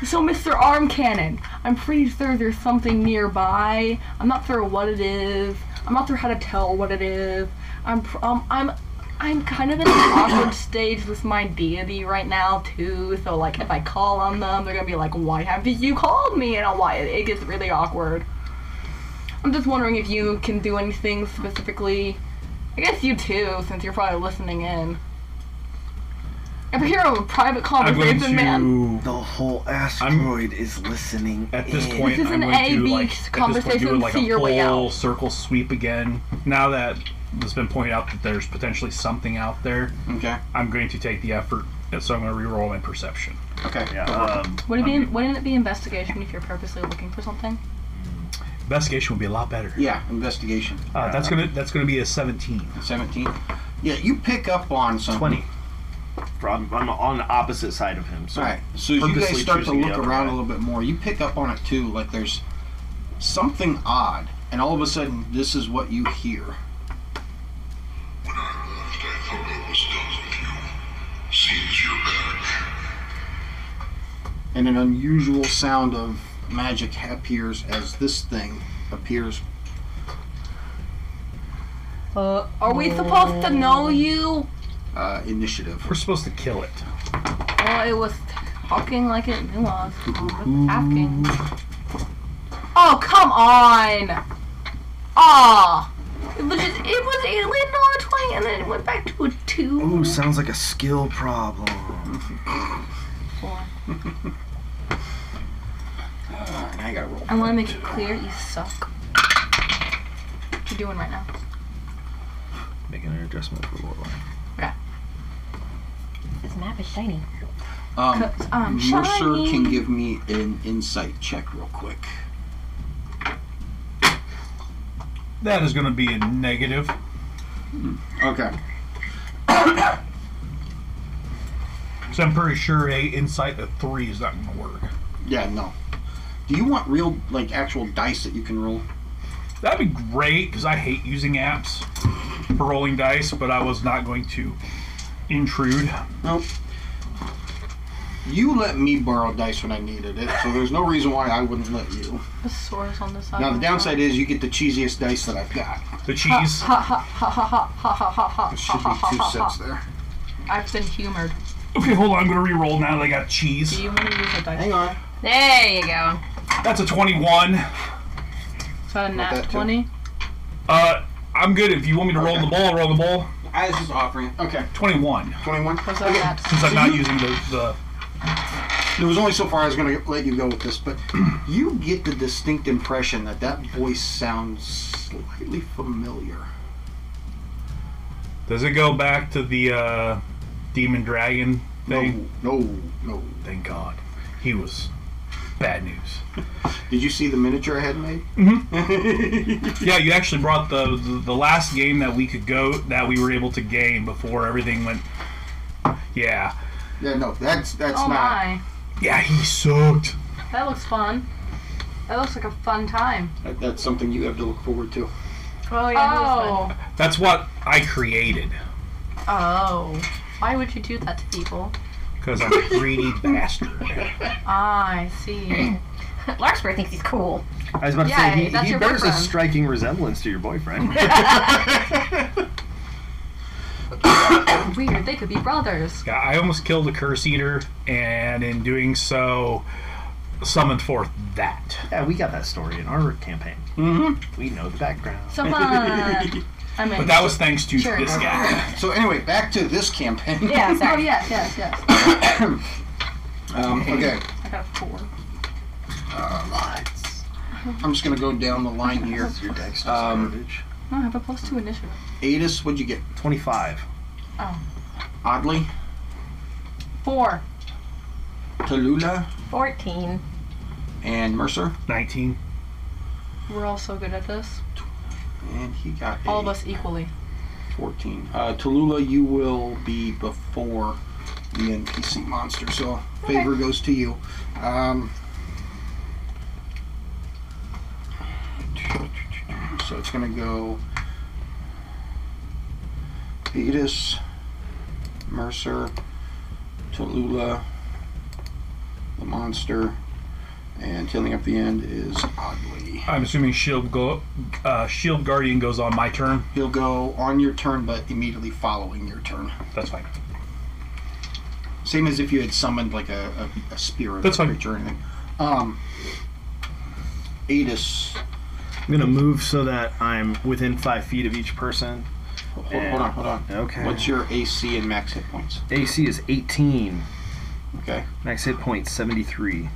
[SPEAKER 2] So, Mr. Arm Cannon, I'm pretty sure there's something nearby. I'm not sure what it is. I'm not sure how to tell what it is. I'm pr- um, I'm I'm kind of in an awkward stage with my deity right now too. So like, if I call on them, they're gonna be like, "Why haven't you called me?" And I'm like, it gets really awkward. I'm just wondering if you can do anything specifically. I guess you too, since you're probably listening in. If I hear a private
[SPEAKER 3] I'm going
[SPEAKER 2] conversation,
[SPEAKER 3] to.
[SPEAKER 2] Oh, man.
[SPEAKER 15] The whole asteroid is listening.
[SPEAKER 3] At this
[SPEAKER 15] in.
[SPEAKER 3] point,
[SPEAKER 2] This is
[SPEAKER 3] I'm
[SPEAKER 2] an
[SPEAKER 3] going to
[SPEAKER 2] A-B
[SPEAKER 3] like at this point, do
[SPEAKER 2] conversation,
[SPEAKER 3] like
[SPEAKER 2] see
[SPEAKER 3] a
[SPEAKER 2] your way
[SPEAKER 3] full
[SPEAKER 2] out.
[SPEAKER 3] circle sweep again. Now that it's been pointed out that there's potentially something out there,
[SPEAKER 1] okay.
[SPEAKER 3] I'm going to take the effort, and so I'm going to reroll my perception.
[SPEAKER 1] Okay.
[SPEAKER 9] Yeah. Um,
[SPEAKER 2] Would it be wouldn't it be investigation if you're purposely looking for something?
[SPEAKER 3] Investigation would be a lot better.
[SPEAKER 1] Yeah, investigation.
[SPEAKER 3] Uh, that's gonna that's gonna be a 17.
[SPEAKER 1] 17. Yeah, you pick up on something.
[SPEAKER 9] 20. I'm, I'm on the opposite side of him. So
[SPEAKER 1] All right. So as you guys
[SPEAKER 9] Purposely
[SPEAKER 1] start to
[SPEAKER 9] choosing the
[SPEAKER 1] look
[SPEAKER 9] other
[SPEAKER 1] around
[SPEAKER 9] guy.
[SPEAKER 1] a little bit more, you pick up on it too. Like there's something odd, and all of a sudden, this is what you hear. And an unusual sound of magic appears as this thing appears.
[SPEAKER 2] Are we supposed to know you?
[SPEAKER 1] Uh, initiative.
[SPEAKER 3] We're supposed to kill it.
[SPEAKER 2] Well, it was talking like it knew us. Asking. Oh come on! Ah, it was just, it was it landed on a twenty and then it went back to a two.
[SPEAKER 15] Ooh, sounds like a skill problem.
[SPEAKER 1] And I gotta roll.
[SPEAKER 2] I want to make it clear you suck. What you doing right now?
[SPEAKER 15] Making an adjustment for Lorelai.
[SPEAKER 5] This map is shiny.
[SPEAKER 1] Um,
[SPEAKER 2] Cause I'm
[SPEAKER 1] Mercer
[SPEAKER 2] shiny.
[SPEAKER 1] can give me an insight check real quick.
[SPEAKER 3] That is gonna be a negative.
[SPEAKER 1] Okay.
[SPEAKER 3] So I'm pretty sure a insight of three is not gonna work.
[SPEAKER 1] Yeah, no. Do you want real, like, actual dice that you can roll?
[SPEAKER 3] That'd be great because I hate using apps for rolling dice, but I was not going to intrude.
[SPEAKER 1] Nope. You let me borrow dice when I needed it, so there's no reason why I wouldn't let you.
[SPEAKER 2] The sores on the side.
[SPEAKER 1] Now, the downside is you get the cheesiest dice that I've got.
[SPEAKER 3] The cheese.
[SPEAKER 2] Ha ha ha ha ha ha ha ha ha.
[SPEAKER 1] It should be two sets there.
[SPEAKER 2] I've been humored.
[SPEAKER 3] Okay, hold on. I'm gonna re-roll now that I got
[SPEAKER 2] Do
[SPEAKER 3] cheese.
[SPEAKER 2] you want to use a dice?
[SPEAKER 1] Hang on.
[SPEAKER 5] There you go.
[SPEAKER 3] That's a 21.
[SPEAKER 2] Is that a nat
[SPEAKER 1] that too.
[SPEAKER 2] 20?
[SPEAKER 3] Uh, I'm good. If you want me to roll
[SPEAKER 1] Okay.
[SPEAKER 3] the ball, roll the ball.
[SPEAKER 1] I was just offering. Okay,
[SPEAKER 3] 21.
[SPEAKER 1] 21.
[SPEAKER 2] Was that a nat
[SPEAKER 3] Since I'm not using the, the
[SPEAKER 1] There was only so far I was going to let you go with this, but you get the distinct impression that that voice sounds slightly familiar.
[SPEAKER 3] Does it go back to the uh, demon dragon thing?
[SPEAKER 1] No, no, no.
[SPEAKER 3] Thank God. He was bad news.
[SPEAKER 1] Did you see the miniature I had made?
[SPEAKER 3] Yeah, you actually brought the, the the last game that we could go that we were able to game before everything went. Yeah,
[SPEAKER 1] Yeah, no, that's that's
[SPEAKER 2] Oh
[SPEAKER 1] not.
[SPEAKER 2] my.
[SPEAKER 3] yeah, he sucked.
[SPEAKER 2] That looks fun. That looks like a fun time.
[SPEAKER 1] That, that's something you have to look forward to.
[SPEAKER 5] Oh
[SPEAKER 2] Oh.
[SPEAKER 3] That's what I created
[SPEAKER 2] Oh. Why would you do that to people?
[SPEAKER 3] because I'm a greedy bastard.
[SPEAKER 2] I see.
[SPEAKER 5] Larkspur thinks he's cool.
[SPEAKER 9] I was about to
[SPEAKER 2] Yeah,
[SPEAKER 9] say, he,
[SPEAKER 2] that's
[SPEAKER 9] he
[SPEAKER 2] your
[SPEAKER 9] bears a
[SPEAKER 2] boyfriend.
[SPEAKER 9] striking resemblance to your boyfriend.
[SPEAKER 2] Weird. They could be brothers.
[SPEAKER 3] Yeah, I almost killed a curse eater, and in doing so, summoned forth that.
[SPEAKER 9] yeah, we got that story in our campaign. Mm-hmm. We know the background.
[SPEAKER 2] So fun. uh, I mean.
[SPEAKER 3] But that was thanks to
[SPEAKER 2] Sure.
[SPEAKER 3] this guy.
[SPEAKER 1] So anyway, back to this campaign.
[SPEAKER 5] Yeah,
[SPEAKER 2] Oh
[SPEAKER 5] sorry.
[SPEAKER 2] yes, yes, yes.
[SPEAKER 1] Um, okay,
[SPEAKER 2] I got a four.
[SPEAKER 1] I'm just gonna go down the line here.
[SPEAKER 15] Your deck's just
[SPEAKER 1] Um,
[SPEAKER 15] garbage.
[SPEAKER 2] No, I have a plus two initiative.
[SPEAKER 1] Adis, what'd you get?
[SPEAKER 15] 25.
[SPEAKER 1] Oddly,
[SPEAKER 2] Four.
[SPEAKER 1] Tallulah
[SPEAKER 5] 14.
[SPEAKER 1] and Mercer,
[SPEAKER 15] 19.
[SPEAKER 2] We're all so good at this.
[SPEAKER 1] and he got a
[SPEAKER 2] All of us equally.
[SPEAKER 1] 14. Uh, Tallulah, you will be before the NPC monster, so favor goes to you. Um, so it's going to go Beatus, Mercer, Tallulah, the monster, and tailing up the end is Oddly.
[SPEAKER 3] I'm assuming shield go, uh, shield guardian goes on my turn.
[SPEAKER 1] He'll go on your turn, but immediately following your turn.
[SPEAKER 3] That's fine.
[SPEAKER 1] Same as if you had summoned like a, a, a spirit
[SPEAKER 3] That's
[SPEAKER 1] or
[SPEAKER 3] fine.
[SPEAKER 1] creature or anything. Um, Adis.
[SPEAKER 15] I'm going to move so that I'm within five feet of each person.
[SPEAKER 1] Hold, hold on, hold on.
[SPEAKER 9] Okay.
[SPEAKER 1] What's your AC and max hit points?
[SPEAKER 9] AC is 18.
[SPEAKER 1] Okay.
[SPEAKER 9] Max hit point 73.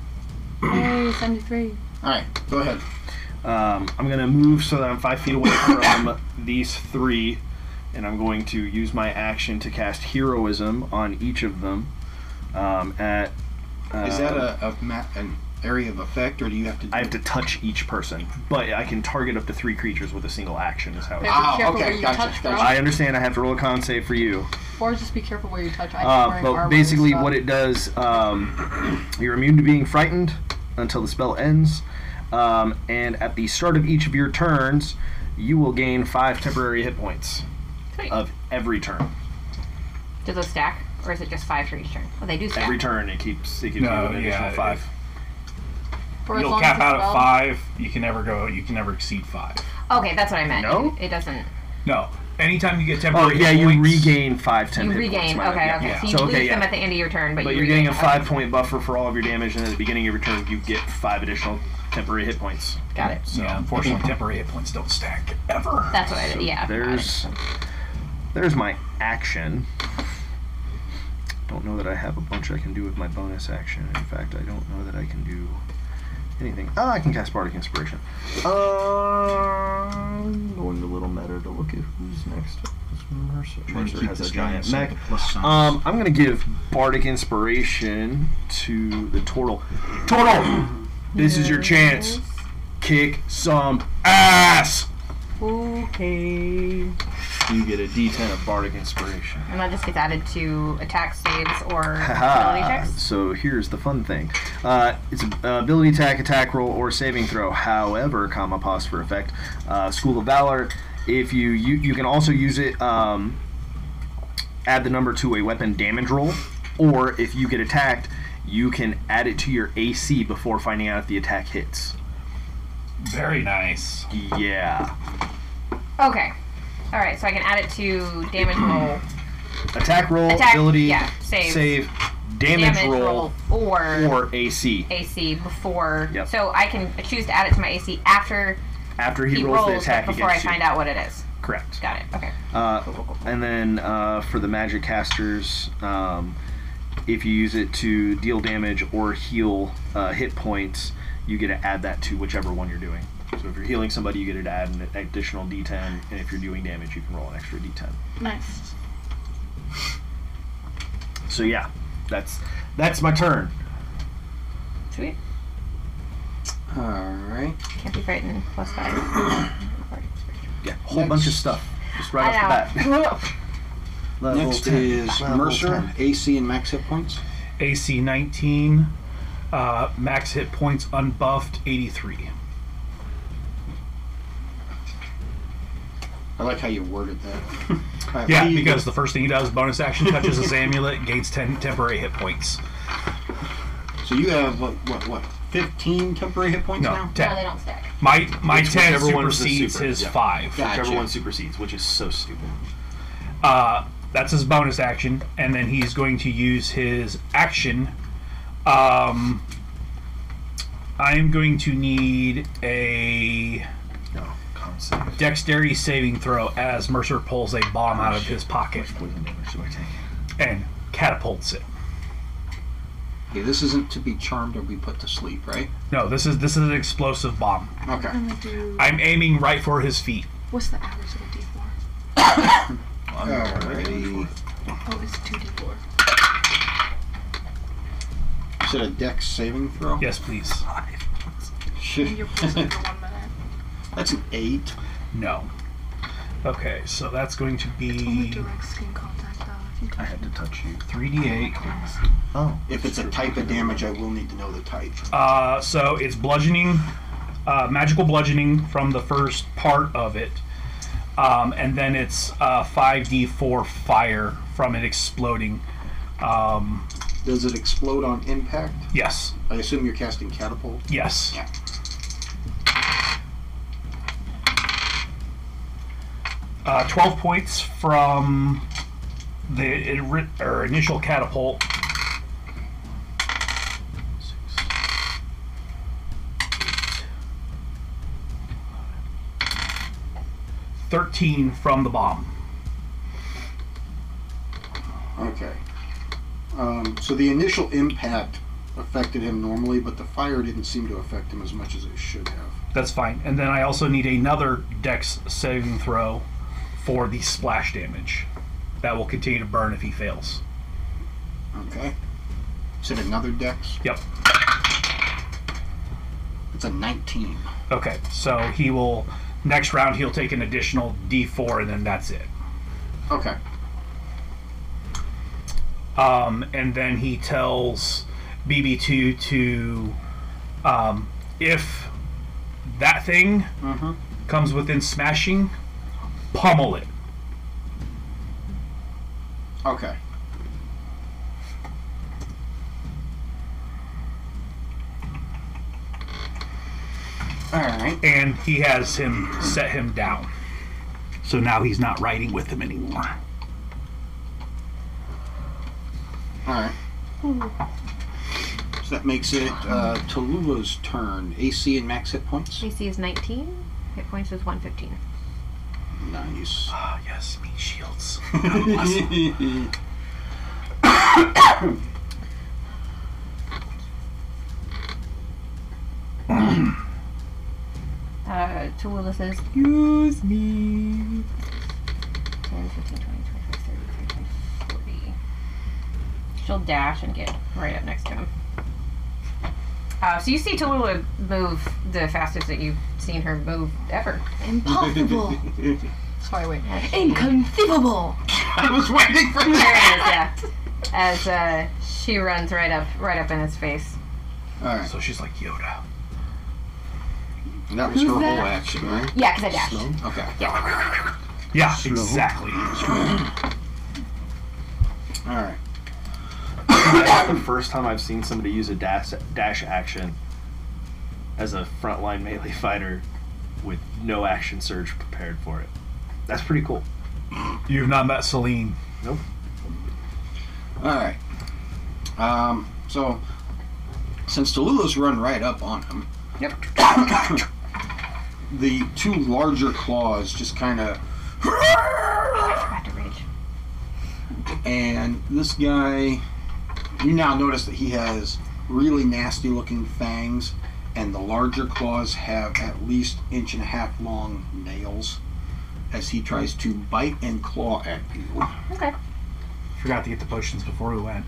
[SPEAKER 2] Yay, 73.
[SPEAKER 1] All right, go ahead.
[SPEAKER 15] Um, I'm going to move so that I'm five feet away from these three, and I'm going to use my action to cast heroism on each of them. Um, at uh,
[SPEAKER 1] Is that a, a ma- an area of effect, or do you have to? Do
[SPEAKER 15] I have to touch each person, but I can target up to three creatures with a single action. Is how it
[SPEAKER 2] Be
[SPEAKER 15] is.
[SPEAKER 1] Ah,
[SPEAKER 2] careful
[SPEAKER 1] okay,
[SPEAKER 2] where you
[SPEAKER 1] gotcha,
[SPEAKER 2] touch, bro.
[SPEAKER 1] gotcha.
[SPEAKER 15] I understand. I have to roll a con save for you.
[SPEAKER 2] Or just be careful where you touch. I keep
[SPEAKER 9] Uh,
[SPEAKER 2] wearing armor
[SPEAKER 9] but
[SPEAKER 2] and
[SPEAKER 9] basically,
[SPEAKER 2] stuff.
[SPEAKER 9] what it does, um, you're immune to being frightened until the spell ends. Um, and at the start of each of your turns, you will gain five temporary hit points
[SPEAKER 5] Sweet.
[SPEAKER 9] of every turn.
[SPEAKER 5] Do those stack? Or is it just five for each turn? Well, they do stack.
[SPEAKER 15] Every turn, it keeps it gives
[SPEAKER 3] No,
[SPEAKER 15] you an additional
[SPEAKER 3] yeah,
[SPEAKER 15] five.
[SPEAKER 2] For as
[SPEAKER 3] You'll
[SPEAKER 2] long as
[SPEAKER 3] cap
[SPEAKER 2] it's
[SPEAKER 3] out at
[SPEAKER 2] spelled.
[SPEAKER 3] five. You can never go. You can never exceed five.
[SPEAKER 5] okay, that's what I meant.
[SPEAKER 9] No?
[SPEAKER 5] It doesn't.
[SPEAKER 3] No. Anytime you get
[SPEAKER 9] Oh
[SPEAKER 3] temporary.
[SPEAKER 9] yeah,
[SPEAKER 3] hit
[SPEAKER 9] you
[SPEAKER 3] points-
[SPEAKER 9] regain five ten.
[SPEAKER 5] You
[SPEAKER 9] hit
[SPEAKER 5] regain.
[SPEAKER 9] Points, my bad,
[SPEAKER 5] okay,
[SPEAKER 9] yeah.
[SPEAKER 5] okay.
[SPEAKER 3] yeah.
[SPEAKER 5] So you
[SPEAKER 9] So,
[SPEAKER 5] lose
[SPEAKER 9] okay, yeah.
[SPEAKER 5] them at the end of your turn, but,
[SPEAKER 15] But
[SPEAKER 5] you
[SPEAKER 15] you're
[SPEAKER 5] regain.
[SPEAKER 15] getting a five point buffer for all of your damage, and at the beginning of your turn, you get five additional temporary hit points.
[SPEAKER 5] Okay, got it.
[SPEAKER 3] So unfortunately, temporary hit points don't stack ever.
[SPEAKER 5] That's what I did. Yeah. got it.
[SPEAKER 9] There's, there's my action. Don't know that I have a bunch I can do with my bonus action. In fact, I don't know that I can do anything. Oh, I can cast Bardic Inspiration. Um, going to Little Meta to look at who's next. It's Mercer. Mercer has a giant mech. Um, I'm gonna give Bardic Inspiration to the turtle.
[SPEAKER 15] Total, this is your chance. Kick some ass.
[SPEAKER 5] Okay.
[SPEAKER 15] You get a D10 of bardic inspiration.
[SPEAKER 5] And that just gets added to attack saves or ability
[SPEAKER 9] Haha.
[SPEAKER 5] checks.
[SPEAKER 9] So here's the fun thing. Uh, it's an ability attack, attack roll, or saving throw. However, comma pause for effect. Uh, School of Valor. If you you, you can also use it. Um, add the number to a weapon damage roll, or if you get attacked, you can add it to your AC before finding out if the attack hits.
[SPEAKER 3] Very nice.
[SPEAKER 9] Yeah.
[SPEAKER 5] Okay. All right, so I can add it to damage roll,
[SPEAKER 9] Attack roll,
[SPEAKER 5] Attack,
[SPEAKER 9] ability,
[SPEAKER 5] yeah, save.
[SPEAKER 9] save, damage, roll,
[SPEAKER 5] or,
[SPEAKER 9] or AC.
[SPEAKER 5] AC before.
[SPEAKER 9] Yep.
[SPEAKER 5] So I can choose to add it to my AC after
[SPEAKER 9] After
[SPEAKER 5] he,
[SPEAKER 9] he, rolls, the
[SPEAKER 5] but
[SPEAKER 9] attack
[SPEAKER 5] before I
[SPEAKER 9] against
[SPEAKER 5] find
[SPEAKER 9] you.
[SPEAKER 5] out what it is.
[SPEAKER 9] Correct.
[SPEAKER 5] Got it. Okay.
[SPEAKER 9] Uh, and then uh, for the magic casters, um, if you use it to deal damage or heal uh, hit points, you get to add that to whichever one you're doing. So if you're healing somebody, you get to add an additional d10, and if you're doing damage, you can roll an extra d10.
[SPEAKER 2] Nice.
[SPEAKER 9] So yeah, that's that's my turn.
[SPEAKER 5] Sweet.
[SPEAKER 1] All right.
[SPEAKER 5] Can't be frightened. Plus five.
[SPEAKER 9] Yeah, whole bunch of stuff just right
[SPEAKER 5] I
[SPEAKER 9] off the bat. Level
[SPEAKER 1] Next
[SPEAKER 9] 10,
[SPEAKER 1] is
[SPEAKER 9] level
[SPEAKER 1] Mercer.
[SPEAKER 9] 10.
[SPEAKER 1] AC and max hit points.
[SPEAKER 3] AC 19. Uh, max hit points unbuffed 83.
[SPEAKER 1] I like how you worded that. Alright,
[SPEAKER 3] Yeah,
[SPEAKER 1] what do you
[SPEAKER 3] because the first thing he does, bonus action touches his amulet, gains 10 temporary hit points.
[SPEAKER 1] get? so you have what, what, what, 15 temporary hit points
[SPEAKER 3] No,
[SPEAKER 1] now?
[SPEAKER 3] 10.
[SPEAKER 5] No, they don't stack.
[SPEAKER 3] My my
[SPEAKER 15] Which-
[SPEAKER 3] ten
[SPEAKER 15] whichever one is the
[SPEAKER 3] supersedes
[SPEAKER 15] super,
[SPEAKER 3] his
[SPEAKER 15] yeah.
[SPEAKER 3] five.
[SPEAKER 1] Gotcha.
[SPEAKER 15] Whichever one supersedes, which is so stupid.
[SPEAKER 3] Uh, that's his bonus action, and then he's going to use his action. Um, I am going to need a
[SPEAKER 15] No, con save.
[SPEAKER 3] dexterity saving throw as Mercer pulls a bomb out
[SPEAKER 15] Oh,
[SPEAKER 3] of his pocket
[SPEAKER 15] Poison damage do I take?
[SPEAKER 3] and catapults it.
[SPEAKER 1] Okay, this isn't to be charmed or be put to sleep, right?
[SPEAKER 3] No, this is this is an explosive bomb.
[SPEAKER 1] Okay.
[SPEAKER 3] I'm aiming right for his feet.
[SPEAKER 2] What's the average of a D4?
[SPEAKER 1] Alrighty.
[SPEAKER 2] Oh, it's two D4.
[SPEAKER 1] You said a dex saving throw?
[SPEAKER 3] Yes, please.
[SPEAKER 2] And you're frozen for one minute.
[SPEAKER 1] That's an eight.
[SPEAKER 3] No. Okay, so that's going to
[SPEAKER 2] Only
[SPEAKER 3] be
[SPEAKER 2] direct skin contact though. If you
[SPEAKER 15] I had to touch you.
[SPEAKER 3] 3d8.
[SPEAKER 1] If it's a type of damage, I will need to know the type.
[SPEAKER 3] Uh, so it's bludgeoning, uh, magical bludgeoning from the first part of it, um, and then it's uh, 5d4 fire from it exploding. Um,
[SPEAKER 1] Does it explode on impact?
[SPEAKER 3] yes,
[SPEAKER 1] I assume you're casting catapult.
[SPEAKER 3] yes. Uh, 12 points from the ri- or initial catapult. Thirteen from the bomb.
[SPEAKER 1] Okay. Um, so the initial impact affected him normally, but the fire didn't seem to affect him as much as it should have.
[SPEAKER 3] That's fine. And then I also need another dex saving throw for the splash damage. That will continue to burn if he fails.
[SPEAKER 1] Okay. Said another dex.
[SPEAKER 3] Yep.
[SPEAKER 1] It's a 19.
[SPEAKER 3] Okay. So he will next round he'll take an additional d4 and then that's it.
[SPEAKER 1] Okay.
[SPEAKER 3] Um, and then he tells BB2 to um, if that thing
[SPEAKER 1] Mm-hmm.
[SPEAKER 3] comes within smashing, pummel it.
[SPEAKER 1] Okay. All right.
[SPEAKER 3] and he has him set him down. So now he's not riding with him anymore.
[SPEAKER 1] All right. So that makes it uh, Tallulah's turn. AC and max hit points.
[SPEAKER 5] AC is 19. Hit points is 115.
[SPEAKER 1] Nice.
[SPEAKER 3] Ah, yes, meat shields.
[SPEAKER 5] Uh, Toola says, Use me. 10, 15, 20, 25, 30, 35, 40. She'll dash and get right up next to him. Uh, so you see Tallulah move the fastest that you've seen her move ever.
[SPEAKER 2] Impossible. Sorry, wait. Inconceivable.
[SPEAKER 1] I was waiting for that.
[SPEAKER 5] There it is, yeah. As uh, she runs right up, right up in his face.
[SPEAKER 1] All right.
[SPEAKER 3] So she's like Yoda.
[SPEAKER 1] That was her
[SPEAKER 2] Who's
[SPEAKER 1] whole
[SPEAKER 2] that?
[SPEAKER 1] action, right?
[SPEAKER 5] Yeah, 'cause I dashed.
[SPEAKER 1] Okay.
[SPEAKER 3] Yeah, exactly.
[SPEAKER 1] All right.
[SPEAKER 15] That's the first time I've seen somebody use a dash, dash action as a frontline melee fighter with no action surge prepared for it. That's pretty cool.
[SPEAKER 3] You've not met Celine.
[SPEAKER 1] All right. Um, so, since Tallulah's run right up on him, yep. the two larger claws just kind of,
[SPEAKER 5] I forgot to rage.
[SPEAKER 1] and this guy, you now notice that he has really nasty-looking fangs, and the larger claws have at least inch and a half long nails. As he tries to bite and claw at you.
[SPEAKER 5] Okay.
[SPEAKER 3] Forgot to get the potions before we went.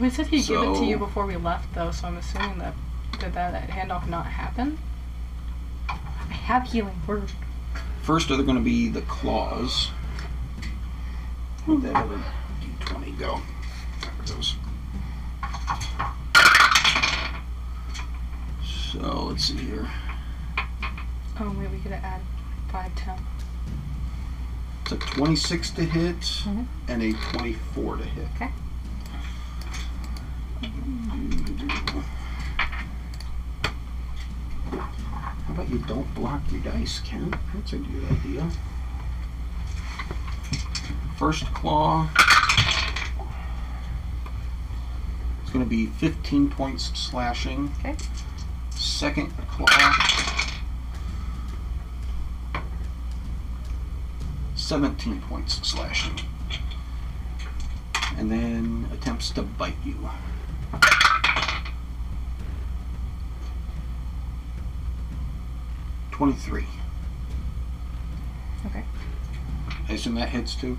[SPEAKER 2] We said he'd give it to you
[SPEAKER 1] So-
[SPEAKER 2] before we left, though, so I'm assuming that did that, that handoff not happen? I have healing word.
[SPEAKER 1] First are going to be the claws. Where'd that other d20 go? There it goes. So let's see here.
[SPEAKER 2] Oh wait, we could add five to him.
[SPEAKER 1] It's a 26 to hit and a 24 to hit.
[SPEAKER 5] Mm-hmm. Okay.
[SPEAKER 1] How about you don't block your dice, Ken? That's a good idea. First claw. It's going to be 15 points slashing.
[SPEAKER 5] Okay.
[SPEAKER 1] Second claw. 17 points slashing. And then attempts to bite you. Twenty-three.
[SPEAKER 14] I assume that hits too.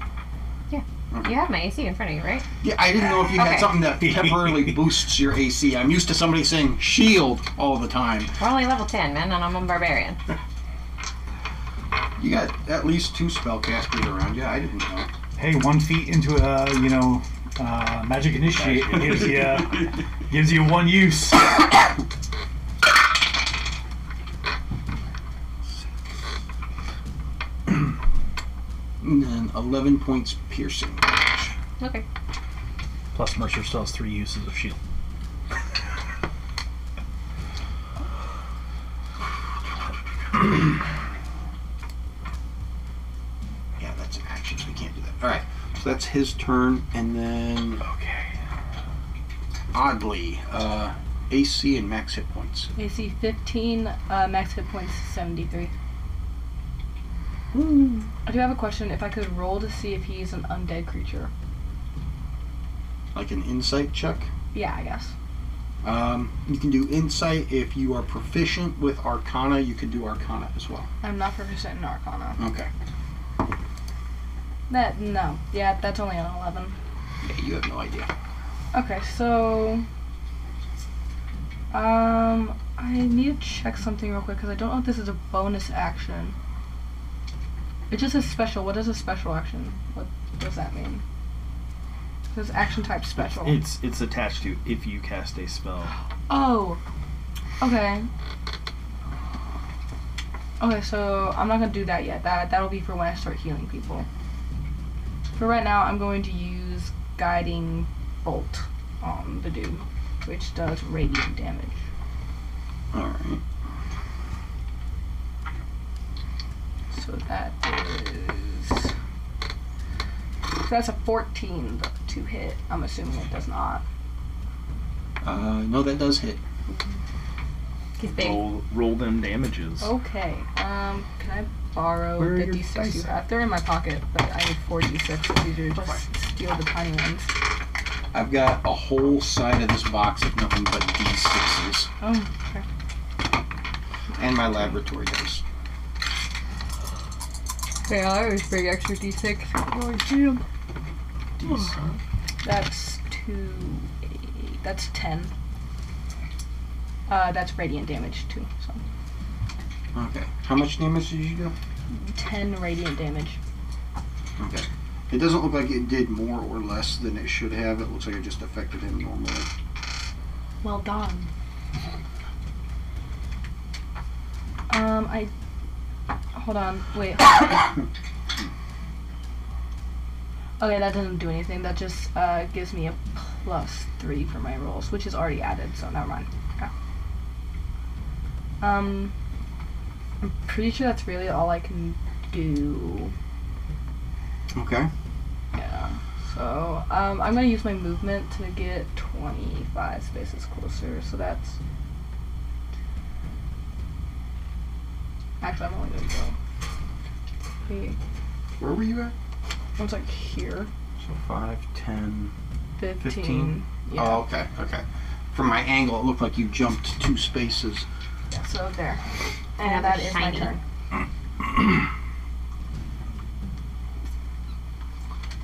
[SPEAKER 5] You have my AC in front of you, right?
[SPEAKER 1] Yeah, I didn't know if you had
[SPEAKER 5] Okay.
[SPEAKER 1] something that temporarily boosts your AC. I'm used to somebody saying shield all the time.
[SPEAKER 5] We're only level 10, man, and I'm a barbarian.
[SPEAKER 1] You got at least two spellcasters around you. I didn't know.
[SPEAKER 3] Hey, one feet into a you know uh, magic initiate it gives you gives you one use.
[SPEAKER 1] And then 11 points piercing.
[SPEAKER 5] Okay.
[SPEAKER 3] Plus, Mercer still has three uses of shield.
[SPEAKER 1] Yeah, that's an action, so we can't do that. All right, so that's his turn, and then
[SPEAKER 3] Okay.
[SPEAKER 1] oddly, uh, AC and max hit points.
[SPEAKER 2] AC 15, uh, max hit points 73. I do have a question. If I could roll to see if he's an undead creature.
[SPEAKER 1] Like an insight check.
[SPEAKER 2] Yeah, I guess.
[SPEAKER 1] Um, you can do insight if you are proficient with Arcana. You can do Arcana as well.
[SPEAKER 2] I'm not proficient in Arcana.
[SPEAKER 1] Okay.
[SPEAKER 2] That, no. Yeah, that's only an 11.
[SPEAKER 1] Yeah, you have no idea.
[SPEAKER 2] Okay, so. Um, I need to check something real quick because I don't know if this is a bonus action. It just says special. What is a special action? What does that mean? It says action type special.
[SPEAKER 9] It's it's attached to if you cast a spell.
[SPEAKER 2] Oh. Okay. Okay, so I'm not gonna do that yet. That that'll be for when I start healing people. For right now, I'm going to use guiding bolt on the dude, which does radiant damage.
[SPEAKER 1] All right.
[SPEAKER 2] So that is so that's a 14 to hit. I'm assuming it does not.
[SPEAKER 1] Uh, no, that does hit.
[SPEAKER 5] He's big.
[SPEAKER 15] Roll, roll them damages.
[SPEAKER 2] Okay. Um, can I borrow
[SPEAKER 15] Where are
[SPEAKER 2] the
[SPEAKER 15] your
[SPEAKER 2] d6 you
[SPEAKER 15] dice
[SPEAKER 2] have? They're in my pocket, but I need four d6. It's easier to just steal the tiny ones.
[SPEAKER 1] I've got a whole side of this box of nothing but D6s
[SPEAKER 2] Oh,
[SPEAKER 1] and my laboratory dice.
[SPEAKER 2] okay. I always bring extra d6.
[SPEAKER 5] Oh,
[SPEAKER 2] That's two. Eight, that's ten. Uh, that's radiant damage too. So
[SPEAKER 1] Okay. How much damage did you do?
[SPEAKER 2] ten radiant damage.
[SPEAKER 1] Okay. It doesn't look like it did more or less than it should have. It looks like it just affected him normally.
[SPEAKER 2] Well done. Um, I. Hold on. Wait. hold on. okay, that doesn't do anything. That just uh, gives me a plus three for my rolls, which is already added, so never mind. Okay. Um, I'm pretty sure that's really all I can do.
[SPEAKER 1] Okay.
[SPEAKER 2] Yeah. So um, I'm gonna use my movement to get 25 spaces closer. So that's actually I'm only gonna go. Wait,
[SPEAKER 1] Where were you at?
[SPEAKER 2] what's like here?
[SPEAKER 1] So 5, 10.
[SPEAKER 2] 15.
[SPEAKER 1] 15?
[SPEAKER 2] Yeah.
[SPEAKER 1] Oh, okay. Okay. From my angle, it looked like you jumped two spaces.
[SPEAKER 2] So there.
[SPEAKER 5] Yeah,
[SPEAKER 2] And that
[SPEAKER 5] they're
[SPEAKER 2] is
[SPEAKER 5] shiny.
[SPEAKER 2] my turn.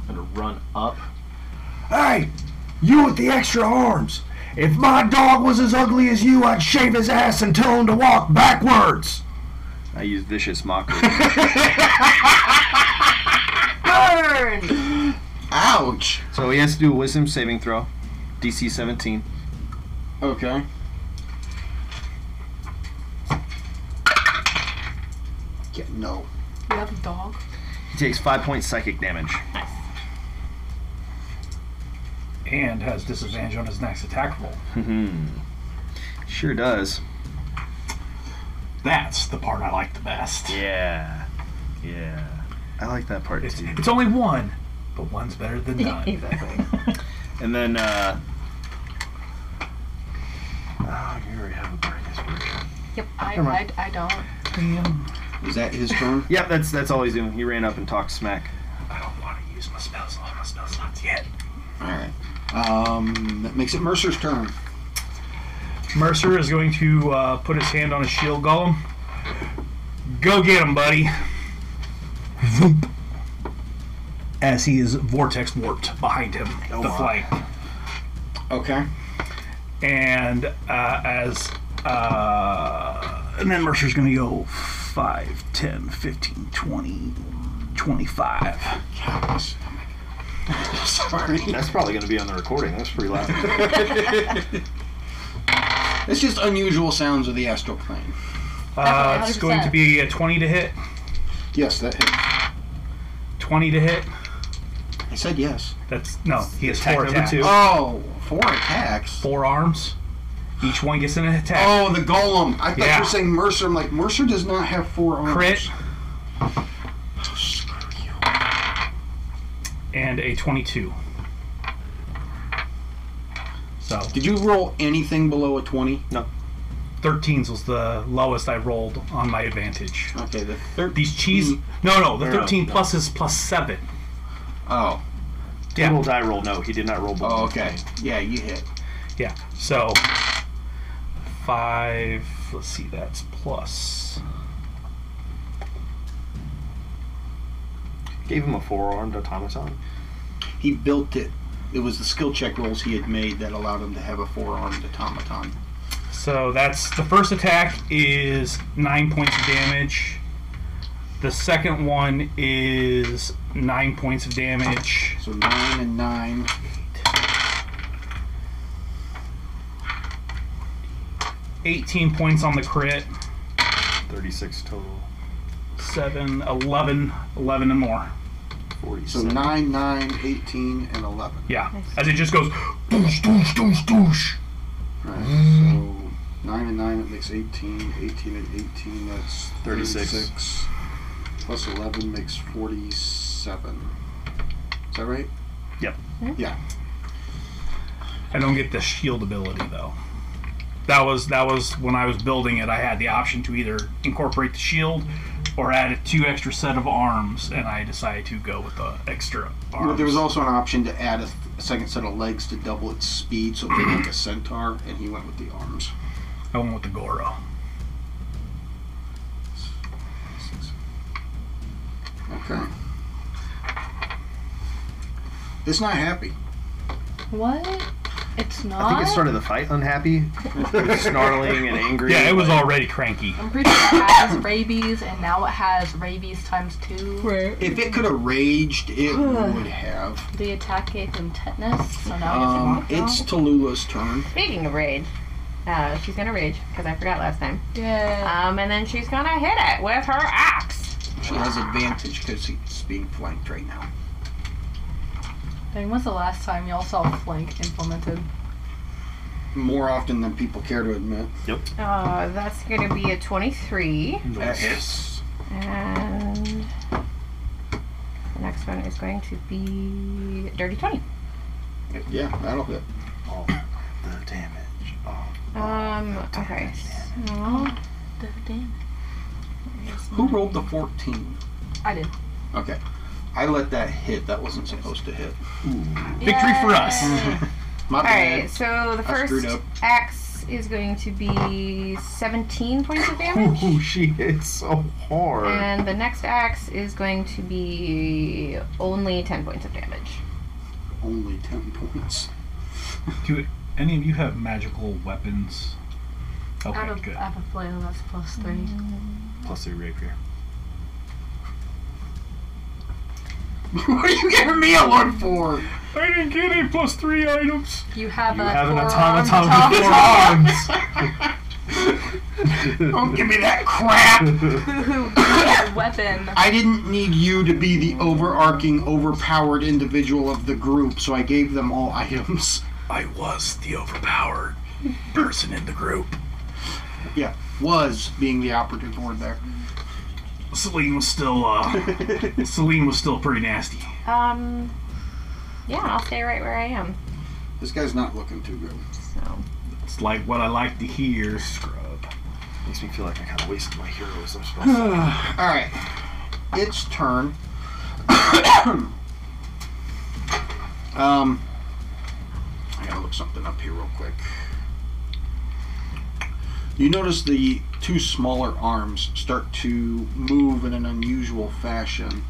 [SPEAKER 9] I'm gonna run up.
[SPEAKER 15] Hey, you with the extra arms! If my dog was as ugly as you, I'd shave his ass and tell him to walk backwards! I use vicious mockery.
[SPEAKER 1] Ouch!
[SPEAKER 15] so he has to do a wisdom saving throw, DC 17.
[SPEAKER 1] Okay. Yeah, no.
[SPEAKER 2] You have a dog.
[SPEAKER 15] He takes 5 points psychic damage.
[SPEAKER 3] And has disadvantage on his next attack roll.
[SPEAKER 9] Mm-hmm.
[SPEAKER 15] Sure does.
[SPEAKER 3] That's the part I like the best.
[SPEAKER 15] Yeah. Yeah. I like that part
[SPEAKER 3] It's,
[SPEAKER 15] too.
[SPEAKER 3] it's only one, but one's better than none.
[SPEAKER 5] Exactly.
[SPEAKER 15] And then, uh. Oh, you already have a brain inspiration.
[SPEAKER 2] I,
[SPEAKER 15] Never
[SPEAKER 2] I,
[SPEAKER 15] mind.
[SPEAKER 2] I don't.
[SPEAKER 1] Is that his turn?
[SPEAKER 15] Yep, that's that's all he's doing. He ran up and talked smack.
[SPEAKER 3] I don't want to use my spells, all my spell slots yet.
[SPEAKER 1] All right. Um, that makes it Mercer's turn.
[SPEAKER 3] Mercer is going to uh, put his hand on his shield golem. Go get him, buddy. Voop. as he is vortex warped behind him, the
[SPEAKER 14] my.
[SPEAKER 3] flank.
[SPEAKER 1] Okay.
[SPEAKER 3] And uh, as. Uh, and then Mercer's going to go 5, 10, 15, 20, 25.
[SPEAKER 1] Cows. Sorry.
[SPEAKER 15] That's probably going to be on the recording. That's pretty loud.
[SPEAKER 1] It's just unusual sounds of the astral plane.
[SPEAKER 3] Uh, it's going to
[SPEAKER 2] 100%.
[SPEAKER 3] be a 20 to hit.
[SPEAKER 1] Yes, that hit.
[SPEAKER 3] 20 to hit.
[SPEAKER 1] I said yes.
[SPEAKER 3] That's. No, he has four
[SPEAKER 9] number
[SPEAKER 3] attacks.
[SPEAKER 9] two.
[SPEAKER 1] Oh, four attacks.
[SPEAKER 3] Four arms. Each one gets an attack.
[SPEAKER 1] Oh, the golem. I thought you
[SPEAKER 3] Yeah.
[SPEAKER 1] were saying Mercer. I'm like, Mercer does not have four arms.
[SPEAKER 3] Crit.
[SPEAKER 15] Oh.
[SPEAKER 3] and a 22. So
[SPEAKER 1] Did you roll anything below a 20?
[SPEAKER 3] 13s was the lowest I rolled on my advantage.
[SPEAKER 1] Okay, the third.
[SPEAKER 3] These cheese. No, no, the
[SPEAKER 15] No, no,
[SPEAKER 3] 13
[SPEAKER 15] no.
[SPEAKER 3] plus is plus 7.
[SPEAKER 1] Oh,
[SPEAKER 15] Total die roll. No, he did not roll.
[SPEAKER 1] oh, okay. Yeah, you hit.
[SPEAKER 3] Yeah. So 5. Let's see, that's plus.
[SPEAKER 15] Gave him a four-armed automaton.
[SPEAKER 1] He built it. It was the skill check rolls he had made that allowed him to have a four armed automaton.
[SPEAKER 3] So that's the first attack is 9 points of damage. The second one is 9 points of damage.
[SPEAKER 1] So nine and nine. Eight.
[SPEAKER 3] 18 points on the crit.
[SPEAKER 15] Thirty-six total.
[SPEAKER 3] 7, 11, 11 and more.
[SPEAKER 1] So
[SPEAKER 15] Forty-seven.
[SPEAKER 1] nine, nine, 18, and 11.
[SPEAKER 3] Yeah, as it just goes doosh, doosh, doosh, doosh.
[SPEAKER 1] Right. So nine and nine, that makes 18. 18 and 18, that's
[SPEAKER 15] 36.
[SPEAKER 1] 36. Plus 11 makes 47. Is that right?
[SPEAKER 3] Yep.
[SPEAKER 1] Yeah.
[SPEAKER 3] I don't get the shield ability though. That was that was when I was building it. I had the option to either incorporate the shield or add a two extra set of arms, and I decided to go with the extra arms.
[SPEAKER 1] But there was also an option to add a, th- a second set of legs to double its speed, so it looked like a centaur, and he went with the arms.
[SPEAKER 3] I went with the Goro.
[SPEAKER 1] Okay. It's not happy.
[SPEAKER 2] What? It's not.
[SPEAKER 15] I think it started the fight unhappy, snarling and angry.
[SPEAKER 3] Yeah, it was already cranky.
[SPEAKER 2] I'm pretty sure it has rabies, and now it has rabies times two.
[SPEAKER 1] If it could have raged, it would have.
[SPEAKER 2] The attack gave him tetanus, so now
[SPEAKER 1] Um,
[SPEAKER 2] it
[SPEAKER 1] it's
[SPEAKER 2] gets knocked
[SPEAKER 1] Tallulah's turn.
[SPEAKER 5] Speaking of rage, uh, she's gonna rage because I forgot last time.
[SPEAKER 2] out. Yeah.
[SPEAKER 5] Um, and then she's gonna hit it with her axe.
[SPEAKER 1] She has advantage because he's being flanked right now.
[SPEAKER 2] Dang, when's Uh, the last time y'all saw flank implemented?
[SPEAKER 1] More often than people care to admit.
[SPEAKER 5] Uh, that's gonna be a 23,
[SPEAKER 1] That hits.
[SPEAKER 5] and the next one is going to be dirty 20.
[SPEAKER 1] Yeah, that'll hit.
[SPEAKER 15] all the damage. all
[SPEAKER 5] Um, okay. So,
[SPEAKER 1] Who rolled the 14?
[SPEAKER 2] I did.
[SPEAKER 1] Okay. I let that hit. That wasn't supposed to hit.
[SPEAKER 3] Victory for us.
[SPEAKER 1] My bad.
[SPEAKER 5] alright, so the
[SPEAKER 1] I screwed
[SPEAKER 5] first
[SPEAKER 1] up.
[SPEAKER 5] axe is going to be 17 points of damage.
[SPEAKER 15] Ooh, she hits so hard.
[SPEAKER 5] And the next axe is going to be only 10 points of damage.
[SPEAKER 1] Only 10 points.
[SPEAKER 3] Do any of you have magical weapons? Okay,
[SPEAKER 2] Out of
[SPEAKER 3] good.
[SPEAKER 2] apple flail, that's plus three.
[SPEAKER 15] Plus a rapier.
[SPEAKER 1] what are you giving me a one for?
[SPEAKER 3] I didn't get it. Plus three items.
[SPEAKER 2] You have
[SPEAKER 15] You
[SPEAKER 2] a
[SPEAKER 15] have an
[SPEAKER 2] forearm
[SPEAKER 15] automaton
[SPEAKER 2] top-
[SPEAKER 15] with four arms.
[SPEAKER 1] Don't give me that crap.
[SPEAKER 2] weapon.
[SPEAKER 1] I didn't need you to be the overarching, overpowered individual of the group, so I gave them all items.
[SPEAKER 3] I was the overpowered person in the group.
[SPEAKER 1] Yeah, was being the operative word there.
[SPEAKER 3] Celine was still uh, Celine was still pretty nasty.
[SPEAKER 5] Um, yeah, I'll stay right where I am.
[SPEAKER 1] This guy's not looking too good.
[SPEAKER 5] So,
[SPEAKER 3] It's like what I like to hear. Scrub.
[SPEAKER 15] Makes me feel like I kind of wasted my heroism. spell.
[SPEAKER 1] All right, its turn. um, I gotta look something up here real quick. You notice the two smaller arms start to move in an unusual fashion.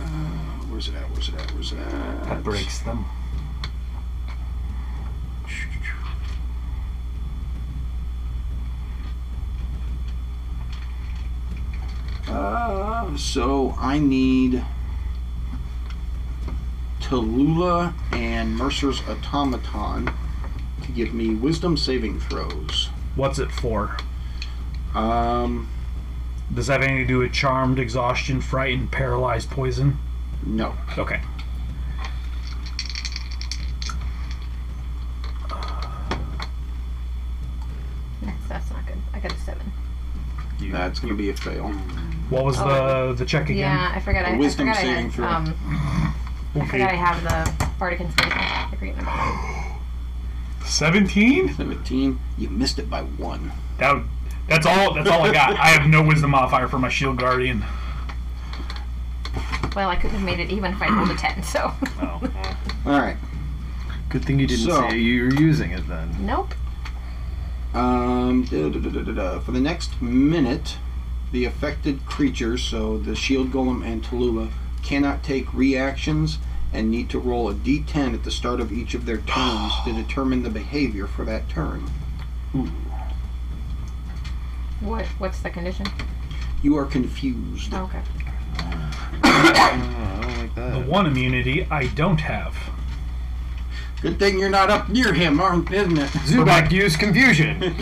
[SPEAKER 1] Uh, Where's it at? Where's it at? Where's it at?
[SPEAKER 3] That breaks them.
[SPEAKER 1] Uh, so I need Tallulah and Mercer's Automaton to give me wisdom saving throws.
[SPEAKER 3] What's it for?
[SPEAKER 1] Um,
[SPEAKER 3] Does that have anything to do with charmed, exhaustion, frightened, paralyzed, poison?
[SPEAKER 1] no.
[SPEAKER 3] Okay.
[SPEAKER 5] That stuff's not good. I got a seven.
[SPEAKER 1] That's going to be a fail.
[SPEAKER 3] What was
[SPEAKER 5] Oh.
[SPEAKER 3] the the check again?
[SPEAKER 5] Yeah, I forgot. I, I
[SPEAKER 1] Wisdom
[SPEAKER 5] forgot I
[SPEAKER 1] saving
[SPEAKER 5] had,
[SPEAKER 1] throw.
[SPEAKER 5] Um, I forgot I have the bardic inspiration agreement.
[SPEAKER 16] 17?
[SPEAKER 1] 17. You missed it by one.
[SPEAKER 16] That, that's all That's all I got. I have no wisdom modifier for my shield guardian.
[SPEAKER 5] Well, I could have made it even if I rolled a ten. So
[SPEAKER 1] All right.
[SPEAKER 9] Good thing you didn't
[SPEAKER 1] So-
[SPEAKER 9] say you were using it then.
[SPEAKER 5] nope.
[SPEAKER 1] Um, da- da- da- da- da- da. For the next minute, the affected creatures, so the shield golem and Tallulah, cannot take reactions and need to roll a d10 at the start of each of their turns to determine the behavior for that turn.
[SPEAKER 5] What? What's the condition?
[SPEAKER 1] You are confused.
[SPEAKER 5] Oh, okay.
[SPEAKER 9] Oh, I don't like
[SPEAKER 3] The
[SPEAKER 9] that.
[SPEAKER 3] one immunity I don't have.
[SPEAKER 1] Good thing you're not up near him, aren't isn't it?
[SPEAKER 17] Zubak used confusion.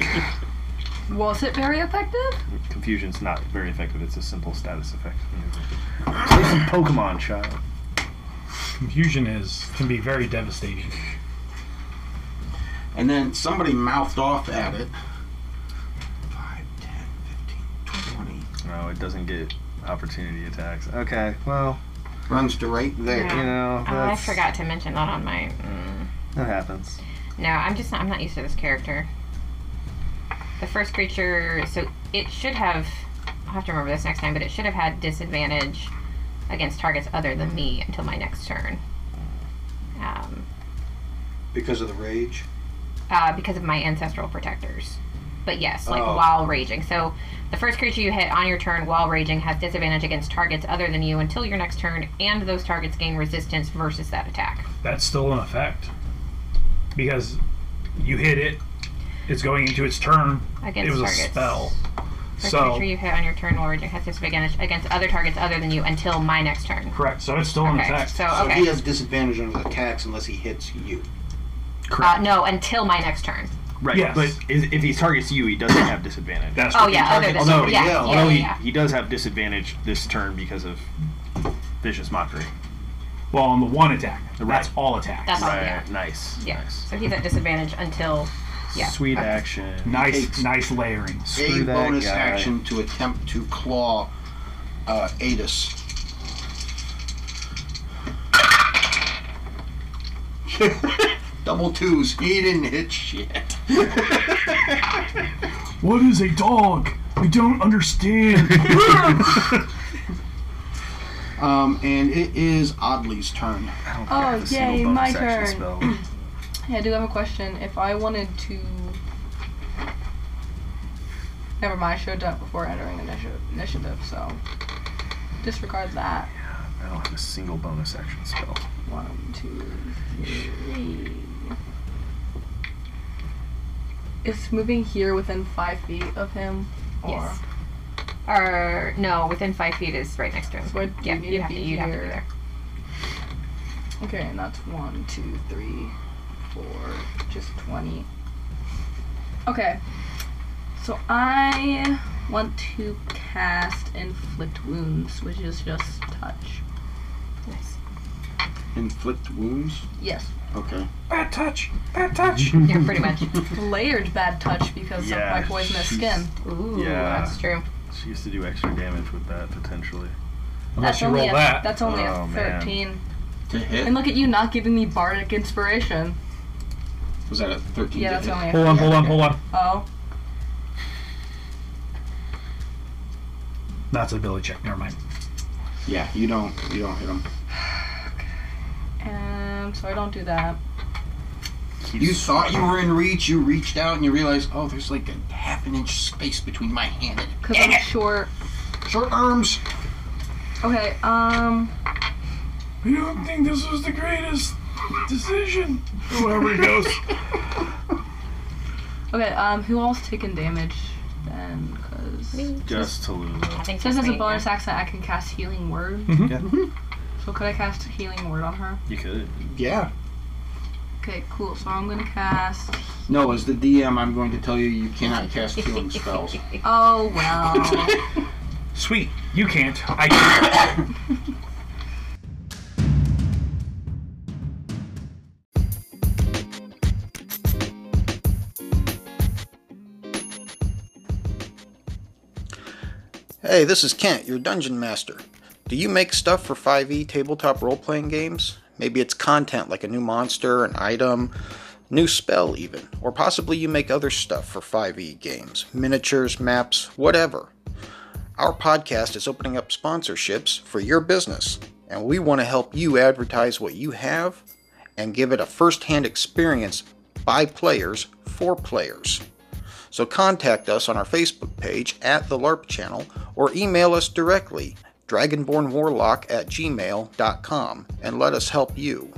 [SPEAKER 2] Was it very effective?
[SPEAKER 9] Confusion's not very effective. It's a simple status effect. Play some Pokemon, child.
[SPEAKER 3] Confusion is can be very devastating.
[SPEAKER 1] And then somebody mouthed off at it. 5, 10, 15, 20.
[SPEAKER 9] No, it doesn't get opportunity attacks. Okay, well,
[SPEAKER 1] Runs to right there.
[SPEAKER 9] you know,
[SPEAKER 5] Oh, I
[SPEAKER 9] that's-
[SPEAKER 5] forgot to mention that on my. Mm.
[SPEAKER 9] That happens.
[SPEAKER 5] No, I'm just not, I'm not used to this character. The first creature, so it should have. I'll have to remember this next time, but it should have had disadvantage against targets other than me until my next turn. Um,
[SPEAKER 18] Because of the rage.
[SPEAKER 5] uh, because of my ancestral protectors. But yes, like
[SPEAKER 18] Oh.
[SPEAKER 5] while raging. So the first creature you hit on your turn while raging has disadvantage against targets other than you until your next turn, and those targets gain resistance versus that attack.
[SPEAKER 3] That's still in effect because you hit it. It's going into its turn.
[SPEAKER 5] Against
[SPEAKER 3] it was
[SPEAKER 5] targets.
[SPEAKER 3] a spell.
[SPEAKER 5] First
[SPEAKER 3] So-
[SPEAKER 5] creature you hit on your turn while raging has disadvantage against other targets other than you until my next turn.
[SPEAKER 3] Correct. So it's still in
[SPEAKER 5] Okay.
[SPEAKER 3] effect.
[SPEAKER 5] So
[SPEAKER 18] So
[SPEAKER 5] okay.
[SPEAKER 18] he has disadvantage on his attacks unless he hits you.
[SPEAKER 5] Uh, no, until my next turn.
[SPEAKER 9] Right,
[SPEAKER 3] Yes.
[SPEAKER 9] but is, if he targets you, he doesn't have disadvantage.
[SPEAKER 3] That's
[SPEAKER 5] Oh
[SPEAKER 3] what-
[SPEAKER 5] yeah, other than
[SPEAKER 9] Although-
[SPEAKER 5] yeah, yeah,
[SPEAKER 9] Although
[SPEAKER 5] yeah,
[SPEAKER 9] he,
[SPEAKER 5] yeah.
[SPEAKER 9] he does have disadvantage this turn because of vicious mockery.
[SPEAKER 3] Well, on the one attack. That's
[SPEAKER 9] Right.
[SPEAKER 3] all attacks.
[SPEAKER 5] That's all. Yeah.
[SPEAKER 9] Nice.
[SPEAKER 5] yeah.
[SPEAKER 9] Nice.
[SPEAKER 5] So he's at disadvantage until yeah.
[SPEAKER 9] Sweet
[SPEAKER 5] Okay.
[SPEAKER 9] action.
[SPEAKER 3] Nice,
[SPEAKER 1] Takes-
[SPEAKER 3] nice layering.
[SPEAKER 9] Screw
[SPEAKER 1] a
[SPEAKER 9] that
[SPEAKER 1] bonus
[SPEAKER 9] guy.
[SPEAKER 1] action to attempt to claw uh, Adis. Double twos. He didn't hit shit.
[SPEAKER 16] What is a dog? I don't understand.
[SPEAKER 1] Um, and it is Oddly's turn.
[SPEAKER 9] I don't think
[SPEAKER 2] Oh,
[SPEAKER 9] I have a single
[SPEAKER 2] yay,
[SPEAKER 9] bonus
[SPEAKER 2] my
[SPEAKER 9] action
[SPEAKER 2] turn.
[SPEAKER 9] spell.
[SPEAKER 2] Yeah, I do have a question. If I wanted to. Never mind, I showed up before entering initiative, initiative so. Disregard that.
[SPEAKER 9] I don't have a single bonus action spell.
[SPEAKER 2] One, two, three. Is moving here within five feet of him? Or
[SPEAKER 5] Yes. Or no, within five feet is right next to him.
[SPEAKER 2] So I do
[SPEAKER 5] yeah,
[SPEAKER 2] need
[SPEAKER 5] you'd
[SPEAKER 2] to
[SPEAKER 5] have to
[SPEAKER 2] be
[SPEAKER 5] you'd have to be
[SPEAKER 2] here.
[SPEAKER 5] there.
[SPEAKER 2] Okay, and that's one, two, three, four, just 20. Okay, so I want to cast Inflict Wounds, which is just touch.
[SPEAKER 5] Nice.
[SPEAKER 1] Inflict wounds.
[SPEAKER 2] Yes.
[SPEAKER 1] Okay.
[SPEAKER 3] Bad touch. Bad touch.
[SPEAKER 5] Yeah, pretty much.
[SPEAKER 2] Layered bad touch because
[SPEAKER 9] Yeah,
[SPEAKER 2] of my poisonous
[SPEAKER 9] she's-
[SPEAKER 2] skin.
[SPEAKER 5] Ooh,
[SPEAKER 9] Yeah.
[SPEAKER 5] that's true.
[SPEAKER 9] She used to do extra damage with that potentially.
[SPEAKER 3] Unless you
[SPEAKER 2] only
[SPEAKER 3] roll
[SPEAKER 2] a,
[SPEAKER 3] that.
[SPEAKER 2] That's only
[SPEAKER 9] Oh,
[SPEAKER 2] a
[SPEAKER 9] man.
[SPEAKER 2] 13.
[SPEAKER 1] To hit.
[SPEAKER 2] And look at you not giving me bardic inspiration.
[SPEAKER 1] Was that a 13?
[SPEAKER 2] Yeah, that's
[SPEAKER 1] to hit?
[SPEAKER 2] only a
[SPEAKER 3] Hold on, hold on, hold on.
[SPEAKER 2] Oh,
[SPEAKER 3] That's a ability check. Never mind.
[SPEAKER 1] Yeah, you don't. You don't hit him.
[SPEAKER 2] um, so I don't do that.
[SPEAKER 1] You thought you were in reach. You reached out and you realized, oh, there's like a half an inch space between my hand and
[SPEAKER 2] Because I'm short.
[SPEAKER 1] short arms.
[SPEAKER 2] Okay, um.
[SPEAKER 3] I don't think this was the greatest decision. Whoever it goes.
[SPEAKER 2] Okay, um, who all's taking damage then? Because
[SPEAKER 15] Just Tallulah.
[SPEAKER 5] I think
[SPEAKER 2] says
[SPEAKER 5] that's
[SPEAKER 2] as a
[SPEAKER 5] me,
[SPEAKER 2] bonus action, I can cast Healing Word.
[SPEAKER 15] Yeah.
[SPEAKER 2] So could I cast Healing Word on her?
[SPEAKER 15] You could.
[SPEAKER 1] Yeah.
[SPEAKER 2] Okay, cool. So I'm gonna cast.
[SPEAKER 1] No, as the DM, I'm going to tell you you cannot cast healing spells.
[SPEAKER 2] Oh well.
[SPEAKER 3] Sweet. You can't. I can.
[SPEAKER 14] Hey, this is Kent, your dungeon master. Do you make stuff for 5e tabletop role playing games? Maybe it's content like a new monster, an item, new spell, even. Or possibly you make other stuff for 5e games miniatures, maps, whatever. Our podcast is opening up sponsorships for your business, and we want to help you advertise what you have and give it a first hand experience by players for players. So contact us on our Facebook page at the LARP channel or email us directly, dragonbornwarlock at gmail.com, and let us help you.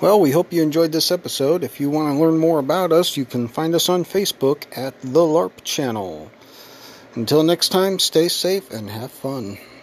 [SPEAKER 14] Well, we hope you enjoyed this episode. If you want to learn more about us, you can find us on Facebook at the LARP channel. Until next time, stay safe and have fun.